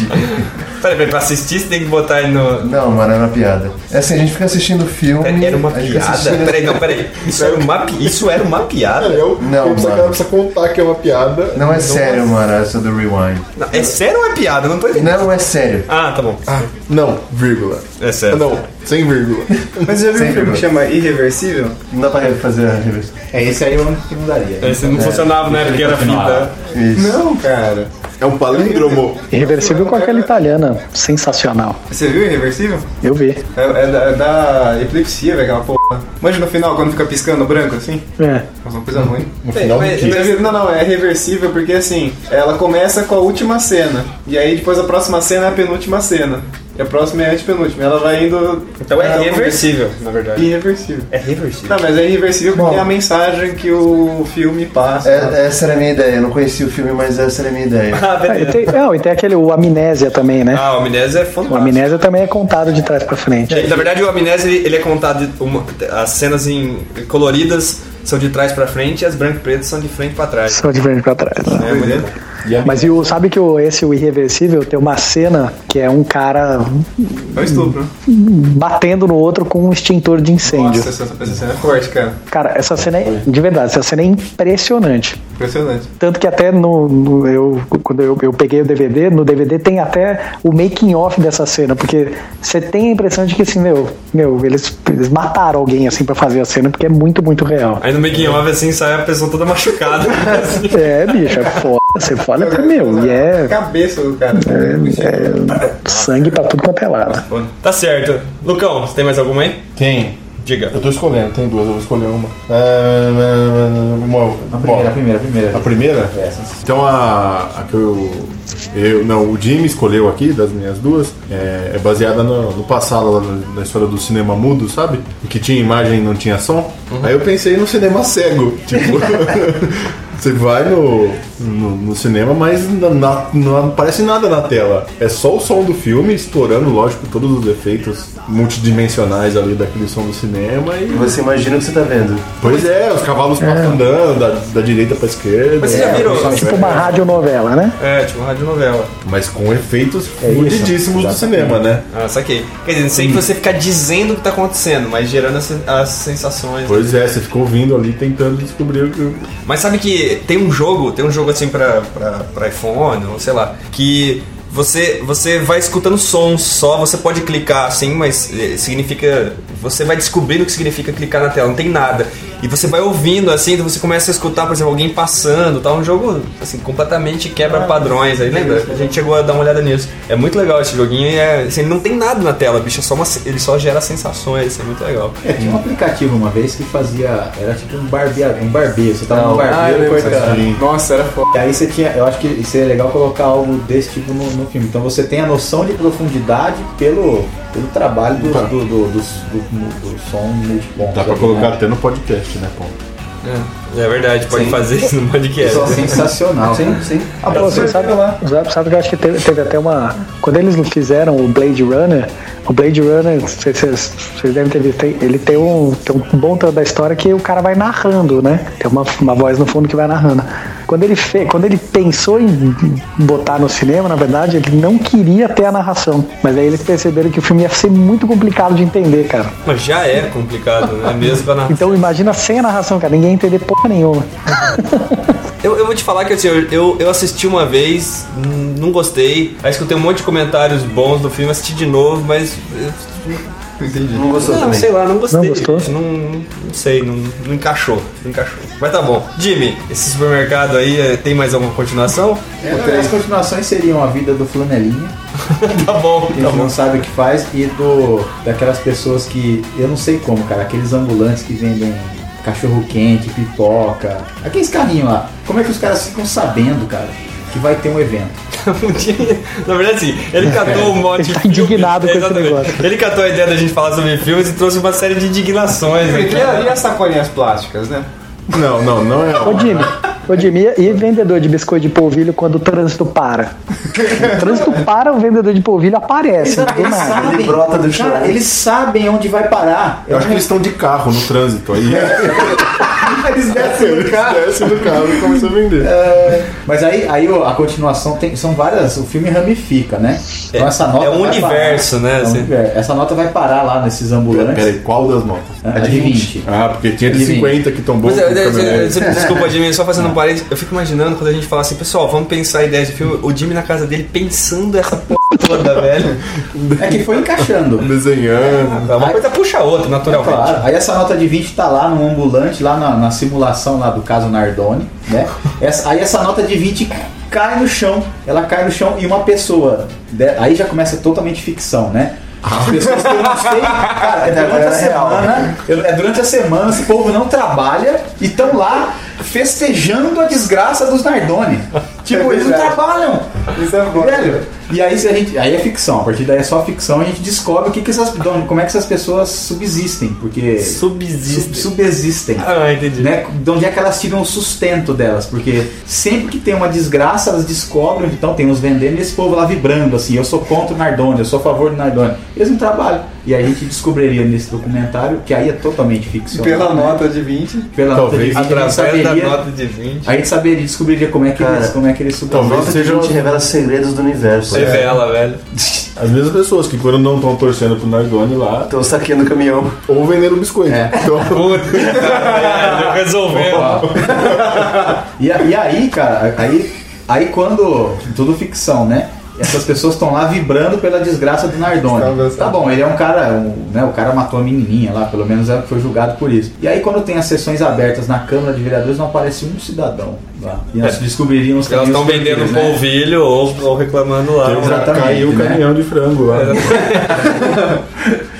S1: Peraí, peraí, pra assistir você tem que botar ele no.
S2: Não, mano, era uma piada. É assim, a gente fica assistindo filme.
S1: É, Era uma
S2: a gente fica
S1: piada?
S2: assistindo-
S1: Peraí, não, peraí. Isso era uma, pi- isso era uma piada?
S5: Eu,
S2: Não,
S5: eu precisa,
S2: mano.
S5: precisa contar que é uma piada.
S2: Não é sério, mano, essa do rewind.
S1: Não, é sério ou é piada? Eu Não tô entendendo.
S2: Não é sério.
S1: Ah, tá bom.
S5: Ah, não, vírgula.
S1: É sério.
S5: Não, sem vírgula.
S6: Mas já viu
S2: Sempre
S6: um filme que
S2: gosto.
S6: chama Irreversível?
S2: Não dá pra fazer a reversa.
S4: É esse aí eu não- que não daria.
S1: É, Esse não funcionava na época,
S6: tá
S1: era fita.
S2: Isso.
S6: Não, cara.
S5: É um palíndromo.
S3: Irreversível com aquela italiana. Sensacional.
S6: Você viu Irreversível?
S3: Eu vi.
S6: É, é da, é da epilepsia, velho, aquela porra. Manja no final, quando fica piscando branco assim?
S3: É.
S6: Nossa, uma coisa ruim.
S5: No final do
S6: Mas-
S5: quê?
S6: mas- não, não, é reversível porque assim, ela começa com a última cena. E aí depois a próxima cena é a penúltima cena. E a próxima é a antepenúltima. Ela vai indo.
S1: Então é
S6: ela-
S1: reversível, na verdade.
S6: Irreversível.
S1: É reversível.
S6: Não, mas é irreversível porque
S2: Bom.
S6: é a mensagem que o filme passa.
S2: É- essa era a minha ideia. Eu não conhecia o filme, mas essa era a
S1: <laughs>
S2: minha ideia.
S1: Ah,
S3: Ah, e
S1: beleza.
S3: tem, não, e tem aquele o Amnésia também, né?
S1: Ah, o Amnésia é
S3: O
S1: fantástico.
S3: Amnésia também é contado de trás pra frente.
S1: É, Na verdade, o Amnésia ele, ele é contado de uma- as cenas em coloridas são de trás pra frente e as branco e preto são de frente pra trás.
S3: Só de frente pra trás. né?
S1: É, mulher?
S3: Mas e o, sabe que o, esse o Irreversível tem uma cena que é um cara
S6: É um estupro. né?
S3: batendo no outro com um extintor de incêndio.
S6: Nossa, essa, essa cena é forte, cara.
S3: Cara, essa cena é, de verdade, essa cena é impressionante.
S6: Impressionante.
S3: Tanto que até no, no- eu, quando eu, eu peguei o DVD, no DVD tem até o making off dessa cena, porque você tem a impressão de que assim, meu, meu, eles, eles mataram alguém assim pra fazer a cena, porque é muito,
S1: <laughs>
S3: muito real.
S1: Aí no making of assim sai a pessoa toda
S6: <laughs>
S1: machucada. assim.
S3: É, bicho, é foda. Você olha pra meu, e é,
S6: Cabeça do cara.
S3: é sangue pra tudo quanto é lado.
S1: tá certo. Lucão, você tem mais alguma aí?
S5: Tem.
S1: Diga.
S5: Eu tô escolhendo, tem duas, eu vou escolher uma. Ah, uma-
S4: A primeira, a
S5: bom,
S4: primeira, a primeira.
S5: a primeira? Então a, a que eu, eu. Não, o Jimmy escolheu aqui, das minhas duas, é, é baseada no, no passado, lá na, na história do cinema mudo, sabe? E que tinha imagem e não tinha som.
S1: Uhum.
S5: Aí eu pensei no cinema cego.
S1: <laughs>
S5: <laughs> Tipo. Você vai no, no, no cinema, mas na- na- não aparece nada na tela. É só o som do filme estourando, lógico, todos os efeitos multidimensionais ali daquele som do cinema e.
S2: Você imagina o que você tá vendo.
S5: Pois é, os cavalos passam andando da, da direita pra esquerda.
S1: Mas você já
S5: É,
S1: virou?
S5: só-
S3: Tipo uma radionovela, né?
S1: É, tipo radionovela.
S5: Mas com efeitos fudidíssimos do cinema, né?
S1: Ah, saquei. Quer dizer, sem você ficar dizendo o que tá acontecendo, mas gerando as, as sensações.
S5: Pois é, você ficou ouvindo ali tentando descobrir o que.
S1: Mas sabe que tem um jogo, tem um jogo assim pra, pra, pra iPhone, ou sei lá, que você, você vai escutando sons só, você pode clicar assim, mas eh, significa. Você vai descobrindo o que significa clicar na tela, não tem nada. E você vai ouvindo, assim, então você começa a escutar, por exemplo, alguém passando, tá? Um jogo, assim, completamente quebra
S4: Ah,
S1: padrões. Aí lembra? A gente chegou a dar uma olhada nisso. É muito legal esse joguinho e é, assim, ele não tem nada na tela, bicho. É só uma, ele só gera sensações, isso é muito legal.
S4: É, tinha um aplicativo uma vez que fazia. Era tipo um barbeiro. Um barbeiro. Você tava
S6: Não,
S4: num
S6: ah, eu
S4: barbeiro
S6: lembro,
S4: fazia
S6: cara.
S4: um-
S6: Nossa, era foda.
S4: E aí você tinha. Eu acho que seria legal colocar algo desse tipo no, no filme. Então você tem a noção de profundidade pelo, pelo trabalho do, do, do, do, do- do som multiponto.
S5: Dá pra colocar até no podcast, né, Paulo?
S1: É verdade, pode
S4: Sim.
S1: fazer isso no podcast.
S4: Só sensacional.
S1: Sim, sim.
S3: Ah, pô, você sabe, sabe, sabe que eu acho que teve, teve até uma. Quando eles fizeram o Blade Runner, o Blade Runner, vocês- vocês vocês devem ter visto, tem- ele tem um, tem um bom tanto da história que o cara vai narrando, né? Tem uma, uma voz no fundo que vai narrando. Quando ele, fe, quando ele pensou em botar no cinema, na verdade, ele não queria ter a narração. Mas aí eles perceberam que o filme ia ser muito complicado de entender, cara.
S1: Mas já é complicado, né? Mesmo pra narração.
S3: Então imagina sem a narração, cara. Ninguém ia entender porra nenhuma.
S1: Eu, eu vou te falar que assim, eu, eu, eu assisti uma vez, n- não gostei. Aí escutei um monte de comentários bons do filme, assisti de novo, mas. Entendi. Não
S2: gostou
S1: Não,
S2: também.
S1: sei lá, não gostei. Não Não, não sei, não, não encaixou. Não encaixou. Mas tá bom. Jimmy, esse supermercado aí eh, tem mais alguma continuação?
S4: É, as continuações seriam a vida do flanelinha.
S1: tá bom.
S4: Ele Então, não sabe o que faz e do daquelas pessoas que eu não sei como, cara, aqueles ambulantes que vendem cachorro quente, pipoca, aqueles carrinhos lá. Como é que os caras ficam sabendo, cara, que vai ter um evento?
S1: Na verdade, sim. Ele catou o mote. Ele tá indignado com esse negócio. Ele catou a ideia da gente falar sobre filmes e trouxe uma série de indignações.
S6: E,
S1: aqui.
S6: a- e as sacolinhas plásticas, né?
S5: Não, não, não é.
S3: Ô Jimmy, ô, Jimmy, e e vendedor de biscoito de polvilho quando o trânsito para? O trânsito para, o vendedor de polvilho aparece. do nada.
S4: sabem, cara, eles sabem onde vai parar.
S5: Eu acho que eles estão de carro no trânsito aí. <laughs>
S4: <laughs> Eles descem do carro.
S5: Desce do carro e começa a vender.
S4: É, mas aí, aí ó, a continuação tem, são várias. O filme ramifica, né? Então essa nota
S1: é um
S4: vai
S1: universo,
S4: parar.
S1: né,
S4: É um
S1: assim.
S4: universo. Essa nota vai parar lá nesses ambulantes.
S5: Peraí, qual das notas?
S4: A de 20.
S5: Ah, porque tinha de
S4: De 20.
S5: 50 que tombou.
S1: Mas,
S5: com
S1: é,
S5: o
S1: é, é,
S5: caminhonete.
S1: é, desculpa, Jimmy, só fazendo um parênteses. Eu fico imaginando quando a gente fala assim, pessoal, vamos pensar ideias de filme. O Jimmy na casa dele pensando essa porra toda, velho. É
S4: É que foi encaixando.
S5: <laughs> Desenhando.
S1: Uma coisa puxa a outra, naturalmente.
S4: Claro. Aí essa nota de 20 tá lá no ambulante, lá na, na simulação lá do caso Nardoni, né? Essa- aí essa nota de 20 cai no chão. Ela cai no chão e uma pessoa. de- aí já começa totalmente ficção, né? As pessoas têm um sei, cara, é durante a semana, é durante a semana, esse povo não trabalha e estão lá festejando a desgraça dos Nardoni. Tipo, eles não trabalham.
S6: Isso é bom.
S4: Velho, e aí se a gente. Aí é ficção, a partir daí é só ficção e a gente descobre o que, que essas. de onde- Como é que essas pessoas subsistem, porque.
S1: Subsistem.
S4: sub- subsistem.
S1: Ah, entendi.
S4: Né? De onde é que elas tiram o sustento delas? Porque sempre que tem uma desgraça, elas descobrem, então tem uns vendendo e esse povo lá vibrando, assim, eu sou contra o Nardone, eu sou a favor do Nardone. Eles não trabalham. E a gente descobriria nesse documentário, que aí é totalmente ficção.
S6: Pela nota de 20.
S4: Pela nota de 20, a gente
S1: através da
S4: saberia-
S1: nota de 20.
S4: A gente saberia, descobriria como é que
S2: Cara,
S4: eles, como é que eles subsistem.
S2: Talvez seja a gente revela segredos do
S4: É.
S2: universo.
S1: Revela, velho.
S5: As mesmas pessoas que quando não estão torcendo pro Nardone lá.
S2: Estão saqueando o caminhão.
S5: Ou vendendo biscoito. Então,
S1: <laughs> Resolveu.
S4: E, a- e aí, cara, aí, aí quando. Tudo ficção, né? Essas pessoas estão lá vibrando pela desgraça do Nardone. Tá bom, ele é um cara. um- né, o cara matou a menininha lá, pelo menos é- foi julgado por isso. E aí, quando tem as sessões abertas na Câmara de Vereadores, não aparece um cidadão lá. E nós
S1: É.
S4: descobriríamos
S1: Elas estão vendendo um
S4: o
S1: polvilho ou, ou reclamando lá.
S4: né? Exatamente,
S5: caiu o
S4: né?
S5: caminhão de frango lá.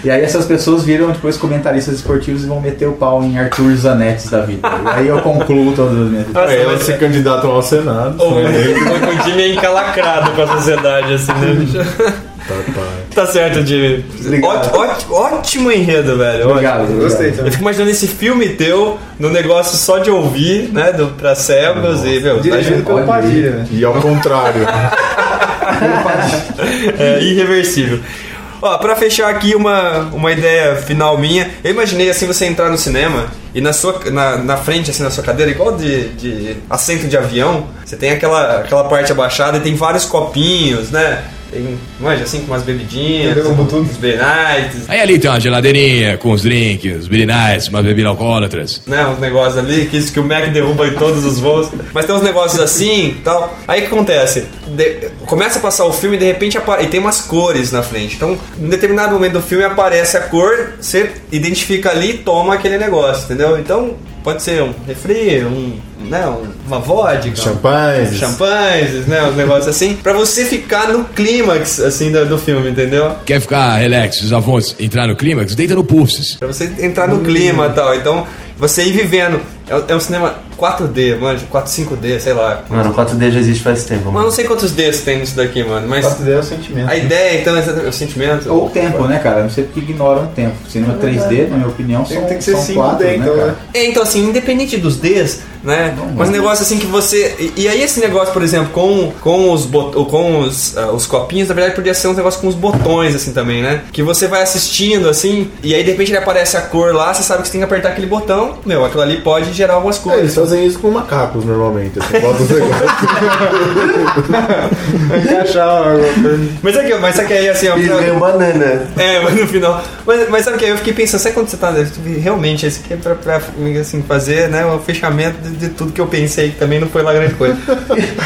S4: E aí essas pessoas viram depois comentaristas esportivos e vão meter o pau em Arthur Zanetti da vida. E aí eu concluo todas as minhas.
S5: Aí elas se candidatam ao Senado.
S1: O, o Jimmy é encalacrado com a sociedade, assim, né?
S4: <laughs>
S1: bicho? Tá certo, Jimmy. Ótimo, ótimo, ótimo enredo, velho.
S4: Obrigado,
S1: ótimo.
S4: gostei
S1: Eu fico imaginando esse filme teu no negócio só de ouvir, né? Do, pra cegos e, meu, tá
S6: Dirigido
S1: junto.
S6: pelo Padilha, né?
S5: E ao contrário.
S1: É irreversível. Ó, pra fechar aqui uma, uma ideia final minha, eu imaginei assim você entrar no cinema e na sua na, na frente, assim, na sua cadeira, igual de, de assento de avião, você tem aquela, aquela parte abaixada e tem vários copinhos, né? Tem, manja, assim, com umas bebidinhas,
S6: Entendeu?
S1: com uns Beer Nights,
S19: Aí ali tem uma geladeirinha com os drinks, birinais, umas bebidas alcoólatras.
S1: né? Uns negócios ali, que isso que o Mac derruba em todos os voos. Mas tem uns negócios assim e tal. Aí o que acontece? De- começa a passar o filme e de repente apa- e tem umas cores na frente. Então, em determinado momento do filme aparece a cor, você identifica ali e toma aquele negócio, entendeu? Então, pode ser um refri, um. Né, um- uma vodka.
S5: Champanhes.
S1: Champanhes, né? Uns negócios assim. Pra você ficar no clímax, assim, do, do filme, entendeu?
S19: Quer ficar relax, os avons entrar no clímax? Deita no Pulses.
S1: Pra você entrar no clima e tal. Então, você ir vivendo. É, é um cinema 4D, mano. 4, 5D, sei lá.
S20: Mano, 4D já existe faz tempo.
S1: Mano, não sei quantos Ds tem nisso daqui, mano. Mas
S4: 4D é o sentimento.
S1: a ideia, então, é exatamente- é o sentimento.
S4: Ou o tempo, né, cara? Não sei porque ignoram o tempo.
S1: É
S4: Cinema 3D, na minha opinião, são,
S1: Tem que ser
S4: são
S1: 5D,
S4: 4, né,
S1: então,
S4: cara?
S1: né? É, então assim, independente dos Ds, né? Mas um negócio assim que você. E, e aí esse negócio, por exemplo, com, com, os, bot- ou com os, ah, os copinhos, na verdade podia ser um negócio com os botões, assim também, né? Que você vai assistindo, assim, e aí de repente ele aparece a cor lá, você sabe que você tem que apertar aquele botão, meu, aquilo ali pode gerar algumas coisas.
S5: É, eles fazem isso com macacos normalmente. Assim, bota os negócios.
S1: Mas é que, mas é que aí assim, ó.
S2: E veio banana.
S1: É, mas no final. Mas, mas sabe que aí eu fiquei pensando, sabe quando você tá. Realmente, esse aqui é pra, pra, assim, fazer né, o fechamento de, de tudo que eu pensei, que também não foi lá grande coisa.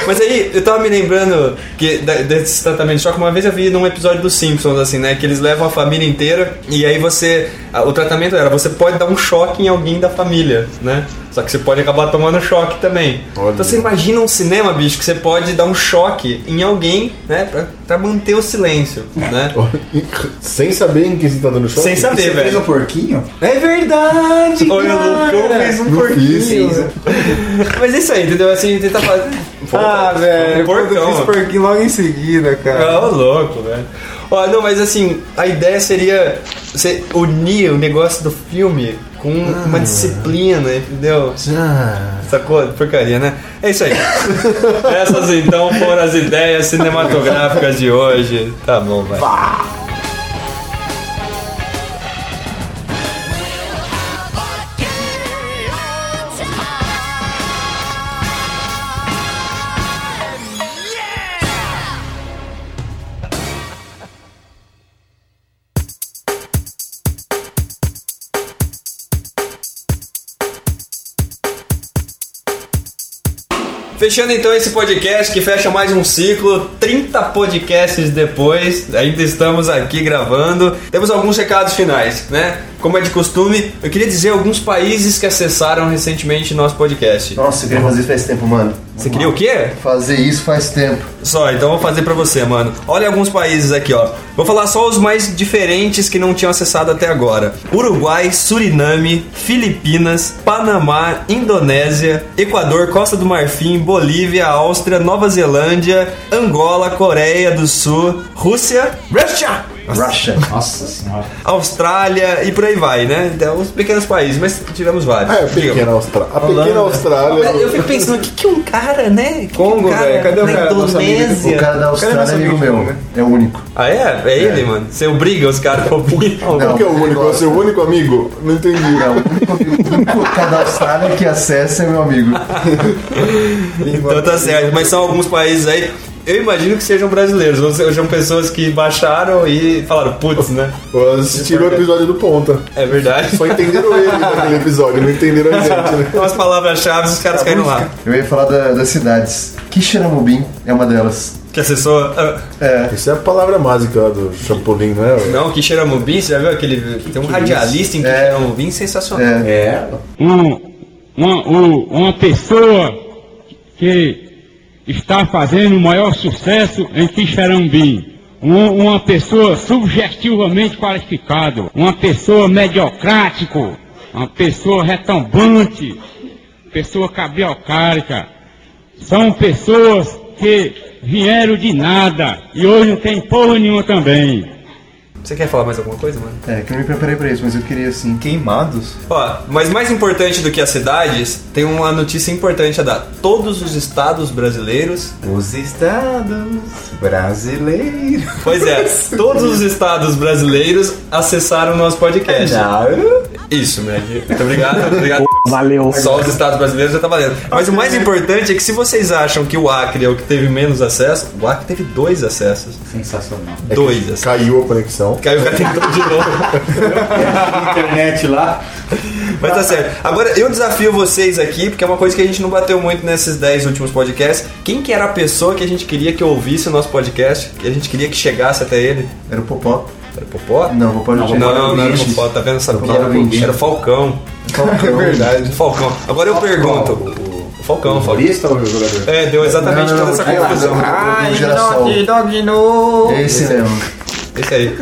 S1: mas aí eu tava me lembrando que, da- desse tratamento de choque, uma vez eu vi num episódio dos Simpsons, assim, né? Que eles levam a família inteira e aí você. a- O tratamento era, você pode dar um choque em alguém da família, né? Só que você pode acabar tomando choque também. Então você imagina um cinema, bicho, que você pode dar um choque em alguém, né? Pra, pra manter o silêncio, né?
S5: <laughs> Sem saber em que você tá dando choque.
S1: Sem saber,
S5: Você
S1: velho.
S5: fez um
S4: porquinho?
S1: É verdade, Olha, o Lucão fez um porquinho. Mas é isso aí, entendeu? Assim, tentar fazer...
S6: Ah, velho,
S1: um
S6: quando eu
S1: porcão.
S6: fiz porquinho logo em
S2: né,
S6: seguida, cara.
S1: Ah, ô louco, velho. Ó, não, mas assim, a ideia seria você unir o negócio do filme com uma disciplina, entendeu? Ah. Sacou? Porcaria, né? É <laughs> isso aí. Essas então foram as ideias cinematográficas de hoje. Tá bom, vai. Fechando então esse podcast que fecha mais um ciclo, 30 podcasts depois, ainda estamos aqui gravando. Temos alguns recados finais, né? Como é de costume, eu queria dizer alguns países que acessaram recentemente nosso podcast.
S2: Nossa, eu queria fazer isso faz tempo, mano.
S1: Você queria o quê?
S2: Fazer isso faz tempo.
S1: Só, então eu vou fazer pra você, mano. Olha alguns países aqui, ó. Vou falar só os mais diferentes que não tinham acessado até agora: Uruguai, Suriname, Filipinas, Panamá, Indonésia, Equador, Costa do Marfim, Bolívia, Áustria, Nova Zelândia, Angola, Coreia do Sul, Rússia. Russia!
S2: Russia.
S4: Nossa senhora.
S1: Austrália e por aí vai, né? Então, os pequenos países, mas tivemos vários.
S5: É, a pequena Austrália. A pequena
S1: Holanda.
S5: Austrália.
S1: Eu fico pensando, o que, que um cara, né? Que
S6: Congo,
S1: que um cara
S6: velho, cadê o
S1: na
S6: cara? Nosso amigo.
S1: Indonésia?
S6: O cara da
S2: Austrália
S1: Cadê nosso
S2: é amigo meu, é o único.
S1: Ah, é? É ele, mano. Você obriga os caras a
S2: <laughs>
S1: opinar.
S5: Qual que é o único? É o seu único amigo? Não entendi.
S2: Cada Austrália que acessa é meu amigo.
S1: Então tá certo, mas são alguns países aí. Eu imagino que sejam brasileiros, ou sejam pessoas que baixaram e falaram, putz, né?
S5: Assistiram o episódio do Ponta.
S1: É verdade. <laughs>
S5: Só entenderam ele naquele episódio, não entenderam a gente, né?
S1: Umas palavras-chave, os caras caíram lá.
S2: Eu ia falar da- das cidades. Quixeramobim é uma delas.
S1: Que acessou. ah,
S2: É.
S5: Isso é a palavra mágica do Chapolin, não é?
S1: Não, Quixeramobim, você já viu aquele.
S2: é
S1: Tem um
S5: Que
S1: radialista em
S5: isso?
S1: Quixeramobim sensacional.
S21: uma, uma, um- uma pessoa que está fazendo o maior sucesso em Quixeramobim. Um- uma pessoa sugestivamente qualificada, uma pessoa mediocrático, uma pessoa é retombante, pessoa cabiocárica. São pessoas que vieram de nada e hoje não tem porra nenhuma também.
S1: Você quer falar mais alguma coisa, mano?
S2: É, que eu não me preparei pra isso, mas eu queria assim.
S4: Queimados?
S1: Ó, mas mais importante do que as cidades, tem uma notícia importante a dar. Todos os estados brasileiros.
S4: Os estados brasileiros.
S2: <laughs>
S1: Pois é, todos os estados brasileiros acessaram o nosso podcast. Isso, moleque. Muito obrigado, obrigado.
S3: Valeu.
S1: Só os estados brasileiros já tá valendo. Mas o mais importante é que se vocês acham que o Acre é o que teve menos acesso, o Acre teve dois acessos.
S4: Sensacional.
S2: É
S1: Dois acessos. Caiu a conexão. Caiu, o cara tentou de novo.
S4: Internet lá.
S1: Mas tá certo. Agora eu desafio vocês aqui, porque é uma coisa que a gente não bateu muito nesses 10 últimos podcasts. Quem que era a pessoa que a gente queria que ouvisse o nosso podcast? Que a gente queria que chegasse até ele?
S2: Era o Popó.
S1: Era o Popó?
S2: Não, o Popó não
S1: não
S2: tinha.
S1: Não, não, era o
S2: Vinícius.
S1: Popó, tá vendo essa
S2: Popó era o Vinícius.
S1: Era o Falcão.
S2: Falcão.
S1: <laughs> É verdade. Falcão. Agora eu pergunto. O Falcão, o Falcão.
S4: Paulista ou o jogador?
S1: É, deu exatamente
S2: Não, não,
S1: toda essa
S2: não, não,
S1: confusão.
S2: não, não, não, não, não, girassol.
S6: dog no.
S2: Esse mesmo.
S1: Esse aí.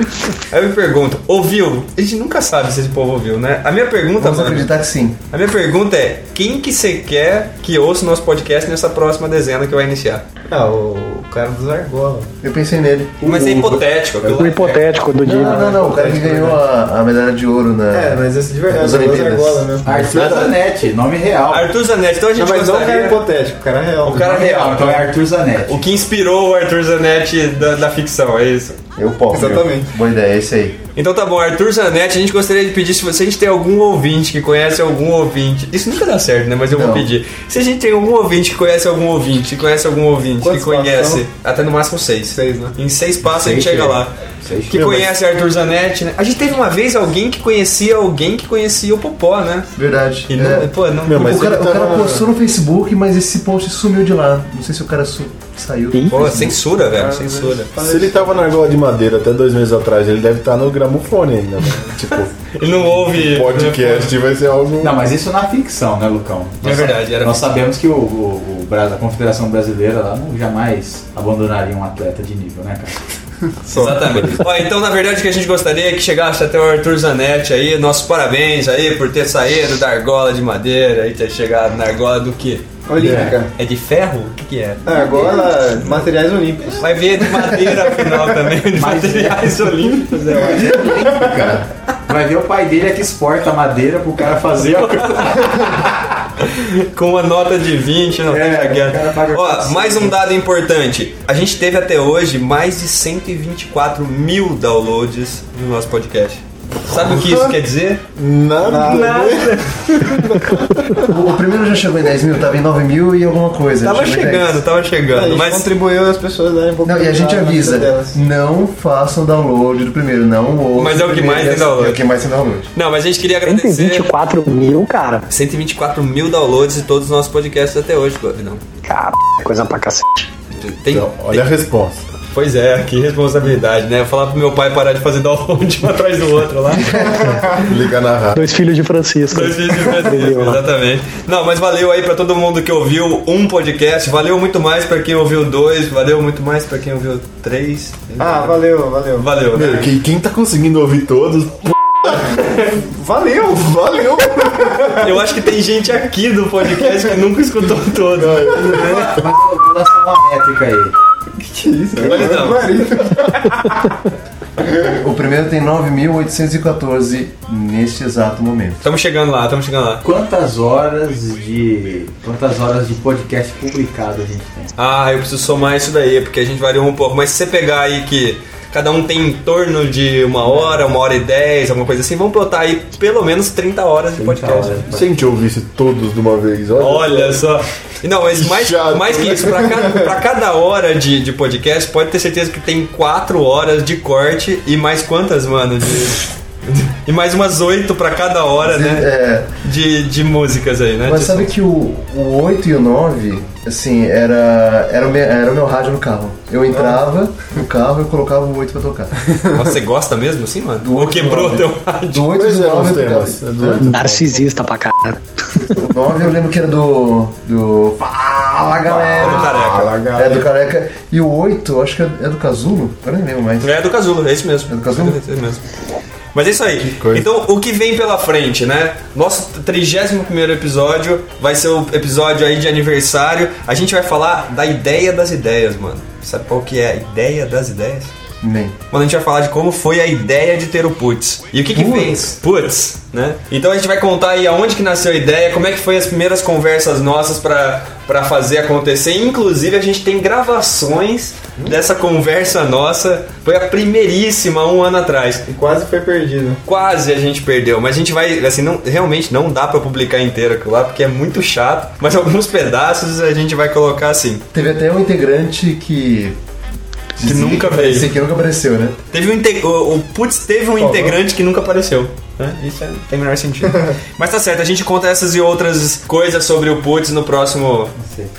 S1: Aí eu me pergunto, ouviu? A gente nunca sabe se esse povo ouviu, né? A minha pergunta,
S2: Vamos
S1: mano,
S2: acreditar que sim.
S1: A minha pergunta é, quem que você quer que ouça o nosso podcast nessa próxima dezena que vai iniciar?
S2: Ah, o cara dos argolas. Eu pensei nele.
S1: Mas é hipotético. aquilo
S3: O
S1: lá.
S3: hipotético do Jimmy.
S2: Não, não, não. O cara que ganhou a, a medalha de ouro na.
S6: É, mas esse de verdade,
S2: nas
S6: é o
S2: Olimpíadas.
S6: Argola mesmo.
S2: Ah, é
S4: Arthur Zanetti, nome real.
S1: Arthur Zanetti, então a gente
S6: Não, mas não o cara
S1: gostaria...
S6: hipotético, o cara real.
S1: O cara real,
S4: Então é Arthur Zanetti.
S1: O que inspirou o Arthur Zanetti da, da ficção, é isso.
S2: Eu posso.
S6: Exatamente.
S2: Boa ideia, esse aí.
S1: Então tá bom, Arthur Zanetti, a gente gostaria de pedir se você- se a gente tem algum ouvinte que conhece algum ouvinte. Isso nunca dá certo, né? Mas eu vou
S2: Não.
S1: pedir. Se a gente tem algum ouvinte que conhece algum ouvinte, que conhece algum ouvinte,
S6: Quantos
S1: que conhece.
S6: passos
S1: Até no máximo seis.
S6: Seis, né?
S1: Em seis passos a
S4: Seis
S1: gente chega
S4: chega.
S1: lá.
S4: Seis
S1: Que
S4: chega.
S1: conhece Arthur Zanetti, né? A gente teve uma vez alguém que conhecia alguém que conhecia o Popó, né?
S2: Verdade.
S1: E não,
S2: É.
S1: pô, não.
S5: Meu, mas
S2: o cara,
S5: ele
S2: o cara
S5: tá-
S2: postou no Facebook, mas esse post sumiu de lá. Não sei se o cara su- saiu. do
S1: Pô,
S2: Facebook.
S1: censura, velho, censura.
S5: Se ele tava na argola de madeira até dois meses atrás, ele deve estar no gramofone ainda. Né?
S1: <laughs>
S5: tipo,
S1: Ele não ouve.
S5: podcast vai ser algo.
S4: Não, mas isso na ficção, né, Lucão?
S1: É verdade, era
S4: Nós
S1: ficção.
S4: sabemos que o, o- o Bra- a Confederação Brasileira lá não jamais abandonaria um atleta de nível, né, cara?
S1: Exatamente.
S4: <laughs>
S1: Ó, então, na verdade, o que a gente gostaria é que chegasse até o Arthur Zanetti aí. Nossos parabéns aí por ter saído da argola de madeira e ter chegado na argola do quê?
S6: Olímpica.
S1: É de ferro? O que, que é?
S6: Argola, materiais olímpicos.
S1: Vai ver de madeira afinal também,
S4: <laughs>
S1: de materiais olímpicos. É, eu acho.
S4: Vai ver o pai dele é que exporta madeira pro cara fazer a <laughs>
S1: Com uma nota de 20, não
S4: É,
S1: tá
S4: o cara paga
S1: Ó,
S4: quatrocentos.
S1: mais um dado importante. A gente teve até hoje mais de 124 mil downloads no nosso podcast. Sabe o que isso quer dizer?
S5: Nada.
S2: O, o primeiro já chegou em 10 mil, tava em 9 mil e alguma coisa.
S1: Tava
S2: Chegou em
S1: chegando,
S2: 10.
S1: tava
S6: Aí
S4: É
S1: chegando. Mas
S6: contribuiu as pessoas darem um pouco
S2: Não, e a gente
S6: na- na vida
S2: avisa,
S6: delas.
S2: não façam download do primeiro, não ouçam
S1: Mas é o que
S2: primeiro,
S1: mais tem
S2: é-
S1: download.
S2: É o que mais tem download.
S1: Não, mas a gente queria agradecer.
S3: 124 mil, cara.
S1: 124 mil downloads de todos os nossos podcasts até hoje, Govinão.
S3: Cara, coisa pra cacete.
S1: Tem,
S5: Então, olha a resposta.
S1: Pois é, que responsabilidade, né? Eu falar pro meu pai parar de fazer download um atrás do outro <laughs> lá.
S5: Liga na rádio.
S3: Dois filhos de Francisco.
S1: Dois vídeos pra vocês, Exatamente. Não, mas valeu aí pra todo mundo que ouviu um podcast. Valeu muito mais pra quem ouviu dois. Valeu muito mais pra quem ouviu três.
S6: Ah, valeu, valeu.
S1: Valeu,
S5: Meu,
S1: né?
S5: que- quem tá conseguindo ouvir todos, <laughs>
S6: Valeu!
S5: valeu!
S1: Eu acho que tem gente aqui do podcast que nunca escutou todo.
S4: lançar uma métrica aí.
S1: Olha então.
S2: O primeiro tem 9.814 neste exato momento.
S1: Estamos chegando lá, estamos chegando lá.
S4: Quantas horas de. Quantas horas de podcast publicado a gente tem?
S1: Ah, eu preciso somar isso daí, porque a gente variou um pouco. Mas se você pegar aí que cada um tem em torno de uma hora, uma hora e dez, alguma coisa assim, vamos botar aí pelo menos 30 horas de podcast.
S4: Horas.
S5: Se a gente ouvisse todos de uma vez, olha.
S1: Olha só. E Não, mas mais,
S5: Chato,
S1: mais que
S5: né?
S1: isso, pra cada, pra cada hora de, de podcast, pode ter certeza que tem quatro horas de corte e mais quantas, mano? De- e mais umas oito pra cada hora, né?
S2: É,
S1: De, de músicas aí, né?
S2: mas
S1: De-
S2: sabe que o, o 8 e o 9, assim, era, era, o meu, era o meu rádio no carro. Eu entrava no carro e colocava o 8 pra tocar.
S1: Nossa, você gosta mesmo assim, mano? Ou quebrou teu <laughs> rádio?
S2: Do 8 e
S5: Dois
S2: do
S5: eram
S2: 9 eu
S5: os
S2: tocava.
S5: temas. É dois.
S3: né? Ah, Narcisista pra caralho.
S2: O 9 eu lembro que era do. do. Fala
S1: Do
S2: galera!
S1: careca.
S2: É do careca. E o 8, acho que é é do casulo? Eu nem lembro mais.
S1: É do Casulo, é isso mesmo.
S2: É do Casulo?
S1: É isso mesmo. Mas é isso aí. Então, o que vem pela frente, né? Nosso 31 episódio vai ser o episódio aí de aniversário. A gente vai falar da ideia das ideias, mano. Sabe qual que é a ideia das ideias?
S2: Nem.
S1: Quando a gente vai falar de como foi a ideia de ter o Putz. E o que que fez? Putz, né? Então a gente vai contar aí aonde que nasceu a ideia, como é que foi as primeiras conversas nossas pra, pra fazer acontecer. Inclusive a gente tem gravações dessa conversa nossa. Foi a primeiríssima um ano atrás. E quase foi perdido. Quase a gente perdeu, mas a gente vai, assim, não, realmente não dá pra publicar inteiro aquilo lá, porque é muito chato. Mas alguns pedaços a gente vai colocar assim.
S2: Teve até um integrante que.
S1: Que nunca veio.
S2: Esse que nunca apareceu, né?
S1: Teve um inte- o, o Putz teve um
S2: Qual?
S1: integrante que nunca apareceu. né? Isso é- tem o menor sentido. Mas tá certo, a gente conta essas e outras coisas sobre o Putz no próximo.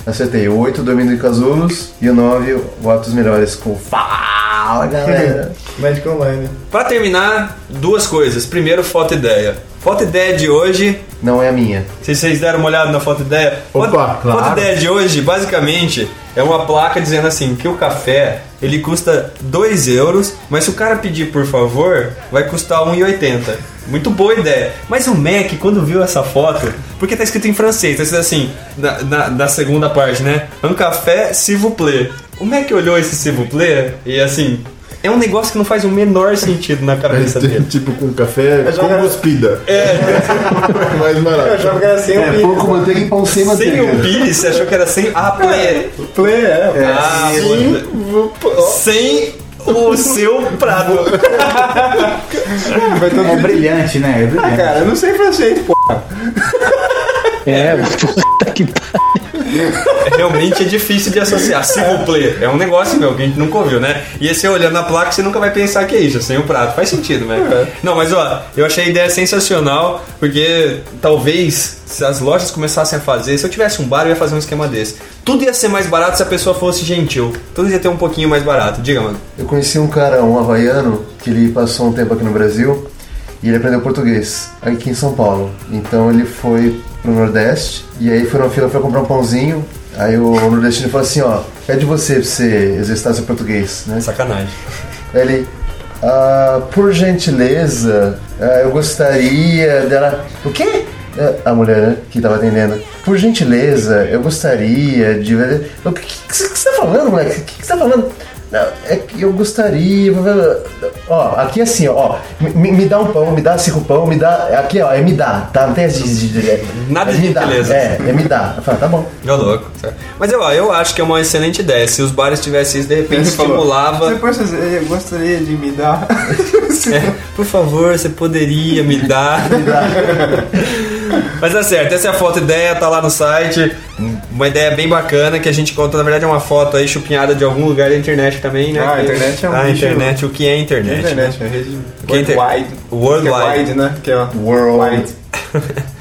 S2: Acertei. O 8, Domínio de Casulos. E o 9, o Atos Melhores com Fala,
S1: <laughs>
S2: galera.
S6: Magic Online.
S1: Pra terminar, duas coisas. Primeiro, foto ideia. Foto ideia de hoje.
S2: Não é a minha.
S1: Se vocês deram uma olhada na foto ideia. Opa, foto,
S2: claro.
S1: foto ideia de hoje, basicamente, é uma placa dizendo assim que o café ele custa 2 euros, mas se o cara pedir por favor, vai custar 1,80. Muito boa ideia. Mas o Mac, quando viu essa foto, porque tá escrito em francês, tá escrito assim, na, na- na segunda parte, né? Um café, s'il vous plaît. O Mac olhou esse s'il vous plaît e assim, é um negócio que não faz o menor sentido na
S5: <laughs>
S1: cabeça dele.
S5: tipo com café
S1: Eu já- É.
S5: com cuspida. <laughs>
S1: Mais barato.
S5: Eu achava que era sem o pires.
S2: É, manteiga e pão sem
S1: manteiga. Sem o pires? Você achou que era sem... Ah, play.
S6: Play, é.
S1: Ah, mano. Sem o seu
S5: <laughs>
S1: prato.
S4: É brilhante, né? É
S1: Ah,
S4: brilhante.
S6: cara, eu não sei francês, pô.
S3: É, puta que
S1: Realmente é difícil de associar. Sem o play. É um negócio, meu, que a gente nunca ouviu, né? E você olhando a placa, você nunca vai pensar que é isso. Sem o prato. Faz sentido,
S5: É.
S1: né? Não, mas ó, eu achei a ideia sensacional, porque talvez se as lojas começassem a fazer... Se eu tivesse um bar, eu ia fazer um esquema desse. Tudo ia ser mais barato se a pessoa fosse gentil. Tudo ia ter um pouquinho mais barato. Diga, mano.
S2: Eu conheci um cara, um havaiano, que ele passou um tempo aqui no Brasil e ele aprendeu português, aqui em São Paulo. Então ele foi pro Nordeste e aí foi numa fila pra comprar um pãozinho. Aí o nordestino falou assim, ó, é de você pra você exercitar seu português, né?
S1: Sacanagem.
S2: Aí ele, ah, por gentileza, ah, eu gostaria dela... O quê? Ah, A mulher né, que tava atendendo. Por gentileza, eu gostaria de... O que, que, que você tá falando, moleque? O que, que você tá falando? Não, é que eu gostaria... Ó, aqui é assim, ó. Me, me dá um pão, me dá cinco pão, me dá... Aqui, ó, é me dá, tá? Não tem esse de- de- de-
S1: Nada
S2: é
S1: de
S2: me dá,
S1: gentileza.
S2: É, é me dá. Eu falo, tá bom.
S1: Ô, louco. Mas eu, eu acho que é uma excelente ideia. Se os bares tivessem isso, de repente estimulava.
S6: Você pode dizer, eu gostaria de me dar.
S1: <laughs> É, por favor, você poderia me
S6: <laughs>
S1: dar. Mas tá certo, essa é a foto ideia, tá lá no site. Uma ideia bem bacana que a gente conta, na verdade, é uma foto aí chupinhada de algum lugar da internet também, né?
S6: Ah, a
S1: Que-
S6: internet é um
S1: Ah, a
S6: bicho-
S1: internet, o que é internet?
S6: Internet,
S1: né?
S6: é rede
S1: O que é inter-
S6: worldwide. Que é
S1: Worldwide.
S6: wide, né? Que é
S1: <laughs>
S6: worldwide.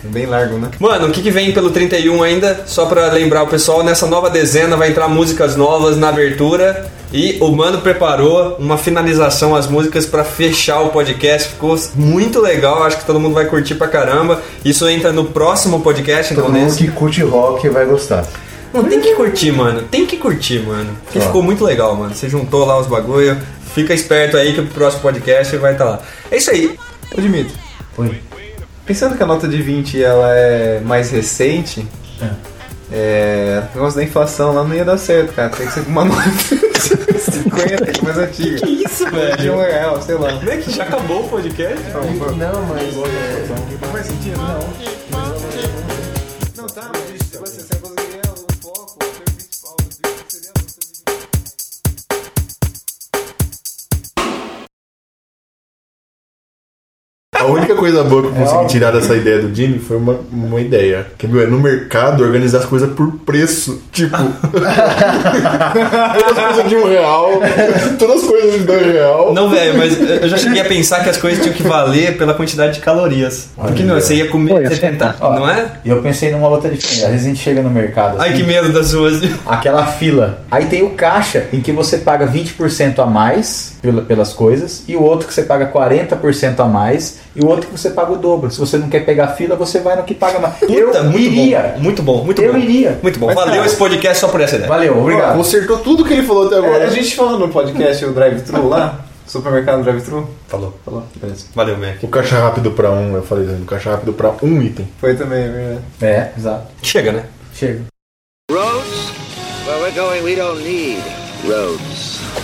S6: Bem largo, né?
S1: Mano, o que, que vem pelo 31 ainda? Só pra lembrar o pessoal, nessa nova dezena vai entrar músicas novas na abertura. E o Mano preparou uma finalização às músicas pra fechar o podcast. Ficou muito legal, acho que todo mundo vai curtir pra caramba. Isso entra no próximo podcast, então
S2: Todo mundo
S1: nesse.
S2: que curte rock vai gostar.
S1: Não, tem que curtir, mano. Tem que curtir, mano. Porque
S2: Ó.
S1: ficou muito legal, mano. Você juntou lá os bagulho. Fica esperto aí que o próximo podcast vai estar lá. É isso aí.
S6: Eu admito. Oi. Pensando que a nota de 20 ela é mais recente, é, o negócio da inflação lá não ia dar certo, cara. Tem que ser com uma <laughs> nota de 50, que é mais antiga. Que
S1: isso, velho?
S6: De um real, sei lá.
S1: Como é que já acabou o podcast?
S2: Não, mas.
S6: Não faz sentido, não. Não, tá, mas tipo assim, se eu conseguir o foco, o meu principal objetivo seria a nota de 20.
S5: A única coisa boa que eu consegui
S1: É.
S5: tirar dessa ideia do Jimmy foi uma, uma ideia. Que meu, é no mercado organizar as coisas por preço. Tipo.
S1: <laughs>
S5: todas as coisas de um real. Todas as coisas de dois real.
S1: Não, velho, mas eu já cheguei a pensar que as coisas tinham que valer pela quantidade de calorias. Porque não, você ia comer 70, não é?
S4: E eu pensei numa outra diferente. Às vezes a gente chega no mercado. assim,
S1: Ai, que medo das ruas.
S4: Aquela fila. Aí tem o caixa, em que você paga 20% a mais pela- pelas coisas, e o outro que você paga 40% a mais, e o outro que você paga o dobro. Se você não quer pegar a fila, você vai no que paga mais. eu iria.
S1: Muito bom, muito
S4: eu bom. Eu iria. tá.
S1: Muito bom. Valeu esse podcast só por essa ideia.
S4: Valeu, obrigado.
S5: Consertou tudo que ele falou até agora.
S6: É, a gente falou no podcast o drive-thru lá, supermercado drive-thru.
S5: Falou.
S6: Falou, beleza.
S1: Valeu, Mac.
S5: O caixa rápido pra um, eu falei, o caixa rápido pra um item.
S6: Foi também, é verdade.
S4: É, exato.
S1: Chega, né?
S4: Chega.
S13: Roads? Where we're going, we don't need roads.